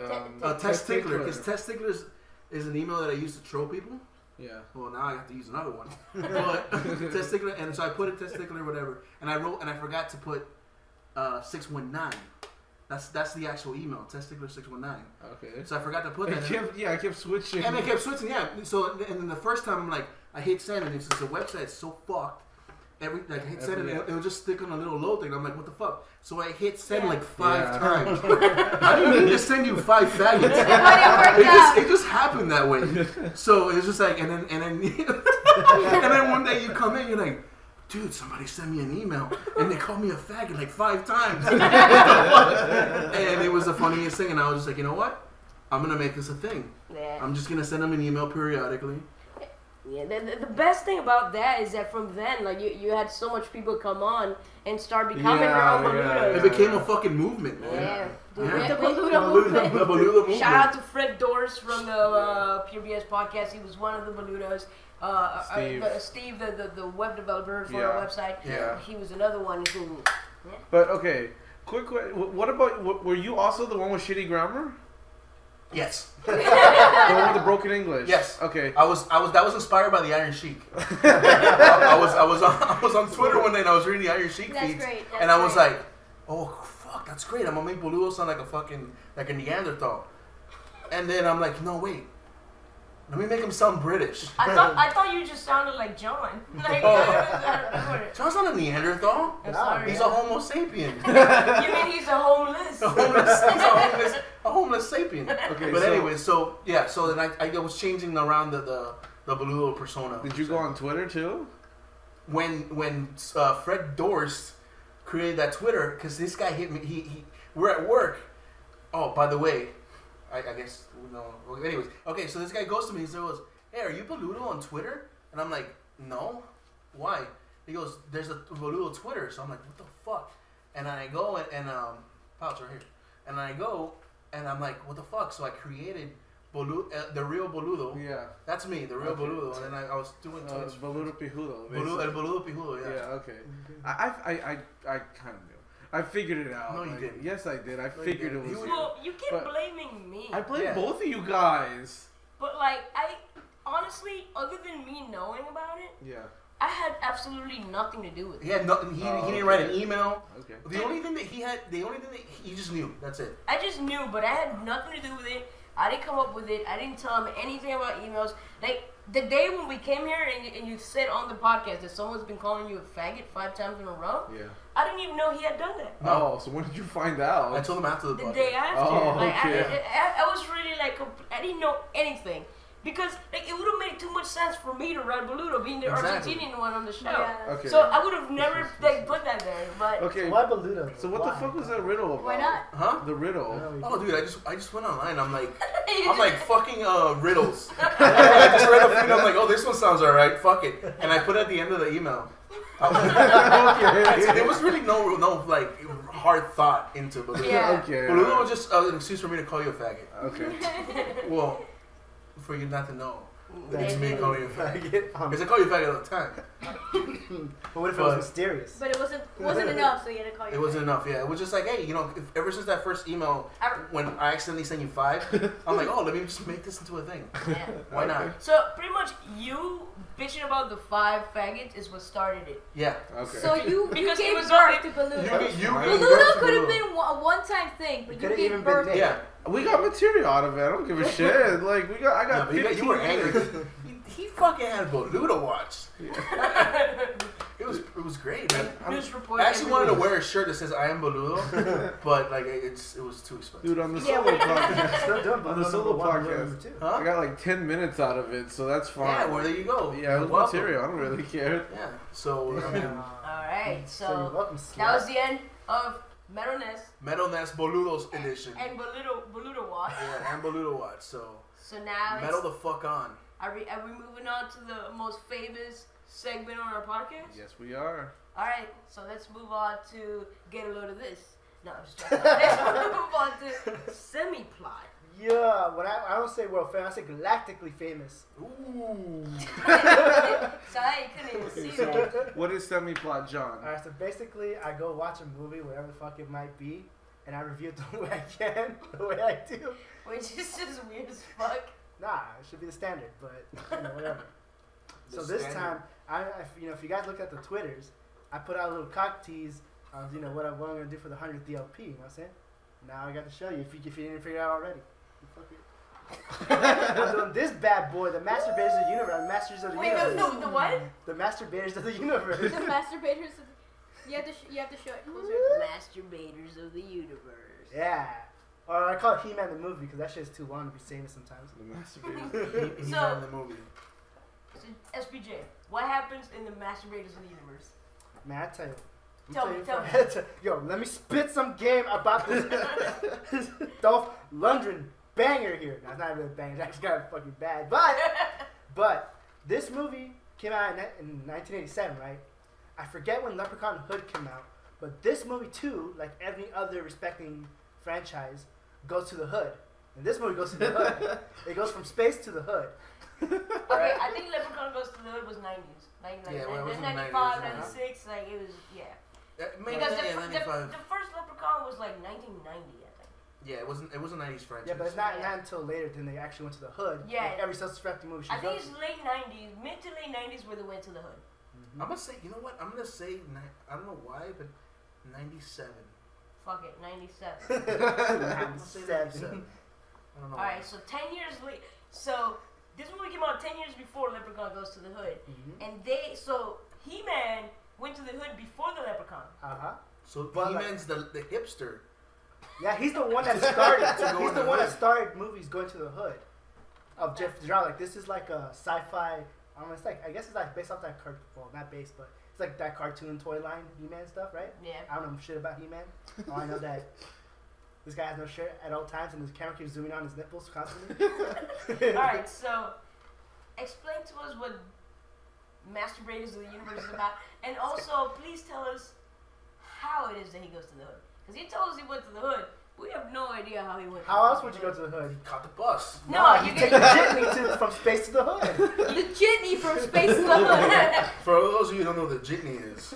[SPEAKER 10] Um,
[SPEAKER 9] uh, Test Tickler, because Test Tickler is, is an email that I use to troll people.
[SPEAKER 10] Yeah.
[SPEAKER 9] Well, now I have to use another one.
[SPEAKER 10] [LAUGHS]
[SPEAKER 9] but testicular, and so I put a testicular, whatever, and I wrote, and I forgot to put uh, six one nine. That's that's the actual email, testicular six one nine.
[SPEAKER 10] Okay.
[SPEAKER 9] So I forgot to put
[SPEAKER 10] I
[SPEAKER 9] that. in.
[SPEAKER 10] kept, yeah, I kept switching.
[SPEAKER 9] And they kept switching, yeah. So and then the first time I'm like, I hate sending this because the website's so fucked. Every like I hit send and
[SPEAKER 10] Every-
[SPEAKER 9] it'll, it'll just stick on a little low thing. I'm like, what the fuck? So I hit send like five
[SPEAKER 10] Yeah. [LAUGHS]
[SPEAKER 9] times. I [LAUGHS] didn't mean to send you five faggots.
[SPEAKER 4] But it
[SPEAKER 9] It
[SPEAKER 4] worked out.
[SPEAKER 9] just, it just happened that way. So it was just like, and then [LAUGHS] and then and then one day you come in, you're like, dude, somebody sent me an email and they called me a faggot like five times. What the fuck? and it was the funniest thing, and I was just like, you know what? I'm gonna make this a thing.
[SPEAKER 5] Yeah.
[SPEAKER 9] I'm just gonna send them an email periodically.
[SPEAKER 5] yeah the, the, the best thing about that is that from then, like you, you had so much people come on and start becoming
[SPEAKER 10] Yeah,
[SPEAKER 5] their own
[SPEAKER 10] yeah,
[SPEAKER 9] It
[SPEAKER 5] Boludas.
[SPEAKER 9] became a fucking movement,
[SPEAKER 5] Yeah.
[SPEAKER 9] man.
[SPEAKER 5] Dude,
[SPEAKER 9] Yeah.
[SPEAKER 5] [LAUGHS] we-
[SPEAKER 4] The
[SPEAKER 5] we-
[SPEAKER 4] Boluda
[SPEAKER 9] The
[SPEAKER 4] movement.
[SPEAKER 9] Boluda movement.
[SPEAKER 5] Shout out to Fred Doris from the uh, Pure BS podcast. He was one of the Boludos. Uh, Uh,
[SPEAKER 10] Steve.
[SPEAKER 5] Steve, uh, the, Steve the, the, the web developer for
[SPEAKER 10] Yeah.
[SPEAKER 5] our website.
[SPEAKER 10] Yeah.
[SPEAKER 5] He was another one who.
[SPEAKER 10] But okay, quick. que- wh- What about? wh- Were you also the one with shitty
[SPEAKER 9] [LAUGHS]
[SPEAKER 10] grammar?
[SPEAKER 9] Yes,
[SPEAKER 10] the one with the broken English.
[SPEAKER 9] Yes.
[SPEAKER 10] Okay.
[SPEAKER 9] I was. I was. That was inspired by the Iron Sheik. I, I was. I was. On, I was on Twitter one day and I was reading the Iron Sheik
[SPEAKER 4] That's
[SPEAKER 9] feeds,
[SPEAKER 4] great, that's
[SPEAKER 9] and I was
[SPEAKER 4] great.
[SPEAKER 9] like, "Oh fuck, that's great! I'm gonna make Boludo sound like a fucking like a Neanderthal." And then I'm like, "No wait, let me make him sound British."
[SPEAKER 5] I thought I thought you just sounded like John. [LAUGHS] Like,
[SPEAKER 9] Oh.
[SPEAKER 5] I don't know. for it.
[SPEAKER 9] John's not a Neanderthal.
[SPEAKER 5] I'm sorry.
[SPEAKER 9] He's a Homo sapien.
[SPEAKER 5] You mean he's a
[SPEAKER 10] [LAUGHS]
[SPEAKER 5] homeless?
[SPEAKER 9] a homeless, he's a homeless, a homeless sapien.
[SPEAKER 10] Okay,
[SPEAKER 9] But
[SPEAKER 10] so-
[SPEAKER 9] anyway, so yeah, so then I, I was changing around the the, the Baloo persona.
[SPEAKER 10] Did you go on Twitter too?
[SPEAKER 9] when when uh, Fred Dorst created that Twitter because this guy hit me. He, he we're at work. Oh, by the way, I, I guess no. well, Anyways, okay. So this guy goes to me. He goes, "Hey, are you Baluto on Twitter?" And I'm like, "No, why?" He goes, "There's a Baluto Twitter." So I'm like, "What the fuck?" And I go and, and um, pouch right here. And I go and I'm like, "What the fuck?" So I created. Bolu- uh, the real Boludo.
[SPEAKER 10] Yeah.
[SPEAKER 9] That's me, the real
[SPEAKER 10] Okay.
[SPEAKER 9] Boludo. And then I, I was doing
[SPEAKER 10] Uh,
[SPEAKER 9] Twitter.
[SPEAKER 10] Baludo Pijudo.
[SPEAKER 9] Boludo, El Boludo Pijudo,
[SPEAKER 10] Yeah.
[SPEAKER 9] yeah.
[SPEAKER 10] Okay. I I I I, I kind of knew. I figured it out.
[SPEAKER 9] No, you
[SPEAKER 10] Like,
[SPEAKER 9] didn't.
[SPEAKER 10] Yes, I did. I
[SPEAKER 9] you
[SPEAKER 10] figured
[SPEAKER 9] didn't.
[SPEAKER 10] it was.
[SPEAKER 9] You-
[SPEAKER 10] you.
[SPEAKER 5] Well, you keep
[SPEAKER 10] But-
[SPEAKER 5] blaming me.
[SPEAKER 10] I played
[SPEAKER 9] Yeah.
[SPEAKER 10] both of you guys.
[SPEAKER 5] But like, I honestly, other than me knowing about it,
[SPEAKER 10] Yeah.
[SPEAKER 5] I had absolutely nothing to do with it.
[SPEAKER 9] He had nothing. He,
[SPEAKER 10] Oh,
[SPEAKER 9] he didn't
[SPEAKER 10] okay.
[SPEAKER 9] write an email.
[SPEAKER 10] Okay.
[SPEAKER 9] The only thing that he had, the only thing that he, you just knew. That's it.
[SPEAKER 5] I just knew, but I had nothing to do with it. I didn't come up with it. I didn't tell him anything about emails. Like the day when we came here and, and you said on the podcast that someone's been calling you a faggot five times in a row,
[SPEAKER 10] Yeah.
[SPEAKER 5] I didn't even know he had done that.
[SPEAKER 10] Oh, so when did you find out?
[SPEAKER 9] I told him after the
[SPEAKER 5] The
[SPEAKER 9] podcast.
[SPEAKER 5] day after,
[SPEAKER 10] Oh,
[SPEAKER 5] like I-
[SPEAKER 10] okay.
[SPEAKER 5] I, I, I was really like compl- I didn't know anything because like it would have made too much sense for me to write Boludo being the
[SPEAKER 9] Exactly.
[SPEAKER 5] Argentinian one on the show.
[SPEAKER 4] Yeah.
[SPEAKER 10] Okay.
[SPEAKER 5] So I would have never like put that there, but
[SPEAKER 10] okay.
[SPEAKER 7] Why Baluto?
[SPEAKER 10] So what the
[SPEAKER 7] Why?
[SPEAKER 10] fuck was that riddle about?
[SPEAKER 4] Why
[SPEAKER 9] [LAUGHS]
[SPEAKER 4] not?
[SPEAKER 9] Huh?
[SPEAKER 10] The riddle.
[SPEAKER 7] No,
[SPEAKER 9] Oh, dude, I just I just went online. I'm
[SPEAKER 5] [LAUGHS]
[SPEAKER 9] like,
[SPEAKER 5] You
[SPEAKER 9] I'm
[SPEAKER 5] just-
[SPEAKER 9] like fucking uh, riddles. [LAUGHS] I just read a few. And I'm like, oh, this one sounds all right. Fuck it. And I put it at the end of the email. there [LAUGHS]
[SPEAKER 10] okay.
[SPEAKER 9] was really no no like hard thought into Baludo.
[SPEAKER 5] Yeah.
[SPEAKER 9] Baludo was just uh, an excuse for me to call you a faggot.
[SPEAKER 10] Okay.
[SPEAKER 9] Well, for you not to know. that It's me
[SPEAKER 7] Maybe.
[SPEAKER 9] calling you a faggot.
[SPEAKER 7] Faggot. Um,
[SPEAKER 9] Because I call you a faggot all the time.
[SPEAKER 7] but what if it was
[SPEAKER 9] but-
[SPEAKER 7] mysterious?
[SPEAKER 4] But it wasn't
[SPEAKER 9] [LAUGHS]
[SPEAKER 4] wasn't enough, so you had to call
[SPEAKER 5] Oh,
[SPEAKER 4] your
[SPEAKER 9] It wasn't enough, yeah. It was just like, hey, you know, if, ever since that first email,
[SPEAKER 5] I-
[SPEAKER 9] when I accidentally sent you five, I'm like, oh, let me just make this into a thing.
[SPEAKER 5] yeah.
[SPEAKER 9] Why not?
[SPEAKER 5] So pretty much you bitching about the five faggots is what started it.
[SPEAKER 9] Yeah.
[SPEAKER 10] Okay. [LAUGHS]
[SPEAKER 4] So you, you
[SPEAKER 5] Because it
[SPEAKER 4] gave
[SPEAKER 5] was
[SPEAKER 4] birth
[SPEAKER 5] already-
[SPEAKER 4] to
[SPEAKER 9] You,
[SPEAKER 4] Baludo.
[SPEAKER 9] gave-
[SPEAKER 5] [LAUGHS]
[SPEAKER 9] you gave birth
[SPEAKER 4] Baludo
[SPEAKER 9] to
[SPEAKER 4] could have
[SPEAKER 9] Baludo.
[SPEAKER 4] been wa- a one-time thing, but you
[SPEAKER 7] could've
[SPEAKER 4] gave
[SPEAKER 7] even been
[SPEAKER 4] birth to
[SPEAKER 7] named.
[SPEAKER 9] Yeah.
[SPEAKER 10] we got material out of it. I don't give a shit. Like we got. I
[SPEAKER 9] No,
[SPEAKER 10] got.
[SPEAKER 9] but you, got-
[SPEAKER 10] 15
[SPEAKER 9] you were angry.
[SPEAKER 10] minutes.
[SPEAKER 9] [LAUGHS] he, he fucking had Baludo to watch. it was it was great, man.
[SPEAKER 5] [LAUGHS]
[SPEAKER 9] I'm-
[SPEAKER 5] News
[SPEAKER 9] i
[SPEAKER 5] report.
[SPEAKER 9] actually
[SPEAKER 5] every
[SPEAKER 9] wanted to
[SPEAKER 5] week.
[SPEAKER 9] wear a shirt that says I am Baludo, but like it's it was too expensive.
[SPEAKER 10] Dude, on
[SPEAKER 9] [LAUGHS]
[SPEAKER 10] the
[SPEAKER 4] Yeah,
[SPEAKER 10] solo podcast.
[SPEAKER 7] Still doing Baluto
[SPEAKER 10] On the solo
[SPEAKER 7] number one, Baluto
[SPEAKER 10] podcast.
[SPEAKER 7] number two.
[SPEAKER 10] [LAUGHS] I
[SPEAKER 9] Huh?
[SPEAKER 10] got like 10 minutes out of it, so that's fine.
[SPEAKER 9] Yeah, well there you go.
[SPEAKER 10] Yeah, it was
[SPEAKER 9] Welcome.
[SPEAKER 10] material. I don't
[SPEAKER 9] [LAUGHS]
[SPEAKER 10] really care.
[SPEAKER 9] Yeah. So I mean,
[SPEAKER 7] Uh,
[SPEAKER 5] All right, so,
[SPEAKER 7] so you're welcome,
[SPEAKER 5] that was
[SPEAKER 7] slut.
[SPEAKER 5] the end of Meroness
[SPEAKER 9] Metal Nest Boludos edition.
[SPEAKER 5] and Baludo Baludo Watch.
[SPEAKER 9] Yeah, and Baludo watch. So
[SPEAKER 5] So now
[SPEAKER 9] metal
[SPEAKER 5] it's,
[SPEAKER 9] the fuck on.
[SPEAKER 5] are we are we moving on to the most famous segment on our podcast?
[SPEAKER 10] Yes, we are.
[SPEAKER 5] All right, so let's move on to get a load of this. No, I'm just joking. let's move on to semi plot.
[SPEAKER 7] Yeah, when I, I don't say world famous, I say galactically famous.
[SPEAKER 9] Ooh.
[SPEAKER 5] So I couldn't even see that.
[SPEAKER 7] Alright,
[SPEAKER 10] What is semi plot, John?
[SPEAKER 7] so basically, I go watch a movie, whatever the fuck it might be, and I review it [LAUGHS] the way I can, the way I do.
[SPEAKER 5] Which is just weird as fuck.
[SPEAKER 7] Nah, it should be the standard, but you know, whatever. so
[SPEAKER 9] The
[SPEAKER 7] this
[SPEAKER 9] standard.
[SPEAKER 7] time, I, I- you know, if you guys look at the twitters, I put out a little cock tease of you know what, I, what I'm gonna do for the hundredth DLP. You know what I'm saying? Now I got to show you if you, if you didn't figure it out already. You fuck it.
[SPEAKER 9] [LAUGHS]
[SPEAKER 7] I'm doing this bad boy, the masturbators of the universe, the masters of the
[SPEAKER 5] Wait,
[SPEAKER 7] universe,
[SPEAKER 5] no, no, the what?
[SPEAKER 7] the masturbators of the universe.
[SPEAKER 5] [LAUGHS]
[SPEAKER 4] The masturbators. You have to sh- you have to show it closer.
[SPEAKER 5] Masturbators of the universe.
[SPEAKER 7] yeah, or I call it He-Man the movie because that shit's too long to be saying it sometimes.
[SPEAKER 10] The masturbator.
[SPEAKER 9] He, he's
[SPEAKER 5] So-
[SPEAKER 9] not in the movie.
[SPEAKER 5] So, SPJ, what happens in the masturbators of the universe?
[SPEAKER 7] Man, I tell you. I'm
[SPEAKER 5] Tell
[SPEAKER 7] telling
[SPEAKER 5] me, tell
[SPEAKER 7] you from- [LAUGHS] Yo, let me spit some game about this [LAUGHS] Dolph Lundgren banger here. Now, it's not really a banger. That's kind of fucking bad.
[SPEAKER 5] [LAUGHS]
[SPEAKER 7] But, but this movie came out in, ni- in 1987, right? I forget when Leprechaun Hood came out, but this movie too, like every other respecting franchise, goes to the hood. And this movie goes to
[SPEAKER 5] [LAUGHS]
[SPEAKER 7] the hood. it goes from space to the hood.
[SPEAKER 5] [LAUGHS] Okay, I think Leprechaun Goes to the Hood was 90s. Like, like
[SPEAKER 9] Yeah, well, it was in the
[SPEAKER 5] 95,
[SPEAKER 9] 90s, yeah.
[SPEAKER 5] 96, like it was, yeah.
[SPEAKER 9] Uh, maybe
[SPEAKER 5] Because the,
[SPEAKER 9] yeah,
[SPEAKER 5] fir- the,
[SPEAKER 9] 95.
[SPEAKER 5] the first Leprechaun was like 1990, I think.
[SPEAKER 9] Yeah, it wasn't. It was a '90s franchise.
[SPEAKER 7] Yeah, but it's not, not until later than they actually went to the hood.
[SPEAKER 5] Yeah.
[SPEAKER 7] Like every suspecting movie she
[SPEAKER 5] I think
[SPEAKER 7] goes
[SPEAKER 5] it's
[SPEAKER 7] to.
[SPEAKER 5] late 90s, mid to late 90s where they went to the hood.
[SPEAKER 9] I'm gonna say. You know what? I'm gonna say. Ni- I don't know why, but '97.
[SPEAKER 5] Fuck it, 97. [LAUGHS]
[SPEAKER 9] I'm gonna say '97. I don't know.
[SPEAKER 5] Alright, so 10 years late. So, this movie came out 10 years before Leprechaun Goes to the Hood. And they, so He Man went
[SPEAKER 7] Uh huh.
[SPEAKER 9] So
[SPEAKER 7] But, like-
[SPEAKER 9] He-Man's the, the hipster.
[SPEAKER 7] Yeah, he's the one that started.
[SPEAKER 9] Going
[SPEAKER 7] he's
[SPEAKER 9] [LAUGHS] to
[SPEAKER 7] the one that
[SPEAKER 9] hood.
[SPEAKER 7] started movies going to the hood of Jeff Jarrell. Like this is like a sci-fi. I don't know. It's like I guess it's like based off that cart. Well, not based, but it's like that cartoon toy line He-Man stuff, right?
[SPEAKER 5] Yeah.
[SPEAKER 7] I don't know shit about He-Man. All I
[SPEAKER 9] [LAUGHS]
[SPEAKER 7] know that this guy has no shirt at all times, and his camera keeps zooming on his nipples constantly.
[SPEAKER 5] All
[SPEAKER 7] [LAUGHS]
[SPEAKER 5] right, so explain to us what masturbators of the universe is about, and also please tell us how it is that he goes to the hood. Because he told us he went to the hood. We have no idea how he went.
[SPEAKER 7] How else would you go to the hood?
[SPEAKER 9] Caught the
[SPEAKER 5] [LAUGHS]
[SPEAKER 9] bus.
[SPEAKER 5] No, you
[SPEAKER 7] Take
[SPEAKER 5] can
[SPEAKER 7] the jitney to from space to the hood. [LAUGHS]
[SPEAKER 5] you jitney from space to the hood. [LAUGHS]
[SPEAKER 9] For those of you who don't know what the
[SPEAKER 7] [LAUGHS]
[SPEAKER 9] jitney is,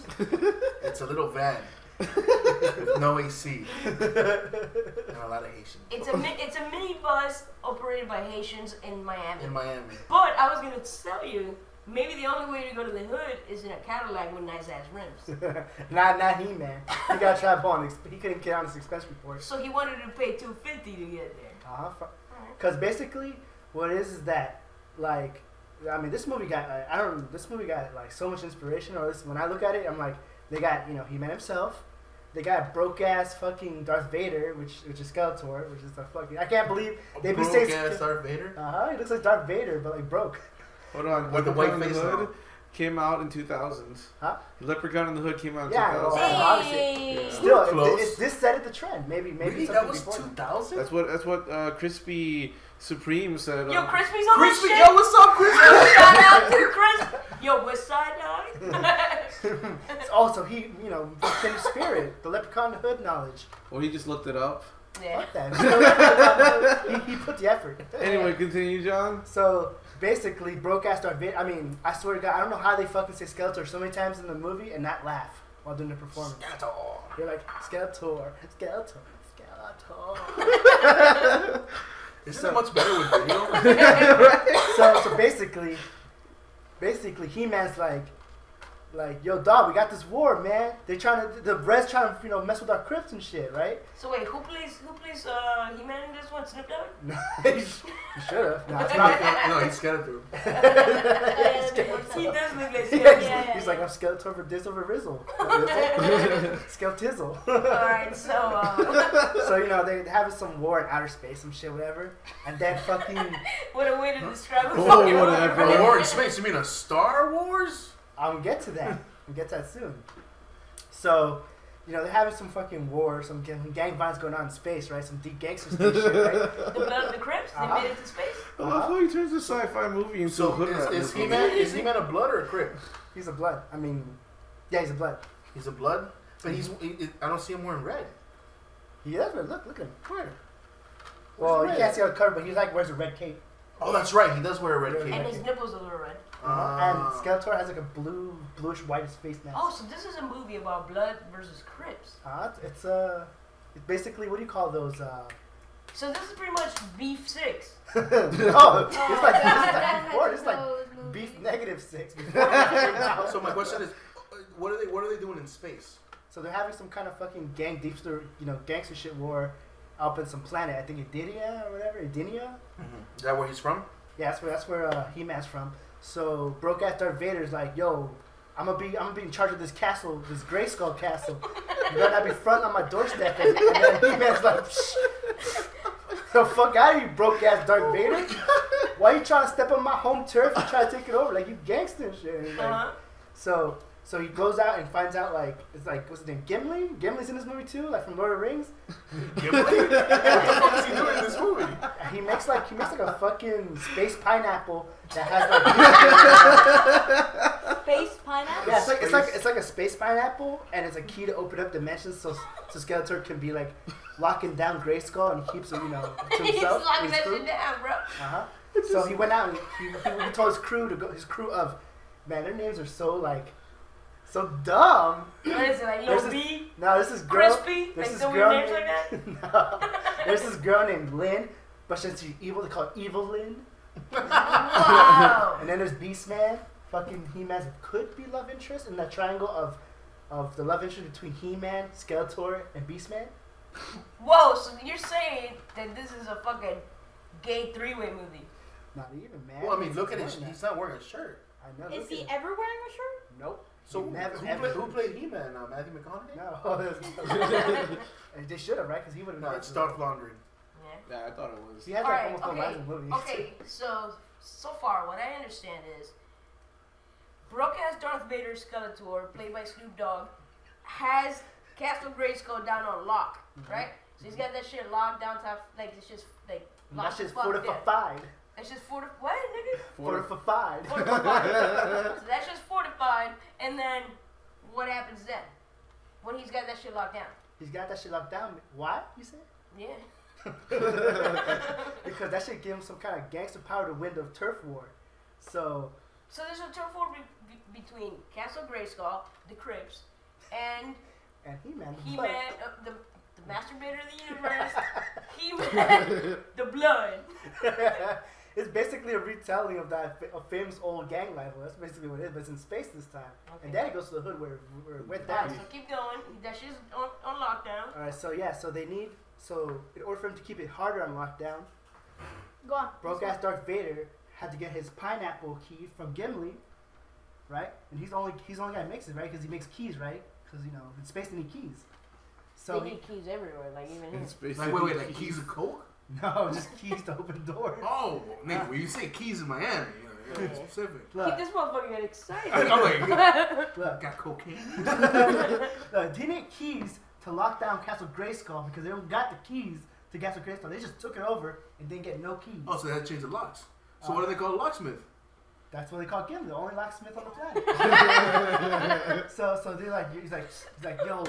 [SPEAKER 9] it's a little van with no AC and a lot of Haitians
[SPEAKER 5] it's a mi- it's a mini bus operated by Haitians in Miami.
[SPEAKER 9] in Miami.
[SPEAKER 5] But I was gonna tell you, maybe the only way to go to the hood is in a Cadillac with nice ass rims.
[SPEAKER 7] [LAUGHS] not not He-Man. He got trapped on. ex- He couldn't get on his expense report.
[SPEAKER 5] so he wanted to pay two fifty to get there.
[SPEAKER 7] Uh huh. Because basically, what it is is that like, I mean, this movie got uh, I don't this movie got like so much inspiration. Or this when I look at it, I'm like, they got you know He Man himself, they got broke ass fucking Darth Vader, which which is Skeletor, which is a fucking I can't believe they be
[SPEAKER 9] Broke
[SPEAKER 7] saying
[SPEAKER 9] ass Darth Vader.
[SPEAKER 7] uh huh. He looks like Darth Vader, but like broke.
[SPEAKER 10] Hold on.
[SPEAKER 9] With the white
[SPEAKER 10] Leprechaun in
[SPEAKER 9] face
[SPEAKER 10] Hood
[SPEAKER 9] on.
[SPEAKER 10] came out in 2000.
[SPEAKER 7] Huh?
[SPEAKER 10] Leprechaun in the Hood came out in
[SPEAKER 7] Yeah,
[SPEAKER 10] 2000.
[SPEAKER 7] well,
[SPEAKER 5] Hey!
[SPEAKER 7] Still, it,
[SPEAKER 9] Close.
[SPEAKER 7] it, this set it the trend. Maybe maybe
[SPEAKER 9] Really?
[SPEAKER 7] something
[SPEAKER 9] That was
[SPEAKER 7] before
[SPEAKER 9] two [LAUGHS]
[SPEAKER 7] that.
[SPEAKER 9] thousand.
[SPEAKER 10] That's what that's what uh, Crispy Supreme said. uh,
[SPEAKER 5] Yo,
[SPEAKER 10] on-
[SPEAKER 5] Crispy's on
[SPEAKER 9] Crispy,
[SPEAKER 5] this shit.
[SPEAKER 9] yo, what's up, Crispy?
[SPEAKER 5] Shout out to Chris. Yo, West Side
[SPEAKER 7] [LAUGHS]
[SPEAKER 5] Dog.
[SPEAKER 7] Also, Oh, he you know thin spirit, the leprechaun hood
[SPEAKER 9] [LAUGHS]
[SPEAKER 7] knowledge.
[SPEAKER 10] Well, he just looked it up.
[SPEAKER 5] yeah.
[SPEAKER 7] Fuck that. he, he put the effort.
[SPEAKER 10] Anyway, continue, John.
[SPEAKER 7] So basically, broke ass Darth Vader. I mean, I swear to God, I don't know how they fucking say Skeletor so many times in the movie and not laugh while doing the performance.
[SPEAKER 9] Skeletor.
[SPEAKER 7] You're like Skeletor, Skeletor, Skeletor.
[SPEAKER 9] Isn't it much better with
[SPEAKER 7] [LAUGHS]
[SPEAKER 9] video? [LAUGHS]
[SPEAKER 7] so, so basically, basically, He Man's like, like, yo, dog, we got this war, man. They're trying to, the Reds trying to, you know, mess with our crypts and shit, right? [LAUGHS]
[SPEAKER 5] So wait, who plays who plays uh He Man in this one? Snoop Dogg.
[SPEAKER 7] you should have. No, it's
[SPEAKER 9] no,
[SPEAKER 5] [LAUGHS]
[SPEAKER 7] not.
[SPEAKER 9] no, he's Skeletor.
[SPEAKER 5] He does look
[SPEAKER 7] [LAUGHS]
[SPEAKER 5] like
[SPEAKER 7] Yeah,
[SPEAKER 5] Snoop.
[SPEAKER 7] he's,
[SPEAKER 5] Yeah, yeah.
[SPEAKER 7] he's like, I'm Skeletor for Dizzle for
[SPEAKER 5] [LAUGHS]
[SPEAKER 7] Rizzle. Skeletizzle.
[SPEAKER 5] All right, so
[SPEAKER 7] [LAUGHS]
[SPEAKER 5] uh,
[SPEAKER 7] So you know they're having some war in outer space, some shit, whatever, and then fucking [LAUGHS]
[SPEAKER 5] what a way to describe a
[SPEAKER 10] Oh,
[SPEAKER 5] fucking
[SPEAKER 10] what
[SPEAKER 5] movie. [LAUGHS]
[SPEAKER 10] an
[SPEAKER 9] From War in Space, you mean a Star Wars?
[SPEAKER 7] I'll get to that. I'll get to that soon. So you know they're having some fucking war, some gang, gang violence going on in space, right? Some deep gangster space shit, right?
[SPEAKER 5] The
[SPEAKER 7] [LAUGHS]
[SPEAKER 5] Blood of the Crips. They
[SPEAKER 7] Uh-huh.
[SPEAKER 5] made it to space.
[SPEAKER 10] I love how he turns a sci-fi movie into a
[SPEAKER 9] Uh-huh. So
[SPEAKER 10] hood rat
[SPEAKER 9] is, is
[SPEAKER 10] movie.
[SPEAKER 9] He-Man is He-Man a blood or a crip?
[SPEAKER 7] He's a blood. I mean, yeah, he's a blood.
[SPEAKER 9] He's a blood, but he's
[SPEAKER 7] Mm-hmm.
[SPEAKER 9] he, he- I don't see him wearing red.
[SPEAKER 7] He is. but Look, look at him.
[SPEAKER 9] Where?
[SPEAKER 7] Well,
[SPEAKER 9] Where's
[SPEAKER 7] you
[SPEAKER 9] the
[SPEAKER 7] can't
[SPEAKER 9] red?
[SPEAKER 7] see on the cover, but he like wears a red cape,
[SPEAKER 9] Oh, that's right. He does wear a red
[SPEAKER 5] And
[SPEAKER 9] cape.
[SPEAKER 5] his nipples are a little red.
[SPEAKER 9] Ah.
[SPEAKER 7] and
[SPEAKER 9] [LAUGHS]
[SPEAKER 7] Skeletor has like a blue, bluish white face mask.
[SPEAKER 5] Oh, so this is a movie about blood versus Crips.
[SPEAKER 7] Uh, it's- it's uh, it's basically what do you call those? Uh, [LAUGHS]
[SPEAKER 5] So this is pretty much Beef Six.
[SPEAKER 7] no, it's like, it's like before. It's like beef [LAUGHS] negative six.
[SPEAKER 9] So my question is, uh, what are they what are they doing in space?
[SPEAKER 7] So they're having some kind of fucking gang deepster, you know, gangster shit war up in some planet. I think Idinia or whatever, Idinia.
[SPEAKER 9] Mm-hmm. Is that where he's from?
[SPEAKER 7] Yeah, that's where that's where uh, He Man's from. So broke ass Darth Vader's like, yo, I'm gonna be I'm gonna be in charge of this castle, this Gray Skull castle. You better not be fronting on my doorstep. And then He Man's like, Psh, the fuck out of you, broke ass Darth Vader. Why you trying to step on my home turf and try to take it over? Like you gangster and shit. And he's like,
[SPEAKER 5] Uh-huh.
[SPEAKER 7] so so he goes out and finds out like it's like what's his name Gimli? Gimli's in this movie too, like from Lord of the Rings.
[SPEAKER 9] [LAUGHS] What is he doing in this movie?
[SPEAKER 7] [LAUGHS] He makes like he makes like a fucking space pineapple that has
[SPEAKER 9] [LAUGHS]
[SPEAKER 7] like
[SPEAKER 13] Face pineapple.
[SPEAKER 5] [LAUGHS]
[SPEAKER 7] yeah, it's like it's like it's like a space pineapple and it's a key to open up dimensions so so Skeletor can be like locking down Grayskull and he keeps him you
[SPEAKER 5] [LAUGHS]
[SPEAKER 7] know to
[SPEAKER 5] He's
[SPEAKER 7] himself.
[SPEAKER 5] locking
[SPEAKER 7] and his
[SPEAKER 5] that
[SPEAKER 7] crew.
[SPEAKER 5] shit down, bro.
[SPEAKER 7] Uh-huh. So he went out and he, he, he told his crew to go. His crew of man, their names are so like so dumb.
[SPEAKER 5] What is it like?
[SPEAKER 7] There's
[SPEAKER 5] Lil
[SPEAKER 7] this-
[SPEAKER 5] B,
[SPEAKER 7] No, this is girl.
[SPEAKER 5] Crispy,
[SPEAKER 7] There's
[SPEAKER 5] like
[SPEAKER 7] this
[SPEAKER 5] so many
[SPEAKER 7] girl
[SPEAKER 5] names
[SPEAKER 7] named-
[SPEAKER 5] like that.
[SPEAKER 7] [LAUGHS] No. [LAUGHS] There's this girl named Lynn, but since she's evil, they call her Evil Lynn.
[SPEAKER 5] Wow.
[SPEAKER 12] Oh.
[SPEAKER 7] And then there's Beastman. Fucking He-Man could be love interest in that triangle of of the love interest between He-Man, Skeletor, and Beastman.
[SPEAKER 5] Whoa, so you're saying that this is a fucking gay three way movie?
[SPEAKER 7] Not even, man.
[SPEAKER 9] Well, I mean, look at
[SPEAKER 7] He's
[SPEAKER 9] his.
[SPEAKER 7] wearing
[SPEAKER 9] He's not wearing a shirt.
[SPEAKER 7] that. I know.
[SPEAKER 13] Is
[SPEAKER 7] look
[SPEAKER 13] he
[SPEAKER 7] at it.
[SPEAKER 13] ever wearing a shirt?
[SPEAKER 7] Nope. [LAUGHS]
[SPEAKER 9] So who,
[SPEAKER 7] Never,
[SPEAKER 9] who,
[SPEAKER 7] ever.
[SPEAKER 9] played, who played He-Man? Uh, Matthew McConaughey?
[SPEAKER 7] No, there's- and Oh, [LAUGHS] they should have, right? Because he would have.
[SPEAKER 9] No, it's Darth Laundry.
[SPEAKER 12] Yeah.
[SPEAKER 10] Yeah, I thought it was.
[SPEAKER 7] He has like
[SPEAKER 12] Alright,
[SPEAKER 7] almost no lines in movies.
[SPEAKER 12] okay, okay, so so far what I understand is Brooke has Darth Vader Skeletor, played by Snoop Dogg, has Castle Grayskull down on lock,
[SPEAKER 7] Mm-hmm.
[SPEAKER 12] right? So he's got that shit locked down top, like it's just like
[SPEAKER 7] And
[SPEAKER 12] locked
[SPEAKER 7] That's just
[SPEAKER 12] the fuck down.
[SPEAKER 7] fortified.
[SPEAKER 12] That's just fortified. What, nigga?
[SPEAKER 7] Fortified.
[SPEAKER 12] Fortified. so that's just fortified, and then what happens then? When he's got that shit locked down?
[SPEAKER 7] [LAUGHS] He's got that shit locked down. Why? You say?
[SPEAKER 12] Yeah.
[SPEAKER 7] Because that shit gave him some kind of gangster power to win the turf war. So
[SPEAKER 12] So there's a turf war be- be- between Castle Grayskull, the Crips, and
[SPEAKER 7] and He-Man. the
[SPEAKER 12] He
[SPEAKER 7] butt.
[SPEAKER 12] Man, uh, the, the masturbator of the universe, He Man, the blood.
[SPEAKER 7] [LAUGHS] it's basically a retelling of that fa- of Fame's old gang rival. That's basically what it is, but it's in space this time. And then it goes to the hood where where it went down.
[SPEAKER 12] Alright, so keep going. That shit's on, on lockdown.
[SPEAKER 7] All right, so yeah, so they need so in order for him to keep it harder on lockdown,
[SPEAKER 4] Go on.
[SPEAKER 7] broke ass Darth Vader had to get his pineapple key from Gimli, right? And he's only he's only guy that makes it right because he makes keys, right? Because you know in space they need keys. So
[SPEAKER 5] they
[SPEAKER 7] he,
[SPEAKER 5] need keys everywhere, like even here.
[SPEAKER 10] It's basically
[SPEAKER 9] Like, wait, wait, like keys of coke?
[SPEAKER 7] [LAUGHS] no, just keys to open
[SPEAKER 5] [LAUGHS]
[SPEAKER 7] doors.
[SPEAKER 9] Oh, nigga, when you say keys in Miami, you know, you gotta be specific.
[SPEAKER 7] Look,
[SPEAKER 5] Keep this motherfucker get excited.
[SPEAKER 9] [LAUGHS] I'm like,
[SPEAKER 7] look,
[SPEAKER 9] got cocaine.
[SPEAKER 7] No, they need uh, keys to lock down Castle Grayskull because they don't got the keys to Castle Grayskull. They just took it over and didn't get no keys.
[SPEAKER 9] Oh, so that changed the locks. So what do they call a locksmith? [LAUGHS]
[SPEAKER 7] That's what they call Gimli, the only locksmith on the planet. so, so they're like, he's like, he's like, yo,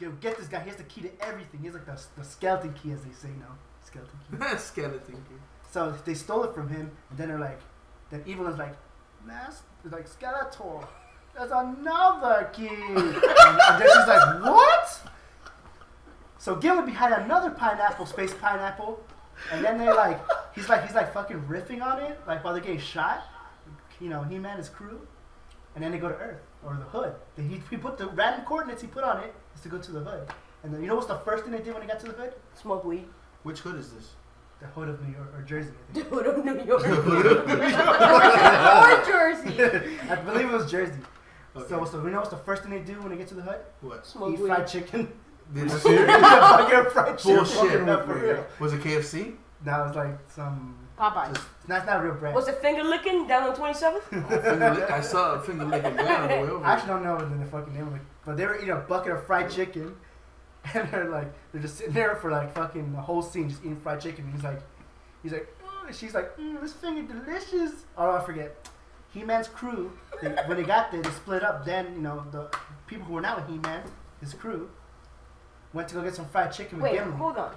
[SPEAKER 7] yo, get this guy. He has the key to everything. He's like the, the skeleton key, as they say, you know, skeleton key.
[SPEAKER 9] Skeleton key.
[SPEAKER 7] So they stole it from him, and then they're like, then Evil is like, Master, like Skeletor, there's another key. and, and then she's like, what? So Gilliby had another pineapple, space pineapple, and then they're like, he's like, he's like fucking riffing on it, like while they're getting shot, you know, He-Man, his crew, and then they go to Earth or the Hood. They, he, he put the random coordinates he put on it is to go to the Hood, and then you know what's the first thing they did when they got to the Hood?
[SPEAKER 12] [LAUGHS]
[SPEAKER 5] Smoke weed.
[SPEAKER 9] Which hood is this?
[SPEAKER 7] The Hood of New York or Jersey. I think.
[SPEAKER 5] Dude of New
[SPEAKER 12] [LAUGHS]
[SPEAKER 5] York. or Jersey.
[SPEAKER 7] [LAUGHS] I believe it was Jersey. So,
[SPEAKER 9] Okay.
[SPEAKER 7] so we know what's the first thing they do when they get to the hood?
[SPEAKER 9] What?
[SPEAKER 5] Smoke
[SPEAKER 7] Eat
[SPEAKER 5] weed.
[SPEAKER 7] fried chicken.
[SPEAKER 9] Did
[SPEAKER 7] [LAUGHS]
[SPEAKER 9] you
[SPEAKER 7] Fucking fried chicken.
[SPEAKER 9] Bullshit.
[SPEAKER 7] Not for real.
[SPEAKER 9] Was it KFC?
[SPEAKER 7] That was like some.
[SPEAKER 5] Popeye.
[SPEAKER 7] That's not real bread.
[SPEAKER 5] Was it finger licking down on 27th?
[SPEAKER 9] oh, Finger lick- I saw a finger licking down on the way over.
[SPEAKER 7] I actually don't know what the fucking name of it, but they were eating a bucket of fried chicken, [LAUGHS] and they're like, they're just sitting there for like fucking the whole scene, just eating fried chicken. And he's like, he's like, mm, and she's like, mm, this finger delicious. Oh, I forget. He-Man's crew, they, when they got there, they split up. Then you know the people who were not with He-Man, his crew, went to go get some fried chicken with
[SPEAKER 5] Wait,
[SPEAKER 7] Gimli.
[SPEAKER 5] hold on.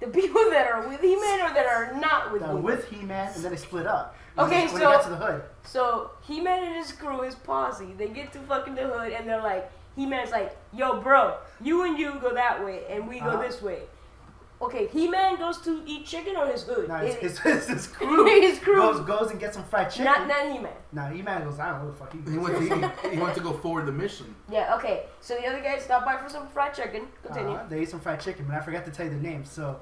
[SPEAKER 5] The people that are with He-Man or that are not with
[SPEAKER 7] They were
[SPEAKER 5] He-Man?
[SPEAKER 7] uh, with He-Man, and then they split up.
[SPEAKER 5] Okay,
[SPEAKER 7] when they got
[SPEAKER 5] so-
[SPEAKER 7] to the hood.
[SPEAKER 5] So He-Man and his crew, his posse, they get to fucking the hood and they're like, He-Man's like, yo, bro, you and you go that way and we go
[SPEAKER 7] Uh-huh.
[SPEAKER 5] this way. Okay, He-Man goes to eat chicken or his hood?
[SPEAKER 7] No, it's,
[SPEAKER 5] It-
[SPEAKER 7] it's, it's his [LAUGHS] crew.
[SPEAKER 5] [LAUGHS] His crew.
[SPEAKER 7] goes goes and gets some fried chicken.
[SPEAKER 5] not, not He-Man.
[SPEAKER 7] No, E-Man goes, I don't know who the fuck he
[SPEAKER 9] He
[SPEAKER 7] goes. [LAUGHS]
[SPEAKER 9] went, to, he, he went to go forward the mission.
[SPEAKER 5] Yeah, okay. So the other guy stopped by for some fried chicken. Continue.
[SPEAKER 7] Uh, they ate some fried chicken, but I forgot to tell you the name. So,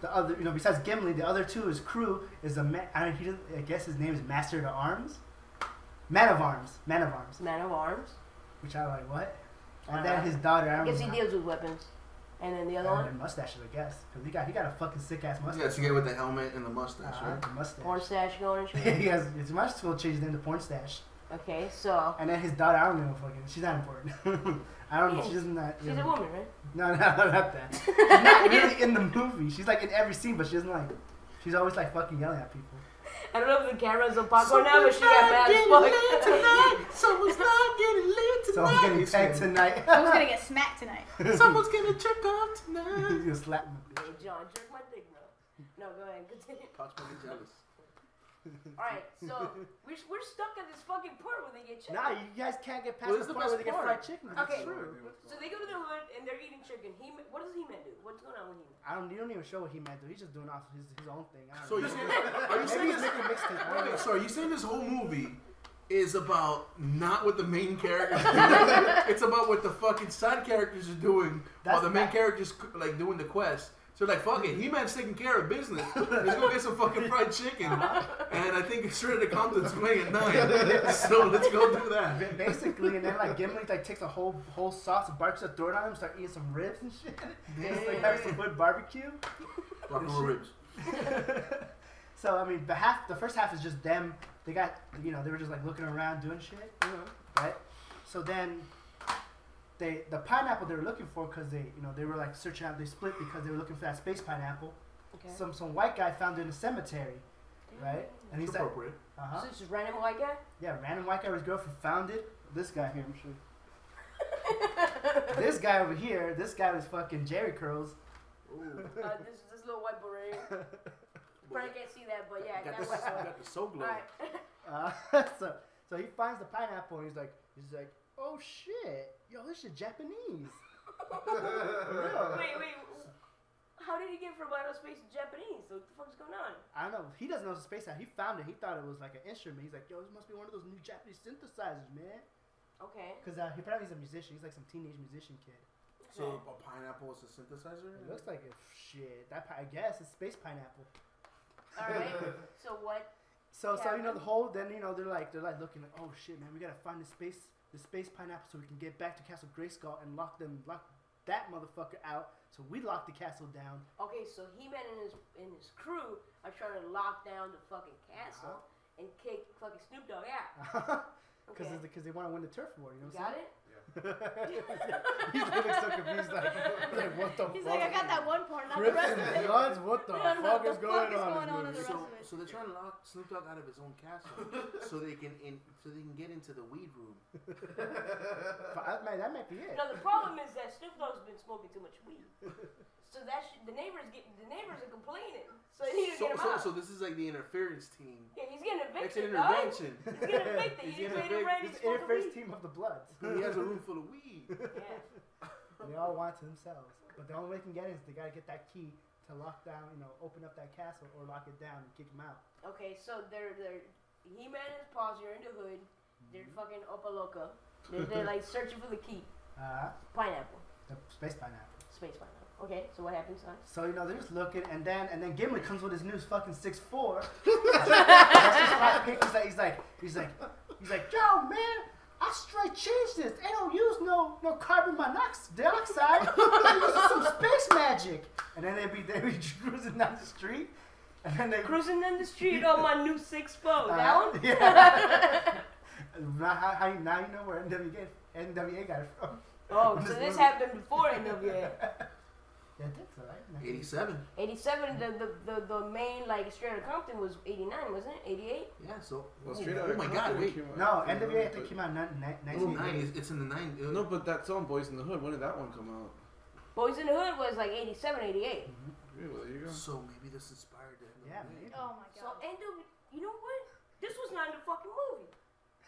[SPEAKER 7] the other, you know, besides Gimli, the other two, his crew is a man. I, don't- he doesn't- I guess his name is Master of Arms, Man of Arms, Man of Arms.
[SPEAKER 5] Man of Arms.
[SPEAKER 7] Which I like what? And
[SPEAKER 5] Uh-huh.
[SPEAKER 7] then his daughter, I
[SPEAKER 5] I
[SPEAKER 7] don't
[SPEAKER 5] guess he
[SPEAKER 7] know.
[SPEAKER 5] deals with weapons. And then the
[SPEAKER 7] And
[SPEAKER 5] other
[SPEAKER 7] then
[SPEAKER 5] one,
[SPEAKER 7] mustaches, I guess, because he got he got a fucking sick ass
[SPEAKER 9] He
[SPEAKER 7] mustache.
[SPEAKER 9] got to get with the helmet and the mustache,
[SPEAKER 7] Uh,
[SPEAKER 9] right?
[SPEAKER 7] the mustache. [LAUGHS]
[SPEAKER 5] porn stash going and shit.
[SPEAKER 7] he has his mustache will change his name to porn stash.
[SPEAKER 5] Okay, so
[SPEAKER 7] And then his daughter, I don't know, fucking, she's not important. [LAUGHS] I don't know, she doesn't not.
[SPEAKER 5] she's a woman, right?
[SPEAKER 7] No, [LAUGHS] no, not that. She's not really in the movie. She's like in every scene, but she doesn't like. She's always like fucking yelling at people.
[SPEAKER 5] I don't know if the camera's on popcorn now, but she got bad as fuck.
[SPEAKER 9] Someone's not getting lit
[SPEAKER 7] So I'm getting tagged tonight.
[SPEAKER 4] Someone's
[SPEAKER 7] [LAUGHS]
[SPEAKER 4] gonna get smacked tonight.
[SPEAKER 9] Someone's getting tripped up tonight.
[SPEAKER 7] you slap me.
[SPEAKER 5] Hey, [LAUGHS] John, jerk my dick, bro. No, go ahead, continue.
[SPEAKER 9] Pops gonna be jealous.
[SPEAKER 5] Alright, so we're, we're stuck at this fucking part when they get chicken.
[SPEAKER 7] Nah, you guys can't get past
[SPEAKER 9] Well, it's
[SPEAKER 7] the
[SPEAKER 9] the
[SPEAKER 7] part where they
[SPEAKER 9] best
[SPEAKER 7] get fried
[SPEAKER 9] part.
[SPEAKER 7] chicken.
[SPEAKER 5] Okay.
[SPEAKER 7] It's true.
[SPEAKER 5] So they go to the hood and they're eating chicken. He, what does He-Man do? What's going on with He-Man?
[SPEAKER 7] I don't. You don't even show what he meant though. He's just doing off his, his own thing. I don't
[SPEAKER 9] So
[SPEAKER 7] know.
[SPEAKER 9] you, are
[SPEAKER 7] Maybe
[SPEAKER 9] you
[SPEAKER 7] [LAUGHS]
[SPEAKER 9] saying
[SPEAKER 7] he's
[SPEAKER 9] this?
[SPEAKER 7] making a [LAUGHS] mixtape. I don't know.
[SPEAKER 9] Wait, so are Oh, you saying this whole movie is about not what the main characters? do? it's about what the fucking side characters are doing
[SPEAKER 7] That's
[SPEAKER 9] while the
[SPEAKER 7] not-
[SPEAKER 9] main characters c- like doing the quest. So they're like, fuck it, He Man's taking care of business. Let's go get some fucking fried chicken. And I think it's ready to come to play at nine. So let's go do that.
[SPEAKER 7] Ba- Basically, and then like Gimli like takes a whole whole sauce and barks up throat on him, start eating some ribs and shit. [LAUGHS] And it's like
[SPEAKER 9] Yeah.
[SPEAKER 7] having some good barbecue.
[SPEAKER 9] Fucking ribs.
[SPEAKER 7] so I mean, the half the first half is just them. They got you know they were just like looking around doing shit, right? So then they the pineapple they were looking for because they you know they were like searching out. They split because they were looking for that space pineapple.
[SPEAKER 5] Okay.
[SPEAKER 7] Some some white guy found it in a cemetery, right? And he's
[SPEAKER 9] It's
[SPEAKER 7] like,
[SPEAKER 9] appropriate.
[SPEAKER 7] uh huh.
[SPEAKER 5] So it's just random white
[SPEAKER 7] [LAUGHS]
[SPEAKER 5] guy?
[SPEAKER 7] Yeah, random white guy with his girlfriend found it. This guy here, I'm sure. this guy over here, this guy was fucking Jerry Curls.
[SPEAKER 5] Uh, this, this little white beret.
[SPEAKER 7] [LAUGHS]
[SPEAKER 5] Probably can't see that, but yeah,
[SPEAKER 9] Got
[SPEAKER 5] that
[SPEAKER 9] this,
[SPEAKER 5] was.
[SPEAKER 9] got the so glow.
[SPEAKER 5] Alright.
[SPEAKER 7] [LAUGHS]
[SPEAKER 5] [LAUGHS]
[SPEAKER 7] Uh, so, so he finds the pineapple and he's like, he's like, oh shit, yo, this shit Japanese.
[SPEAKER 12] Wait, wait. How did he get from outer space to Japanese? What the fuck's going on?
[SPEAKER 7] I don't know. He doesn't know it's a space out. He found it. He thought it was like an instrument. He's like, yo, this must be one of those new Japanese synthesizers, man.
[SPEAKER 5] Okay.
[SPEAKER 7] Cause uh, he apparently he's a musician. He's like some teenage musician kid.
[SPEAKER 9] So a pineapple is a synthesizer?
[SPEAKER 7] It looks like it. Shit, that pi- I guess it's space pineapple.
[SPEAKER 9] [LAUGHS]
[SPEAKER 5] Alright. So what?
[SPEAKER 7] So so you know
[SPEAKER 5] Yeah.
[SPEAKER 7] the whole then you know they're like they're like looking like oh shit man we gotta find the space the space pineapple so we can get back to Castle Grayskull and lock them lock that motherfucker out so we lock the castle down [LAUGHS]
[SPEAKER 5] Okay, so He Man and his and his crew are trying to lock down the fucking castle
[SPEAKER 9] Uh-huh.
[SPEAKER 5] and kick fucking Snoop Dogg out.
[SPEAKER 7] because
[SPEAKER 5] Okay.
[SPEAKER 7] because they want to win the turf war you know
[SPEAKER 5] You got it?
[SPEAKER 7] what I'm saying? [LAUGHS] He's like so confused like, [LAUGHS] like what the
[SPEAKER 4] He's
[SPEAKER 7] fuck?
[SPEAKER 4] like, I got that one part, not the
[SPEAKER 7] Crips
[SPEAKER 4] rest of
[SPEAKER 7] and
[SPEAKER 4] it.
[SPEAKER 7] Bloods, what
[SPEAKER 4] [LAUGHS]
[SPEAKER 7] the
[SPEAKER 4] Yeah,
[SPEAKER 7] fuck,
[SPEAKER 4] what the
[SPEAKER 7] is
[SPEAKER 4] fuck
[SPEAKER 7] going
[SPEAKER 4] is
[SPEAKER 7] on? in
[SPEAKER 4] going on
[SPEAKER 7] this
[SPEAKER 4] in the
[SPEAKER 7] movie?
[SPEAKER 9] So,
[SPEAKER 4] rest of it.
[SPEAKER 9] so they're trying to lock Snoop Dogg out of his own castle
[SPEAKER 12] [LAUGHS]
[SPEAKER 9] so they can in, so they can get into the weed room.
[SPEAKER 7] But I- man, that might
[SPEAKER 5] [LAUGHS]
[SPEAKER 7] be it.
[SPEAKER 12] Now the problem is that Snoop Dogg's been smoking too much
[SPEAKER 9] [LAUGHS]
[SPEAKER 12] weed, so that shit, the neighbors get the neighbors are complaining. So he need to
[SPEAKER 9] So,
[SPEAKER 12] get him
[SPEAKER 9] so,
[SPEAKER 12] out.
[SPEAKER 9] so this is like the interference team.
[SPEAKER 12] yeah, he's getting
[SPEAKER 9] It's
[SPEAKER 12] evicted.
[SPEAKER 9] an
[SPEAKER 12] dog.
[SPEAKER 5] [LAUGHS]
[SPEAKER 9] intervention.
[SPEAKER 12] He's getting evicted.
[SPEAKER 9] [LAUGHS] He's
[SPEAKER 12] He's
[SPEAKER 9] getting
[SPEAKER 12] made him
[SPEAKER 9] evicted.
[SPEAKER 12] ready to
[SPEAKER 7] It's the
[SPEAKER 12] smoke
[SPEAKER 7] interface
[SPEAKER 12] weed.
[SPEAKER 7] team of the Bloods.
[SPEAKER 9] He has a room full of weed.
[SPEAKER 7] [LAUGHS]
[SPEAKER 12] Yeah.
[SPEAKER 7] They all want to themselves. But the only way they can get in is they gotta get that key to lock down, you know, open up that castle or lock it down and kick him out.
[SPEAKER 5] Okay, so they're they're He Man and his paws are in the hood. They're
[SPEAKER 9] Mm-hmm.
[SPEAKER 5] fucking up a loco. They're, they're like searching for the key.
[SPEAKER 7] Uh,
[SPEAKER 5] Pineapple.
[SPEAKER 7] the space pineapple.
[SPEAKER 5] Space pineapple. Okay, so what happens next?
[SPEAKER 7] So you know they're just looking, and then and then Gimli comes with his new fucking six four. [LAUGHS] pictures that he's like he's like he's like yo man, I straight changed this. They don't use no no carbon monoxide dioxide. [LAUGHS] They use some space magic. And then they be they be [LAUGHS] cruising down the street, and then they
[SPEAKER 12] Cruising down the street on my new six
[SPEAKER 5] Oh,
[SPEAKER 12] four.
[SPEAKER 7] Uh,
[SPEAKER 12] That one.
[SPEAKER 7] [LAUGHS] Yeah. now, how, how, you- now you know where NWA, NWA got it from.
[SPEAKER 5] [LAUGHS] Oh,
[SPEAKER 7] This
[SPEAKER 5] so this
[SPEAKER 7] movie.
[SPEAKER 5] happened before
[SPEAKER 12] [LAUGHS]
[SPEAKER 5] NWA.
[SPEAKER 7] Yeah, I think so, right?
[SPEAKER 9] Eighty-seven.
[SPEAKER 5] 87, the, the, the, the main, like, straight out of Compton was 89, wasn't it? 88?
[SPEAKER 9] Yeah. So.
[SPEAKER 10] Well,
[SPEAKER 9] oh,
[SPEAKER 10] Straight
[SPEAKER 9] oh
[SPEAKER 10] Outta
[SPEAKER 9] my
[SPEAKER 10] Compton
[SPEAKER 9] god! Wait.
[SPEAKER 10] came out-
[SPEAKER 7] No, NWA I think came out in nin- nin-
[SPEAKER 9] Oh,
[SPEAKER 7] 1988.
[SPEAKER 9] nine. It's, it's in the nine. uh,
[SPEAKER 10] No, but that song "Boys in the Hood." When did that one come out?
[SPEAKER 5] Boys in the Hood was like 87, 88.
[SPEAKER 12] Oh
[SPEAKER 10] Really? There you go.
[SPEAKER 9] So maybe this inspired them.
[SPEAKER 7] Yeah, maybe.
[SPEAKER 4] Oh my
[SPEAKER 5] So,
[SPEAKER 4] god.
[SPEAKER 5] NW, you know what? This was not in the fucking
[SPEAKER 12] [LAUGHS]
[SPEAKER 5] movie.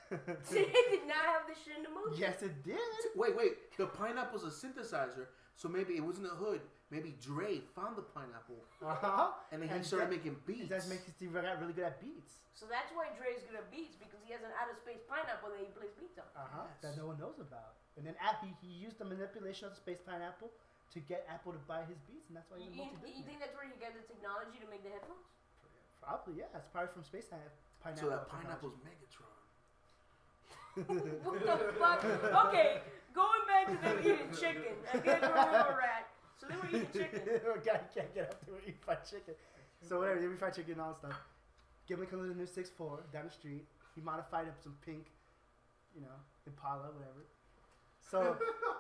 [SPEAKER 5] [LAUGHS] they did not have this shit in the movie.
[SPEAKER 7] Yes, it did.
[SPEAKER 9] Wait, wait. The pineapple's a synthesizer, so maybe it wasn't a hood. Maybe Dre found the pineapple
[SPEAKER 7] Uh huh.
[SPEAKER 9] and then he
[SPEAKER 7] And
[SPEAKER 9] started
[SPEAKER 7] that-
[SPEAKER 9] making beats.
[SPEAKER 7] That's making Steve Ray got really good at beats.
[SPEAKER 5] So that's why Dre's good at beats, because he has an outer space pineapple that he plays beats on.
[SPEAKER 7] Uh huh.
[SPEAKER 9] Yes.
[SPEAKER 7] That no one knows about. And then Apple, he used the manipulation of the space pineapple to get Apple to buy his beats, and that's why
[SPEAKER 5] You,
[SPEAKER 7] he's a
[SPEAKER 5] you, you
[SPEAKER 7] multi
[SPEAKER 5] think that's where he got the technology to make the headphones?
[SPEAKER 7] Probably, yeah. It's probably from space Pine- pineapple. uh-huh.
[SPEAKER 9] so that
[SPEAKER 7] technology.
[SPEAKER 9] pineapple's Megatron.
[SPEAKER 5] what the fuck? Okay, going back to them eating chicken. I guess where we were at. So they were eating chicken.
[SPEAKER 7] [LAUGHS] Guy can't get up to eat fried chicken. So whatever, they eat fried chicken and all that stuff. Gimli comes with a new six four down the street. He modified up some pink, you know, Impala, whatever. So,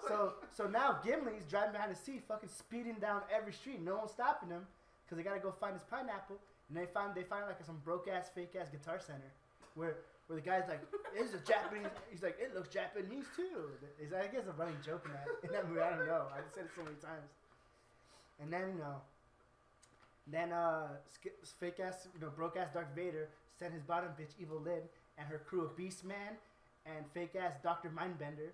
[SPEAKER 7] so, so now Gimli's driving behind the seat, fucking speeding down every street. No one's stopping him because they gotta go find his pineapple. And they find they find like some broke ass, fake ass guitar center where where the guy's like, "It's a Japanese." He's like, "It looks Japanese too." Is I guess a running joke in that in that movie. I don't know. I've said it so many times. And then you know, then uh, sk- fake ass, you know, broke ass Darth Vader sent his bottom bitch Evil Lyn and her crew of Beast Man and fake ass Doctor Mindbender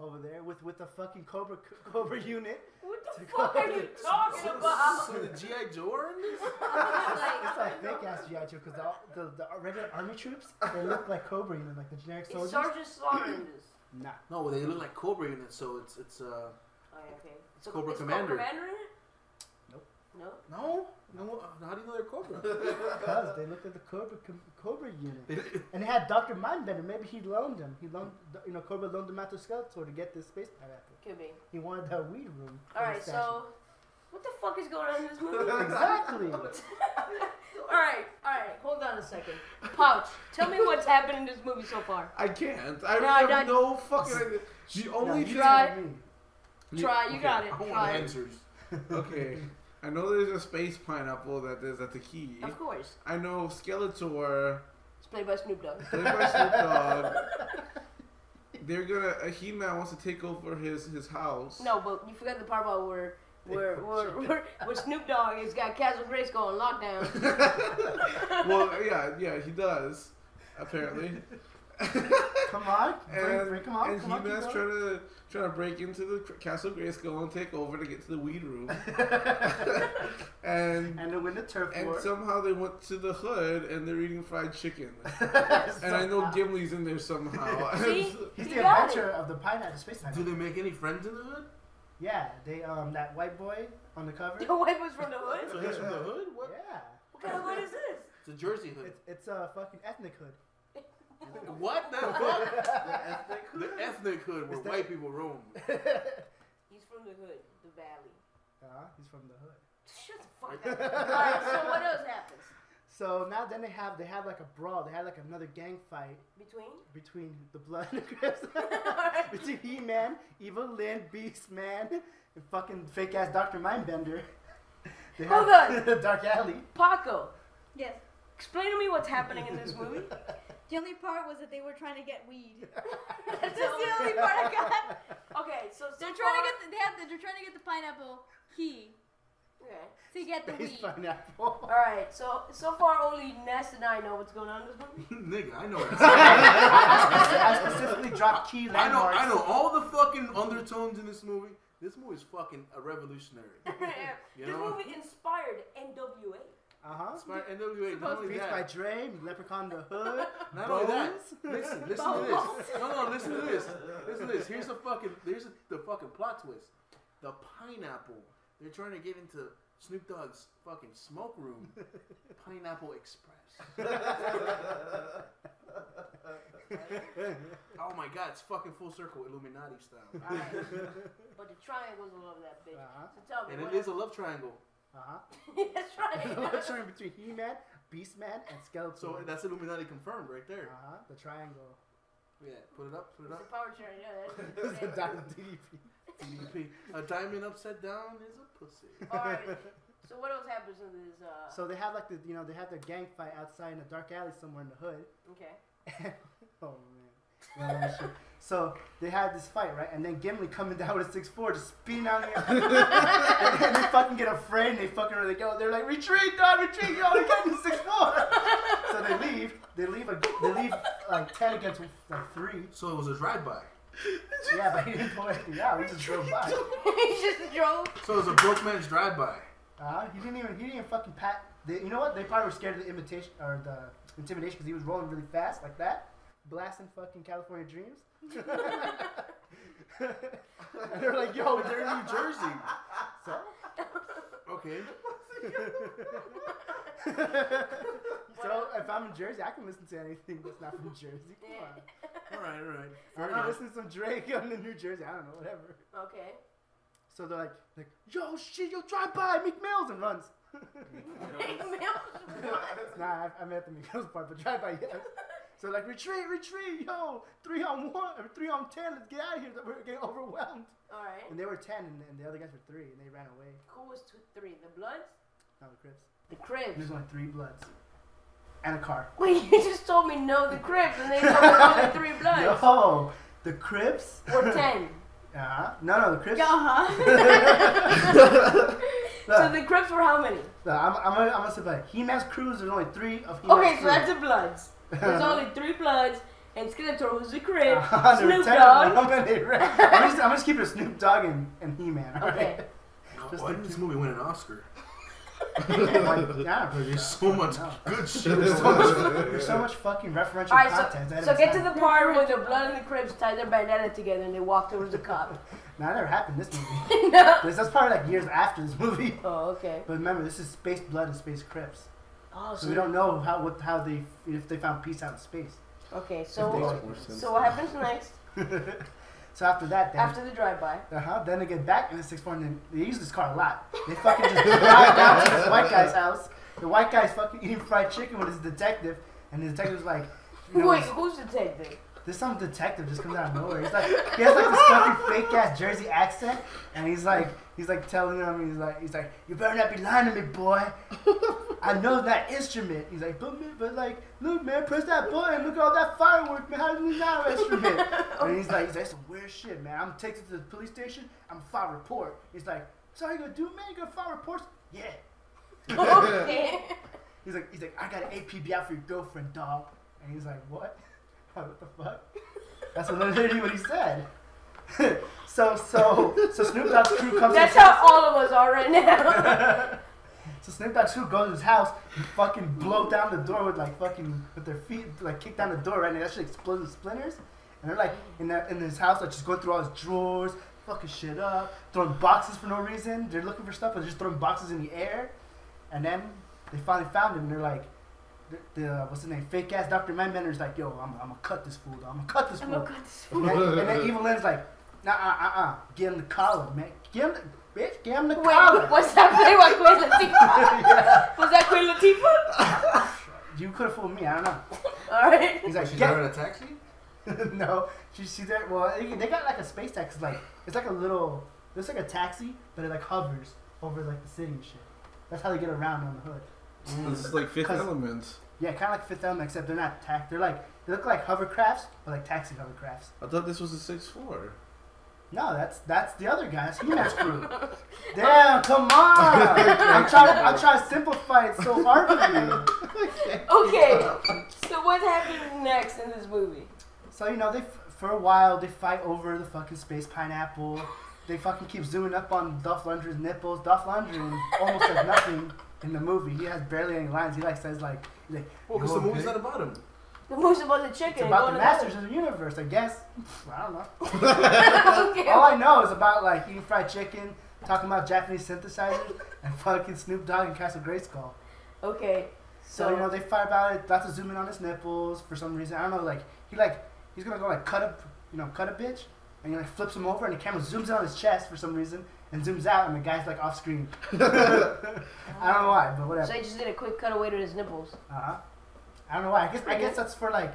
[SPEAKER 7] over there with with the fucking Cobra Cobra unit.
[SPEAKER 5] What
[SPEAKER 9] [LAUGHS]
[SPEAKER 5] the fuck are you talking
[SPEAKER 9] So,
[SPEAKER 5] about?
[SPEAKER 7] [LAUGHS]
[SPEAKER 9] so the GI Joe are in this?
[SPEAKER 7] It's like fake ass GI Joe because the, the regular army troops they look like Cobra unit, like the generic
[SPEAKER 5] It's
[SPEAKER 7] soldiers.
[SPEAKER 5] Sergeant Slaughter in this.
[SPEAKER 7] Nah,
[SPEAKER 9] No, they look like Cobra units, so it's it's uh.
[SPEAKER 5] Oh, yeah, okay.
[SPEAKER 9] Cobra
[SPEAKER 5] is
[SPEAKER 9] Commander.
[SPEAKER 5] Cobra Commander in it?
[SPEAKER 7] Nope.
[SPEAKER 5] No.
[SPEAKER 9] No? No? uh, How do you know they're [LAUGHS] Cobra?
[SPEAKER 7] Because they looked at the Cobra com- Cobra unit, and they had Doctor Mindbender. Maybe he loaned him. He loaned, you know, Cobra loaned him out to Skeletor to get this space pirate. After.
[SPEAKER 5] Could be.
[SPEAKER 7] He wanted that weed room. for
[SPEAKER 5] All
[SPEAKER 7] the
[SPEAKER 5] right.
[SPEAKER 7] statue.
[SPEAKER 5] So, what the fuck is going on in this
[SPEAKER 9] [LAUGHS]
[SPEAKER 5] movie? [LAUGHS]
[SPEAKER 7] exactly.
[SPEAKER 5] all right. All right. Hold on a second. Pouch, tell me what's happened in this movie so far.
[SPEAKER 10] I can't. I
[SPEAKER 5] No,
[SPEAKER 10] have
[SPEAKER 5] that-
[SPEAKER 10] no fucking idea. The only
[SPEAKER 7] you
[SPEAKER 10] thing-
[SPEAKER 5] try.
[SPEAKER 7] tell me.
[SPEAKER 5] Try. You
[SPEAKER 10] okay,
[SPEAKER 5] got it.
[SPEAKER 9] I want
[SPEAKER 5] Try.
[SPEAKER 9] answers.
[SPEAKER 10] Okay. I know there's a space pineapple that is at the key.
[SPEAKER 5] Of course.
[SPEAKER 10] I know Skeletor,
[SPEAKER 5] It's played by Snoop Dogg.
[SPEAKER 10] played by
[SPEAKER 5] [LAUGHS]
[SPEAKER 10] Snoop Dogg. They're gonna. Uh, he Man wants to take over his his house.
[SPEAKER 5] No, but you forgot the part about where
[SPEAKER 7] [LAUGHS]
[SPEAKER 5] where where, where, where Snoop Dogg has got Castle Grayskull on lockdown.
[SPEAKER 7] [LAUGHS]
[SPEAKER 10] Well, yeah, yeah, he does. Apparently.
[SPEAKER 7] Come on, bring,
[SPEAKER 10] And,
[SPEAKER 7] bring, come on,
[SPEAKER 10] and
[SPEAKER 7] come on. keep
[SPEAKER 10] He-Man's
[SPEAKER 7] going.
[SPEAKER 10] trying to trying to break into the cr- Castle Grayskull and take over to get to the weed room. [LAUGHS] and
[SPEAKER 7] And to win the turf
[SPEAKER 10] and
[SPEAKER 7] war.
[SPEAKER 10] somehow they went to the hood and they're eating fried chicken. and I know
[SPEAKER 7] Somehow.
[SPEAKER 10] Gimli's in there somehow.
[SPEAKER 5] [LAUGHS]
[SPEAKER 10] [LAUGHS]
[SPEAKER 5] See?
[SPEAKER 7] He's
[SPEAKER 5] You
[SPEAKER 7] the
[SPEAKER 5] got
[SPEAKER 7] adventure of the pineapple space
[SPEAKER 9] Do
[SPEAKER 7] pineapple.
[SPEAKER 9] they make any friends in the hood?
[SPEAKER 7] Yeah, they um that white boy on the cover.
[SPEAKER 5] The wife was from the hood.
[SPEAKER 7] [LAUGHS]
[SPEAKER 9] So he's from the hood? What?
[SPEAKER 7] Yeah,
[SPEAKER 5] What kind of hood is this?
[SPEAKER 9] It's a Jersey hood.
[SPEAKER 7] it's it's a fucking ethnic hood. [LAUGHS]
[SPEAKER 9] What the fuck? the ethnic hood where
[SPEAKER 7] Is that-
[SPEAKER 9] white people
[SPEAKER 7] [LAUGHS]
[SPEAKER 9] roam.
[SPEAKER 5] He's from the hood, the valley.
[SPEAKER 7] Uh, he's from the hood.
[SPEAKER 5] Shut the fuck
[SPEAKER 7] [LAUGHS]
[SPEAKER 5] up. All right. So what else happens
[SPEAKER 7] So now then they have they have like a brawl. They had like another gang fight
[SPEAKER 5] between?
[SPEAKER 7] between the Blood and
[SPEAKER 5] [LAUGHS]
[SPEAKER 7] the Crips. [LAUGHS] between He Man, Evil Lynn, Beast Man, and fucking fake ass Doctor Mindbender. They
[SPEAKER 5] Hold
[SPEAKER 7] have- [LAUGHS] Dark Alley.
[SPEAKER 5] Paco,
[SPEAKER 4] Yes.
[SPEAKER 5] explain to me what's happening in this
[SPEAKER 7] [LAUGHS]
[SPEAKER 5] movie. [LAUGHS]
[SPEAKER 4] The only part was that they were trying to get
[SPEAKER 10] [LAUGHS]
[SPEAKER 4] weed.
[SPEAKER 5] That's
[SPEAKER 4] That's the only part I got.
[SPEAKER 5] got. Okay, so
[SPEAKER 4] They're trying to get. The, they have. The, they're trying to get the
[SPEAKER 10] [LAUGHS]
[SPEAKER 4] pineapple key
[SPEAKER 5] Okay.
[SPEAKER 4] to get the
[SPEAKER 7] He's
[SPEAKER 4] weed.
[SPEAKER 7] pineapple.
[SPEAKER 5] All right. So so far only Ness and I know what's going on in this movie.
[SPEAKER 9] Nigga, I know.
[SPEAKER 7] [LAUGHS]
[SPEAKER 9] I
[SPEAKER 7] I specifically
[SPEAKER 9] [LAUGHS]
[SPEAKER 7] dropped key
[SPEAKER 9] know.
[SPEAKER 7] landmarks.
[SPEAKER 9] I know all the fucking undertones in this movie. This movie is fucking a
[SPEAKER 7] [LAUGHS]
[SPEAKER 9] revolutionary. [LAUGHS]
[SPEAKER 5] this
[SPEAKER 9] You know?
[SPEAKER 5] movie inspired NWA.
[SPEAKER 7] Uh huh.
[SPEAKER 9] It's my NWA. Not only
[SPEAKER 7] Beats by
[SPEAKER 9] that.
[SPEAKER 7] Dre, Leprechaun the Hood.
[SPEAKER 9] Not only that.
[SPEAKER 7] Bones. [LAUGHS]
[SPEAKER 9] Listen, listen to this. No, no, listen to this. Listen to this. Here's the fucking. There's a, the fucking plot twist. The pineapple. They're trying to get into Snoop Dogg's fucking smoke
[SPEAKER 7] [LAUGHS]
[SPEAKER 9] room. Pineapple Express. [LAUGHS] Oh my god, it's fucking full circle Illuminati style.
[SPEAKER 7] [LAUGHS]
[SPEAKER 5] All right. but the triangle's all over that bitch.
[SPEAKER 7] Uh-huh.
[SPEAKER 5] So tell me.
[SPEAKER 9] And
[SPEAKER 5] what
[SPEAKER 9] it is a love triangle.
[SPEAKER 7] Uh-huh. [LAUGHS]
[SPEAKER 5] else- [LAUGHS] That's
[SPEAKER 9] [LAUGHS]
[SPEAKER 7] The
[SPEAKER 5] right.
[SPEAKER 7] love triangle between He-Man, Beast-Man, and Skeletor.
[SPEAKER 9] So that's Illuminati confirmed right there.
[SPEAKER 7] uh-huh. The triangle. [LAUGHS]
[SPEAKER 9] Yeah, put it up, put it
[SPEAKER 5] It's a
[SPEAKER 9] up. E
[SPEAKER 5] power train. Yeah, that's what
[SPEAKER 7] This
[SPEAKER 5] I'm
[SPEAKER 9] [LAUGHS]
[SPEAKER 7] is
[SPEAKER 5] saying.
[SPEAKER 7] the Diamond DDP.
[SPEAKER 9] a diamond upside down is a pussy.
[SPEAKER 5] All right. So what else happens in this? Uh,
[SPEAKER 7] So they have like the you know they have their gang fight outside in a dark alley somewhere in the hood.
[SPEAKER 5] okay. [LAUGHS]
[SPEAKER 7] [LAUGHS] oh man. Yeah, that shit. So they had this fight, right? And then Gimli coming down with a six four, just spinning out [LAUGHS] here, and then they fucking get afraid, and they fucking are like, yo, they're like, retreat, dog, retreat, yo, they're getting six four. [LAUGHS] so they leave, they leave, a, they leave like ten against like three.
[SPEAKER 9] So it was a drive by.
[SPEAKER 7] Yeah, but he didn't pull anything out. He just drove by.
[SPEAKER 5] he just drove.
[SPEAKER 9] So it was a broke man's drive by.
[SPEAKER 7] Uh, he didn't even he didn't even fucking pat. They, you know what? They probably were scared of the imitation or the intimidation because he was rolling really fast like that, blasting fucking California Dreams. [LAUGHS] and they're like, "Yo,
[SPEAKER 9] They're
[SPEAKER 7] they're
[SPEAKER 9] in New Jersey.
[SPEAKER 7] so." [LAUGHS]
[SPEAKER 9] Okay.
[SPEAKER 7] so if I'm in Jersey, I can listen to anything that's not from Jersey. Come on,
[SPEAKER 9] Alright, alright.
[SPEAKER 7] I
[SPEAKER 9] Fair
[SPEAKER 7] can
[SPEAKER 9] enough.
[SPEAKER 7] listen to some Drake on the New Jersey. I don't know, whatever.
[SPEAKER 5] Okay.
[SPEAKER 7] So they're like, like, "Yo, shit, yo, drive by McMills and runs." [LAUGHS]
[SPEAKER 5] [LAUGHS]
[SPEAKER 9] [LAUGHS]
[SPEAKER 7] Nah, I, I meant the McDonald's part, but drive by yeah. So like retreat, retreat, yo, three on one or three on ten, let's get out of here. We're getting overwhelmed.
[SPEAKER 5] All right.
[SPEAKER 7] And they were ten, and, and the other guys were three, and they ran away.
[SPEAKER 5] Who was two, three? The Bloods.
[SPEAKER 7] Now the Crips.
[SPEAKER 5] The
[SPEAKER 7] There's
[SPEAKER 5] Cribs.
[SPEAKER 7] only three Bloods, and a car.
[SPEAKER 5] Wait, [LAUGHS] you just told me no, the Cribs, and
[SPEAKER 9] [LAUGHS]
[SPEAKER 5] they told me only three Bloods.
[SPEAKER 7] Yo, the Crips.
[SPEAKER 5] Or ten.
[SPEAKER 7] Uh-huh. No, no, the Crips.
[SPEAKER 4] Uh
[SPEAKER 7] Uh-huh.
[SPEAKER 12] [LAUGHS]
[SPEAKER 4] huh.
[SPEAKER 5] So the Cribs were how many?
[SPEAKER 7] No, I'm, I'm gonna, I'm gonna say like He-Man's crews. There's only three of He-Man's
[SPEAKER 5] Okay, so
[SPEAKER 7] crew.
[SPEAKER 5] that's the Bloods. There's only three Bloods, and Skeletor was the
[SPEAKER 7] [LAUGHS]
[SPEAKER 5] Crib.
[SPEAKER 7] Uh-huh, [LAUGHS] there were
[SPEAKER 5] Snoop
[SPEAKER 7] 10 of
[SPEAKER 5] Dogg.
[SPEAKER 7] them, and they ran.
[SPEAKER 12] [LAUGHS]
[SPEAKER 7] I'm just, I'm just keeping Snoop Dogg and, and He-Man. all right?
[SPEAKER 5] Okay.
[SPEAKER 9] Why did this movie win an Oscar?
[SPEAKER 7] [LAUGHS] Like, yeah, bro,
[SPEAKER 9] There's so much
[SPEAKER 7] No.
[SPEAKER 9] good shit.
[SPEAKER 10] There's so
[SPEAKER 7] There's so much fucking referential
[SPEAKER 12] All right,
[SPEAKER 7] content.
[SPEAKER 12] so, so get to the part where the blood and the cribs tied their bandana together and they walk towards the [LAUGHS] cop.
[SPEAKER 7] Nah, that never happened in this movie.
[SPEAKER 12] no.
[SPEAKER 7] this, that's probably like years after this [LAUGHS] movie.
[SPEAKER 12] Oh, okay.
[SPEAKER 7] But remember, this is space blood and space crypts.
[SPEAKER 12] Oh,
[SPEAKER 7] So we don't know how what, how they if they found peace out in space.
[SPEAKER 12] Okay,
[SPEAKER 7] If
[SPEAKER 12] so
[SPEAKER 7] they-
[SPEAKER 12] so what happens
[SPEAKER 7] [LAUGHS]
[SPEAKER 12] next
[SPEAKER 7] so after that, then
[SPEAKER 12] after the drive-by?
[SPEAKER 7] uh-huh, then they get back in the six four and then they use this car a lot. They fucking just drive down to this white guy's house. The white guy's fucking eating fried chicken with his detective, and the detective's like, you know,
[SPEAKER 12] Wait, who's
[SPEAKER 7] [LAUGHS]
[SPEAKER 12] detective?
[SPEAKER 7] There's some detective just comes out of nowhere. He's like, he has like this fucking fake ass Jersey accent, and he's like, he's like telling him, he's like, he's like, you better not be lying to me, boy. I know that instrument. He's like, but man, but like, look, man, press that button. Look at all that fireworks, man. How do you know that instrument? And he's like, he's like, some weird shit, man. I'm taking to the police station. I'm gonna file a report. He's like, so how you gonna do, it, man? You gonna file reports? Yeah.
[SPEAKER 12] okay.
[SPEAKER 7] He's like, he's like, I got an APB out for your girlfriend, dog. And he's like, what? [LAUGHS] I'm like, what the fuck? That's literally what he said. [LAUGHS] so, so, so Snoop Dogg's crew
[SPEAKER 12] [LAUGHS]
[SPEAKER 7] comes.
[SPEAKER 12] That's
[SPEAKER 7] to his-
[SPEAKER 12] how all of us are right
[SPEAKER 7] [LAUGHS]
[SPEAKER 12] now.
[SPEAKER 7] so Snoop Dogg's crew goes to his house and fucking blow down the door with like fucking with their feet, like kick down the door right, and that shit explodes in splinters. And they're like in that in his house, like just going through all his drawers, fucking shit up, throwing boxes for no reason. They're looking for stuff, but they're just throwing boxes in the air. And then they finally found him, and they're like. The, the what's his name? Fake ass Dr. Manbender's like, yo, I'm, I'm gonna cut this fool. though. I'm gonna cut
[SPEAKER 12] Oh
[SPEAKER 7] this
[SPEAKER 4] I'm
[SPEAKER 7] fool.
[SPEAKER 4] gonna cut this
[SPEAKER 7] And, then- and then Evil Lynn's like, nah, uh, uh, uh, get him the collar, man. Get him, the, bitch, get him the collar.
[SPEAKER 12] Wait, what's that play by Queen
[SPEAKER 7] [LAUGHS]
[SPEAKER 12] Latifah? Was that Queen Latifah?
[SPEAKER 7] You could have fooled me. I don't know.
[SPEAKER 12] All
[SPEAKER 7] [LAUGHS]
[SPEAKER 12] right.
[SPEAKER 7] He's
[SPEAKER 9] Like,
[SPEAKER 7] like,
[SPEAKER 9] she's
[SPEAKER 7] yeah.
[SPEAKER 9] driving a taxi?
[SPEAKER 7] [LAUGHS] no, she she there. Well, they they got like a space taxi. Like it's like a little. It's like a taxi, but it like hovers over like the city and shit. That's how they get around on the hood.
[SPEAKER 10] [LAUGHS] This is like Fifth
[SPEAKER 7] 'Cause-
[SPEAKER 10] Element.
[SPEAKER 7] Yeah, kind of like Fifth Element, except they're not tax. They're like they look like hovercrafts, but like taxi hovercrafts.
[SPEAKER 10] I thought this was a six four.
[SPEAKER 7] No, that's that's the other guy. That's He-Man's crew. Damn, come on! I'm trying. To, I'm trying to simplify it so hard for you.
[SPEAKER 12] Okay. So what happened next in this movie?
[SPEAKER 7] So you know, they f- for a while they fight over the fucking space pineapple. They fucking keep zooming up on Duff Lundgren's nipples. Duff Lundgren almost says nothing in the movie. He has barely any lines. He like says like, he's like
[SPEAKER 9] Well, because the
[SPEAKER 7] "You're
[SPEAKER 9] movie's
[SPEAKER 7] big."
[SPEAKER 9] not about him.
[SPEAKER 12] The movie's about the chicken.
[SPEAKER 7] it's about
[SPEAKER 12] and
[SPEAKER 7] the
[SPEAKER 12] going
[SPEAKER 7] masters of the universe, I guess. I don't know.
[SPEAKER 12] to- okay.
[SPEAKER 7] All I know is about like eating fried chicken, talking about Japanese synthesizers, and fucking Snoop Dogg and Castle Grayskull.
[SPEAKER 12] Okay.
[SPEAKER 7] So you know they fight about it. That's a zoom in on his nipples for some reason. I don't know. Like he like he's gonna go like cut up, you know, cut a bitch, and he like flips him over, and the camera zooms in on his chest for some reason, and zooms out, and the guy's like off screen. [LAUGHS] I don't know why,
[SPEAKER 12] Uh,
[SPEAKER 7] but
[SPEAKER 12] So
[SPEAKER 7] whatever.
[SPEAKER 12] I just did a quick cutaway to his nipples.
[SPEAKER 7] Uh huh. I don't know why. I guess I guess that's for like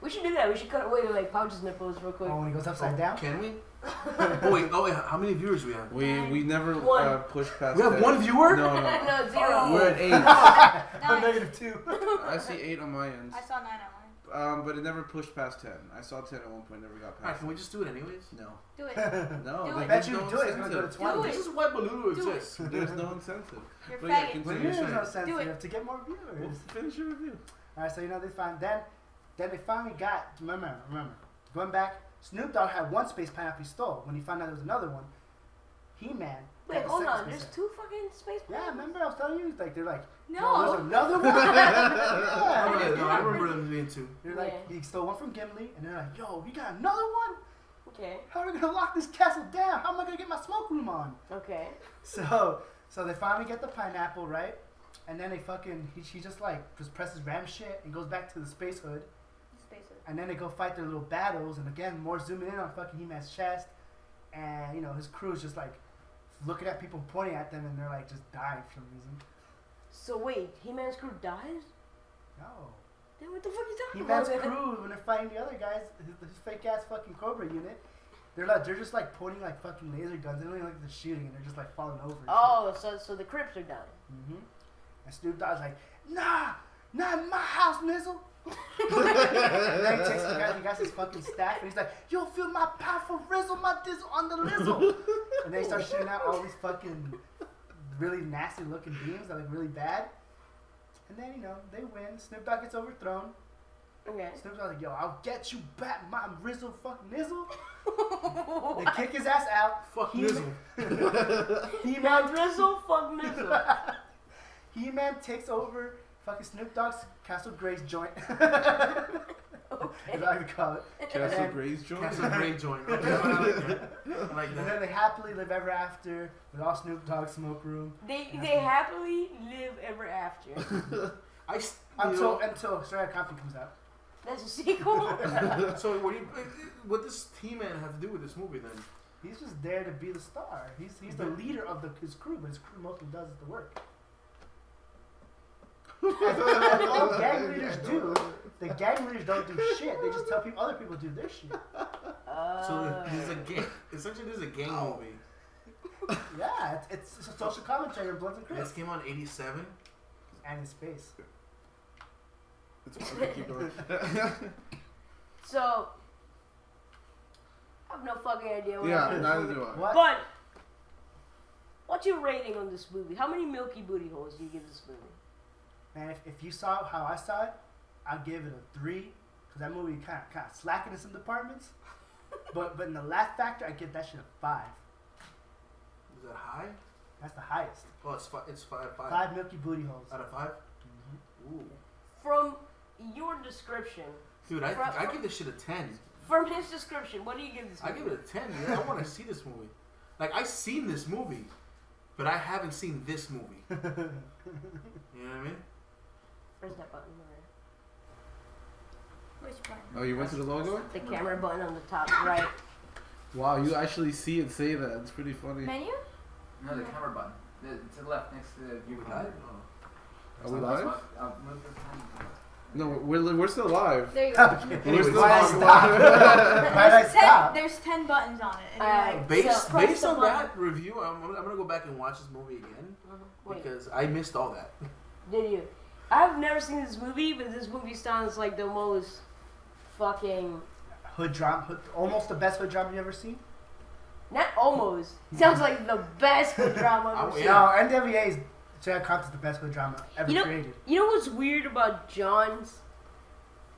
[SPEAKER 12] We should do that. We should cut away to like Pouch's nipples real quick.
[SPEAKER 7] oh, when he goes upside down.
[SPEAKER 9] Can we? oh, wait. Oh, wait. How many viewers do we have?
[SPEAKER 10] We we never
[SPEAKER 12] One.
[SPEAKER 10] uh, pushed past.
[SPEAKER 9] We have
[SPEAKER 10] that.
[SPEAKER 9] one [LAUGHS] viewer?
[SPEAKER 10] No,
[SPEAKER 12] [LAUGHS]
[SPEAKER 10] no.
[SPEAKER 12] no,
[SPEAKER 7] Oh,
[SPEAKER 12] zero.
[SPEAKER 10] We're
[SPEAKER 9] [LAUGHS]
[SPEAKER 10] at eight.
[SPEAKER 7] I'm
[SPEAKER 4] Nine.
[SPEAKER 7] [LAUGHS] negative two.
[SPEAKER 10] [LAUGHS] I see eight on my end.
[SPEAKER 4] I saw nine online.
[SPEAKER 10] Um, but it never pushed past ten. I saw ten at one point. Never got
[SPEAKER 9] Alright,
[SPEAKER 10] past.
[SPEAKER 9] can we just do it anyways?
[SPEAKER 10] it. No.
[SPEAKER 4] Do it.
[SPEAKER 7] [LAUGHS]
[SPEAKER 10] No.
[SPEAKER 4] Do
[SPEAKER 10] like,
[SPEAKER 4] it.
[SPEAKER 10] there's
[SPEAKER 7] Bet you
[SPEAKER 10] no
[SPEAKER 7] do it. It's gonna go to
[SPEAKER 10] incentive.
[SPEAKER 4] Do
[SPEAKER 7] twenty.
[SPEAKER 4] it.
[SPEAKER 9] This is why Balulu
[SPEAKER 4] Do it.
[SPEAKER 9] exists.
[SPEAKER 10] There's [LAUGHS] no incentive.
[SPEAKER 4] You're
[SPEAKER 10] But yeah,
[SPEAKER 4] faggot.
[SPEAKER 7] Well,
[SPEAKER 10] continue.
[SPEAKER 7] There's no
[SPEAKER 9] saying?
[SPEAKER 7] sense
[SPEAKER 4] Do
[SPEAKER 7] in it to get more
[SPEAKER 10] We'll
[SPEAKER 7] viewers.
[SPEAKER 10] finish your review.
[SPEAKER 7] All right, so you know they find then, then they finally got. Remember, remember, going back. Snoop Dogg had one space pineapple he stole. When he found out there was another one, He Man.
[SPEAKER 12] Wait, hold on. There's two fucking space.
[SPEAKER 7] Yeah,
[SPEAKER 12] pineapples?
[SPEAKER 7] remember I was telling you, like they're like,
[SPEAKER 4] No.
[SPEAKER 7] there's another one.
[SPEAKER 12] [LAUGHS]
[SPEAKER 7] yeah.
[SPEAKER 9] Oh, yeah, no, I remember them being two.
[SPEAKER 7] They're like, he stole one from Gimli, and they're like, yo, we got another one.
[SPEAKER 12] Okay.
[SPEAKER 7] How are we gonna lock this castle down? How am I gonna get my smoke room on?
[SPEAKER 12] Okay.
[SPEAKER 7] So, so they finally get the pineapple, right? And then they fucking, he, she just like just presses ram shit and goes back to the space hood.
[SPEAKER 4] Space it.
[SPEAKER 7] and then they go fight their little battles, and again, more zooming in on fucking He-Man's chest, and you know his crew's just like looking at people pointing at them, and they're like just dying for some reason.
[SPEAKER 12] So wait, He-Man's crew dies?
[SPEAKER 7] No,
[SPEAKER 12] Then what the fuck are you talking
[SPEAKER 7] He-Man's
[SPEAKER 12] about?
[SPEAKER 7] crew when they're fighting the other guys, his, his fake ass fucking Cobra unit, they're like they're just like pointing like fucking laser guns. They don't even look at the shooting, and they're just like falling over.
[SPEAKER 12] Oh, so so the Crips are done.
[SPEAKER 7] hmm And Snoop Dogg's like, Nah, not in my house, Nizzle. [LAUGHS] and then he takes the guy, he got his fucking staff, and he's like, You'll feel my powerful rizzle, my dizzle on the lizzle. and they start shooting out all these fucking really nasty looking beams that look really bad. And then, you know, they win. Snoop Dogg gets overthrown.
[SPEAKER 12] Okay.
[SPEAKER 7] Snoop Dogg's like, Yo, I'll get you back, my rizzle, fuck nizzle. they kick his ass out.
[SPEAKER 9] Fuck
[SPEAKER 7] He-
[SPEAKER 9] Nizzle.
[SPEAKER 7] [LAUGHS] He
[SPEAKER 12] Now
[SPEAKER 7] man [LAUGHS]
[SPEAKER 12] drizzle, fuck nizzle.
[SPEAKER 7] He Man takes over fucking Snoop Dogg's Castle Grace joint. [LAUGHS] That's what I would call it.
[SPEAKER 10] [LAUGHS] Castle
[SPEAKER 7] And-
[SPEAKER 10] Gray's joint.
[SPEAKER 9] Castle Grey joint. Okay, I like that. I like
[SPEAKER 7] And
[SPEAKER 9] that.
[SPEAKER 7] then they happily live ever after with all Snoop Dogg's smoke room.
[SPEAKER 12] They they happily live ever after.
[SPEAKER 9] I, s- you know-
[SPEAKER 7] Until until Sarah Compton comes out.
[SPEAKER 12] That's a
[SPEAKER 5] [LAUGHS]
[SPEAKER 12] sequel.
[SPEAKER 9] [LAUGHS] So what do you, what does T-Man have to do with this movie then?
[SPEAKER 7] He's just there to be the star. He's he's the leader of the, his crew, but his crew mostly does the
[SPEAKER 9] [LAUGHS]
[SPEAKER 7] work. As all gang leaders do. The gang leaders don't do shit. They just tell people other people to do their shit.
[SPEAKER 5] Uh,
[SPEAKER 9] So this is a gang. Essentially, this is a gang movie.
[SPEAKER 7] Yeah, it's, it's a social commentary on Bloods and
[SPEAKER 9] This
[SPEAKER 7] Crips
[SPEAKER 9] came out in '87.
[SPEAKER 7] and in space.
[SPEAKER 10] [LAUGHS] It's- okay, keep [LAUGHS] going.
[SPEAKER 5] So, I have no fucking idea. What
[SPEAKER 10] yeah,
[SPEAKER 5] happened.
[SPEAKER 10] neither do I.
[SPEAKER 7] What?
[SPEAKER 5] But, what's your rating on this movie? How many milky booty holes do you give this movie?
[SPEAKER 7] Man, if, if you saw how I saw it, I'd give it a three because that movie kind of kind of slacking in some [LAUGHS] departments. But but in the last factor, I give that shit a five.
[SPEAKER 9] Is that high?
[SPEAKER 7] That's the highest.
[SPEAKER 9] Oh, it's five. It's five. Five,
[SPEAKER 7] Five milky booty [LAUGHS] holes.
[SPEAKER 9] out of 5 Ooh,
[SPEAKER 5] From your description,
[SPEAKER 9] dude, I
[SPEAKER 5] Fra-
[SPEAKER 9] I give this shit a ten.
[SPEAKER 5] from his description, what do you give this
[SPEAKER 9] I
[SPEAKER 5] movie?
[SPEAKER 9] give it a ten. Dude. I want to see this movie. Like I've seen this movie, but I haven't seen this movie. You know what I mean?
[SPEAKER 5] Where's that button? Maria?
[SPEAKER 4] Which part?
[SPEAKER 10] Oh, you went to the logo?
[SPEAKER 5] The camera button on the top right.
[SPEAKER 10] Wow, you actually see and say that. It's pretty funny.
[SPEAKER 4] Menu?
[SPEAKER 14] No, the camera button. The, to the left, next to the view
[SPEAKER 9] I,
[SPEAKER 14] button.
[SPEAKER 9] oh.
[SPEAKER 10] Are we live?
[SPEAKER 14] Uh, move this time.
[SPEAKER 10] No, we're, li- we're still live. [LAUGHS]
[SPEAKER 4] There you go.
[SPEAKER 10] We're still
[SPEAKER 7] why I
[SPEAKER 10] live.
[SPEAKER 7] [LAUGHS]
[SPEAKER 9] um,
[SPEAKER 7] Why did I
[SPEAKER 4] Ten,
[SPEAKER 7] stop?
[SPEAKER 4] there's ten buttons on it. And
[SPEAKER 5] Uh,
[SPEAKER 4] you're
[SPEAKER 10] Oh.
[SPEAKER 4] like,
[SPEAKER 9] Based
[SPEAKER 5] press
[SPEAKER 9] based
[SPEAKER 5] the
[SPEAKER 9] on
[SPEAKER 5] button.
[SPEAKER 9] that review, I'm, I'm gonna go back and watch this movie again
[SPEAKER 5] Wait,
[SPEAKER 9] because I missed all that. [LAUGHS]
[SPEAKER 5] did you? I've never seen this movie, but this movie sounds like the most fucking.
[SPEAKER 7] Hood drama, hood, almost the best hood drama you ever seen.
[SPEAKER 5] Not almost. Sounds like the best good drama I've ever
[SPEAKER 9] I-
[SPEAKER 5] seen.
[SPEAKER 9] Yeah.
[SPEAKER 7] No, NWA's Jack Cox is the best hood drama ever
[SPEAKER 5] You know-
[SPEAKER 7] created.
[SPEAKER 5] You know what's weird about John's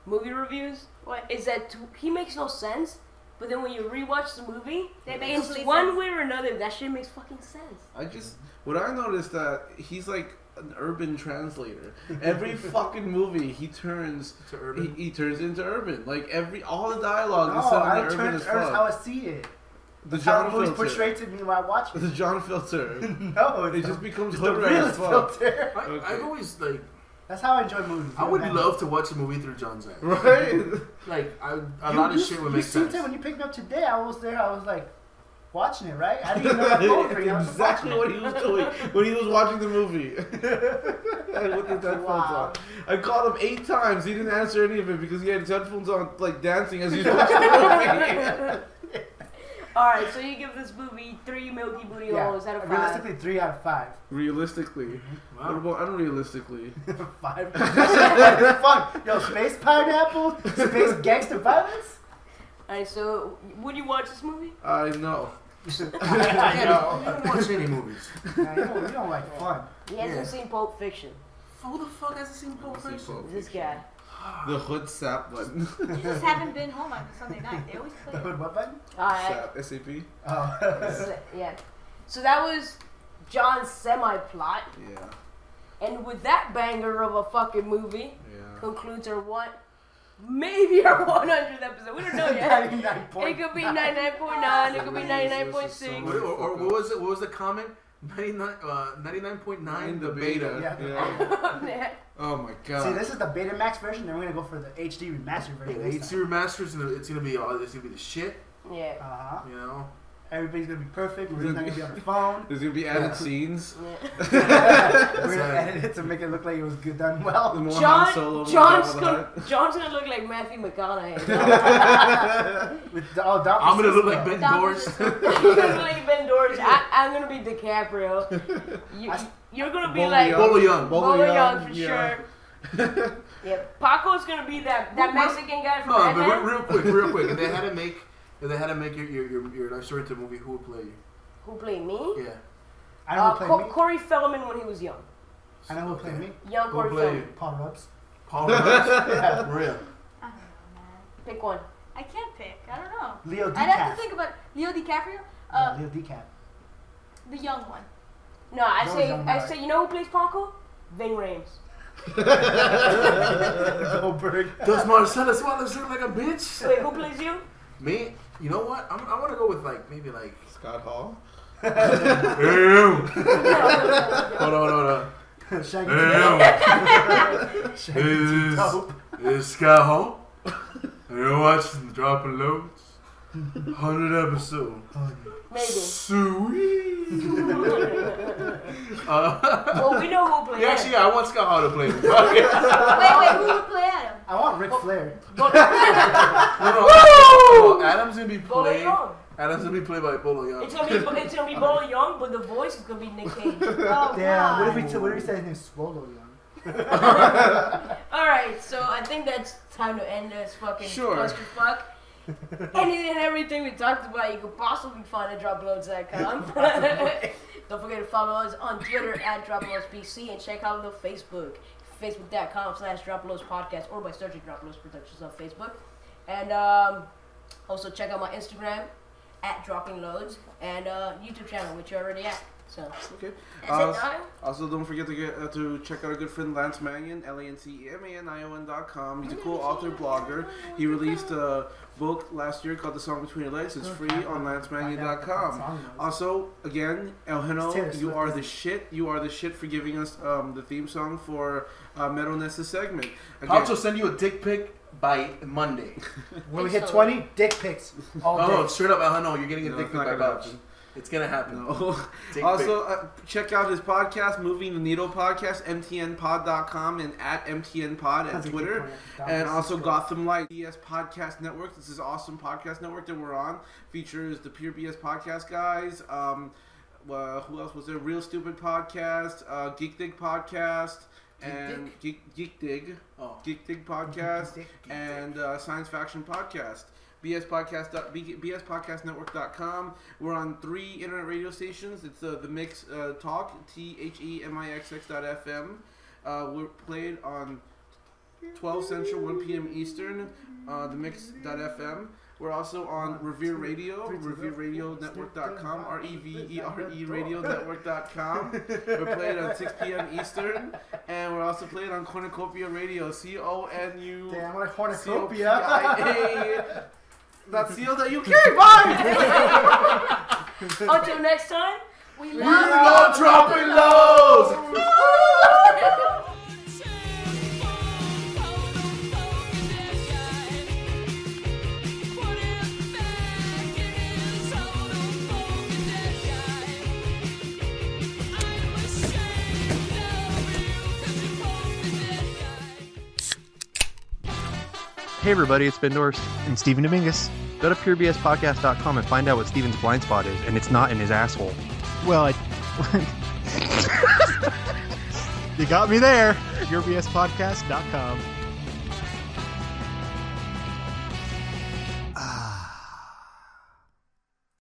[SPEAKER 5] movie reviews? What is that? T- he makes no sense. But then when you rewatch the movie,
[SPEAKER 4] They make
[SPEAKER 5] it's
[SPEAKER 4] complete
[SPEAKER 5] one
[SPEAKER 4] sense.
[SPEAKER 5] way or another that shit makes fucking sense.
[SPEAKER 10] I just what I noticed that he's like an urban [LAUGHS] translator. Every fucking movie he turns
[SPEAKER 9] To urban.
[SPEAKER 10] he, he turns into urban. Like every all the dialogue is
[SPEAKER 7] No, Oh, I
[SPEAKER 10] sounding urban
[SPEAKER 7] turned
[SPEAKER 10] as
[SPEAKER 7] to Earth how I
[SPEAKER 10] fuck.
[SPEAKER 7] see it.
[SPEAKER 10] The
[SPEAKER 7] How
[SPEAKER 10] John
[SPEAKER 7] the movie's
[SPEAKER 10] filter.
[SPEAKER 7] portrayed to me while I watch
[SPEAKER 10] [LAUGHS]
[SPEAKER 7] it.
[SPEAKER 10] The John [LAUGHS] filter.
[SPEAKER 7] [LAUGHS] No,
[SPEAKER 10] It
[SPEAKER 7] it's
[SPEAKER 10] just
[SPEAKER 7] the-
[SPEAKER 10] becomes
[SPEAKER 7] it's the
[SPEAKER 10] hood rat as
[SPEAKER 7] realest
[SPEAKER 10] fuck.
[SPEAKER 7] filter.
[SPEAKER 9] I, I've
[SPEAKER 10] Okay.
[SPEAKER 9] always like
[SPEAKER 7] That's how I enjoy movies.
[SPEAKER 9] I
[SPEAKER 7] you know,
[SPEAKER 9] would
[SPEAKER 7] that-
[SPEAKER 9] love to watch a movie through John's eyes.
[SPEAKER 10] Right? [LAUGHS]
[SPEAKER 9] Like I, a
[SPEAKER 7] You-
[SPEAKER 9] lot of
[SPEAKER 7] you-
[SPEAKER 9] shit would
[SPEAKER 7] you
[SPEAKER 9] make
[SPEAKER 7] seen
[SPEAKER 9] sense.
[SPEAKER 7] that when you picked me up today, I was there. I was like watching it, right? I didn't even know my phone ring. I was just watching
[SPEAKER 10] exactly what he was doing when he was watching the movie. [LAUGHS] I looked at headphones
[SPEAKER 7] Wow.
[SPEAKER 10] on. I called him eight times. He didn't answer any of it because he had his headphones on, like dancing as he was watching the movie.
[SPEAKER 5] All right, so you give this movie three Milky Booty
[SPEAKER 7] it. Yeah,
[SPEAKER 5] holes out of five.
[SPEAKER 7] realistically, three out of five. [LAUGHS]
[SPEAKER 10] Realistically. What [LAUGHS]
[SPEAKER 9] Wow. [LAUGHS]
[SPEAKER 10] about unrealistically?
[SPEAKER 7] five. [LAUGHS] Fuck, yo, space pineapple, space gangster violence.
[SPEAKER 5] All right, so would you watch this movie?
[SPEAKER 10] I know.
[SPEAKER 9] Yeah, dude, you don't watch any movies.
[SPEAKER 7] Nah, you, don't, you don't like fun.
[SPEAKER 5] He hasn't
[SPEAKER 9] Yeah.
[SPEAKER 5] seen Pulp Fiction.
[SPEAKER 9] Who the fuck hasn't seen Pulp Fiction?
[SPEAKER 5] This guy.
[SPEAKER 10] The hood
[SPEAKER 5] [LAUGHS]
[SPEAKER 10] sap button.
[SPEAKER 4] you just haven't been home on Sunday night. They
[SPEAKER 10] [LAUGHS]
[SPEAKER 4] always play.
[SPEAKER 7] The
[SPEAKER 4] it.
[SPEAKER 7] hood what button?
[SPEAKER 5] All right,
[SPEAKER 10] sap. SAP.
[SPEAKER 7] Oh. [LAUGHS]
[SPEAKER 5] so, yeah. So that was John's semi-plot,
[SPEAKER 10] Yeah.
[SPEAKER 5] and with that banger of a fucking movie,
[SPEAKER 10] Yeah.
[SPEAKER 5] concludes our one, maybe our [LAUGHS] 100th episode. We don't know yet.
[SPEAKER 7] 99.9.
[SPEAKER 5] It could be 99.9. It could be 99.6.
[SPEAKER 9] Or, or, or what was it? What was the comment? 99, uh, 99.9 the beta.
[SPEAKER 7] Yeah.
[SPEAKER 10] Yeah.
[SPEAKER 5] [LAUGHS] Yeah.
[SPEAKER 10] Oh my god.
[SPEAKER 7] See, this is the Betamax version. Then we're gonna go for the HD remastered
[SPEAKER 9] Yeah,
[SPEAKER 7] version.
[SPEAKER 9] the eight
[SPEAKER 7] next time.
[SPEAKER 9] series masters, and it's gonna be all. It's gonna be the shit.
[SPEAKER 5] Yeah.
[SPEAKER 7] Uh-huh.
[SPEAKER 9] You know.
[SPEAKER 7] Everybody's gonna be perfect. We're not gonna be on
[SPEAKER 9] [LAUGHS]
[SPEAKER 7] the phone.
[SPEAKER 10] There's gonna be added scenes.
[SPEAKER 7] We're gonna
[SPEAKER 9] Sorry.
[SPEAKER 7] edit it to make it look like it was good done
[SPEAKER 10] The
[SPEAKER 9] [LAUGHS]
[SPEAKER 7] well.
[SPEAKER 10] more Han
[SPEAKER 5] John,
[SPEAKER 10] Solo we
[SPEAKER 5] John's
[SPEAKER 10] have on
[SPEAKER 5] gonna,
[SPEAKER 10] that.
[SPEAKER 5] John's gonna look like Matthew McConaughey.
[SPEAKER 7] With the, oh, Don
[SPEAKER 9] I'm gonna
[SPEAKER 7] Francisco.
[SPEAKER 9] look like Ben
[SPEAKER 5] Stop
[SPEAKER 9] Doris.
[SPEAKER 5] You're gonna be like Ben Doris. I, I'm gonna be DiCaprio. You,
[SPEAKER 7] I-
[SPEAKER 5] you're gonna be
[SPEAKER 10] Bolo
[SPEAKER 5] like
[SPEAKER 10] Young.
[SPEAKER 9] Bolo Young.
[SPEAKER 10] Bolo
[SPEAKER 5] Bolo
[SPEAKER 10] Young,
[SPEAKER 5] Young for
[SPEAKER 10] yeah.
[SPEAKER 5] sure. Yep. Paco's gonna be that, that
[SPEAKER 9] Well,
[SPEAKER 5] Mexican guy from
[SPEAKER 9] No, but re-
[SPEAKER 5] Batman.
[SPEAKER 9] real quick, real quick. If they had to make, if they had to make your your your, your life story into a movie, who would play you?
[SPEAKER 5] Who played me?
[SPEAKER 9] Yeah.
[SPEAKER 7] I know
[SPEAKER 5] Uh,
[SPEAKER 7] who played
[SPEAKER 5] Co-
[SPEAKER 7] me.
[SPEAKER 5] Corey Feldman when he was young.
[SPEAKER 7] I know who played me.
[SPEAKER 5] Young
[SPEAKER 9] Who
[SPEAKER 5] Corey
[SPEAKER 9] played
[SPEAKER 5] Feldman.
[SPEAKER 9] you?
[SPEAKER 7] Paul Rubs. [LAUGHS]
[SPEAKER 9] Paul Rudd. Real.
[SPEAKER 4] I don't know, man.
[SPEAKER 5] Pick one.
[SPEAKER 4] I can't pick. I don't know.
[SPEAKER 7] Leo DiCap.
[SPEAKER 4] I'd have to think about Leo DiCaprio,
[SPEAKER 7] Yeah,
[SPEAKER 4] uh,
[SPEAKER 7] Leo DiCap.
[SPEAKER 4] the young one.
[SPEAKER 5] No, I
[SPEAKER 7] That was
[SPEAKER 5] say
[SPEAKER 7] young
[SPEAKER 5] I
[SPEAKER 7] guy.
[SPEAKER 5] say you know who plays Paco?
[SPEAKER 15] Ving Rames.
[SPEAKER 9] Goldberg. Does Marcella Wallace look like a bitch?
[SPEAKER 15] Wait, who plays you?
[SPEAKER 9] Me? You know what? I'm, I want to go with like maybe like
[SPEAKER 10] Scott Hall.
[SPEAKER 9] Ew. hold on, hold on.
[SPEAKER 10] [LAUGHS]
[SPEAKER 7] Shaggy
[SPEAKER 9] Ew.
[SPEAKER 7] Shaggy T.
[SPEAKER 9] is,
[SPEAKER 7] Dope.
[SPEAKER 9] is Scott Hall? You're watching Dropping Loads. Hundred episode.
[SPEAKER 15] Maybe.
[SPEAKER 10] [LAUGHS]
[SPEAKER 9] Sweet. Uh,
[SPEAKER 15] Well, we know who plays
[SPEAKER 9] Yeah,
[SPEAKER 15] him.
[SPEAKER 9] actually, yeah, I want Scott Hall to
[SPEAKER 10] [LAUGHS]
[SPEAKER 9] play. him.
[SPEAKER 16] wait, who would play Adam?
[SPEAKER 7] I want
[SPEAKER 4] oh,
[SPEAKER 7] Ric Flair.
[SPEAKER 9] No, no, no, no, Adam's gonna be
[SPEAKER 5] Bolo
[SPEAKER 9] played.
[SPEAKER 5] Young.
[SPEAKER 9] Adam's gonna be played by Bolo Young.
[SPEAKER 5] It's gonna be it's gonna be Bolo Young, but the voice is gonna be Nick Cage.
[SPEAKER 16] Oh,
[SPEAKER 7] Damn.
[SPEAKER 16] God.
[SPEAKER 7] What if we t- what if we said his name's Swallow Young?
[SPEAKER 5] All right, so I think that's time to end this fucking
[SPEAKER 10] Sure.
[SPEAKER 5] clusterfuck. Anything and everything we talked about, you could possibly find at droploads.com. [LAUGHS] Don't forget to follow us on Twitter at droploadsbc and check out the Facebook, facebook.com slash droploads podcast or by searching droploads productions on Facebook. And um, also check out my Instagram at dropping loads and uh, YouTube channel, which you're already at. So that's
[SPEAKER 10] Okay.
[SPEAKER 5] it.
[SPEAKER 10] Uh,
[SPEAKER 5] Nine.
[SPEAKER 10] also, don't forget to get uh, to check out our good friend Lance Mannion, L A N C E M A N I O N dot com. He's a cool author blogger. He released a book last year called The Song Between Your Legs. It's free on lancemannion.com. Also, again, El
[SPEAKER 7] Taylor
[SPEAKER 10] Heno, you
[SPEAKER 7] Swift,
[SPEAKER 10] are
[SPEAKER 7] isn't
[SPEAKER 10] the shit. You are the shit for giving us um, the theme song for uh, Metal Nessa segment. Again, [LAUGHS]
[SPEAKER 9] Pancho send you a dick pic by Monday.
[SPEAKER 7] When we
[SPEAKER 5] Think
[SPEAKER 7] hit
[SPEAKER 5] so.
[SPEAKER 7] 20, dick
[SPEAKER 10] [LAUGHS]
[SPEAKER 7] pics. All
[SPEAKER 9] Oh, no,
[SPEAKER 7] day.
[SPEAKER 9] straight up, I know you're getting a
[SPEAKER 10] No,
[SPEAKER 9] dick
[SPEAKER 10] it's
[SPEAKER 9] pic
[SPEAKER 10] not
[SPEAKER 9] by
[SPEAKER 10] gonna
[SPEAKER 9] Pancho.
[SPEAKER 10] happen.
[SPEAKER 9] It's gonna happen.
[SPEAKER 10] No.
[SPEAKER 9] Dick
[SPEAKER 10] also, uh, check out his podcast, Moving the Needle Podcast, mtnpod.com and at mtnpod at
[SPEAKER 7] That's a good
[SPEAKER 10] Twitter.
[SPEAKER 7] point. That
[SPEAKER 10] And
[SPEAKER 7] was
[SPEAKER 10] also
[SPEAKER 7] good.
[SPEAKER 10] Gotham Light BS Podcast Network. This is awesome podcast network that we're on. Features the Pure BS Podcast guys. Um, uh, who else was there? Real Stupid Podcast, uh, Geek Dig Podcast, and Geek, Geek Dig.
[SPEAKER 9] Oh.
[SPEAKER 10] Geek Dig Podcast
[SPEAKER 7] Geek Dig.
[SPEAKER 10] and uh, Science Faction Podcast. BS Podcast. dot- B- BSPodcastNetwork.com. We're on three internet radio stations. It's uh, the Mix uh, Talk, T H E M I X X dot FM. Uh, we're played on 12 Central, 1 p.m. Eastern, uh, the Mix.fm. We're also on Revere Radio, revereradionetwork.com, R E V E R E Radio Network.com. We're played on 6 p.m. Eastern, and we're also played on Cornucopia Radio, C O N U
[SPEAKER 7] Damn, like
[SPEAKER 10] C O P
[SPEAKER 7] cornucopia.
[SPEAKER 10] I A. Not C O that you can
[SPEAKER 7] [LAUGHS]
[SPEAKER 10] bye!
[SPEAKER 5] Until next time.
[SPEAKER 16] We
[SPEAKER 9] We
[SPEAKER 16] love
[SPEAKER 9] love dropping lows.
[SPEAKER 4] Hey everybody, it's Ben Dorst and Steven Dominguez. Go to purebspodcast.com and find out what Steven's blind spot is, and it's not in his asshole. Well, I... you got me there. purebspodcast.com.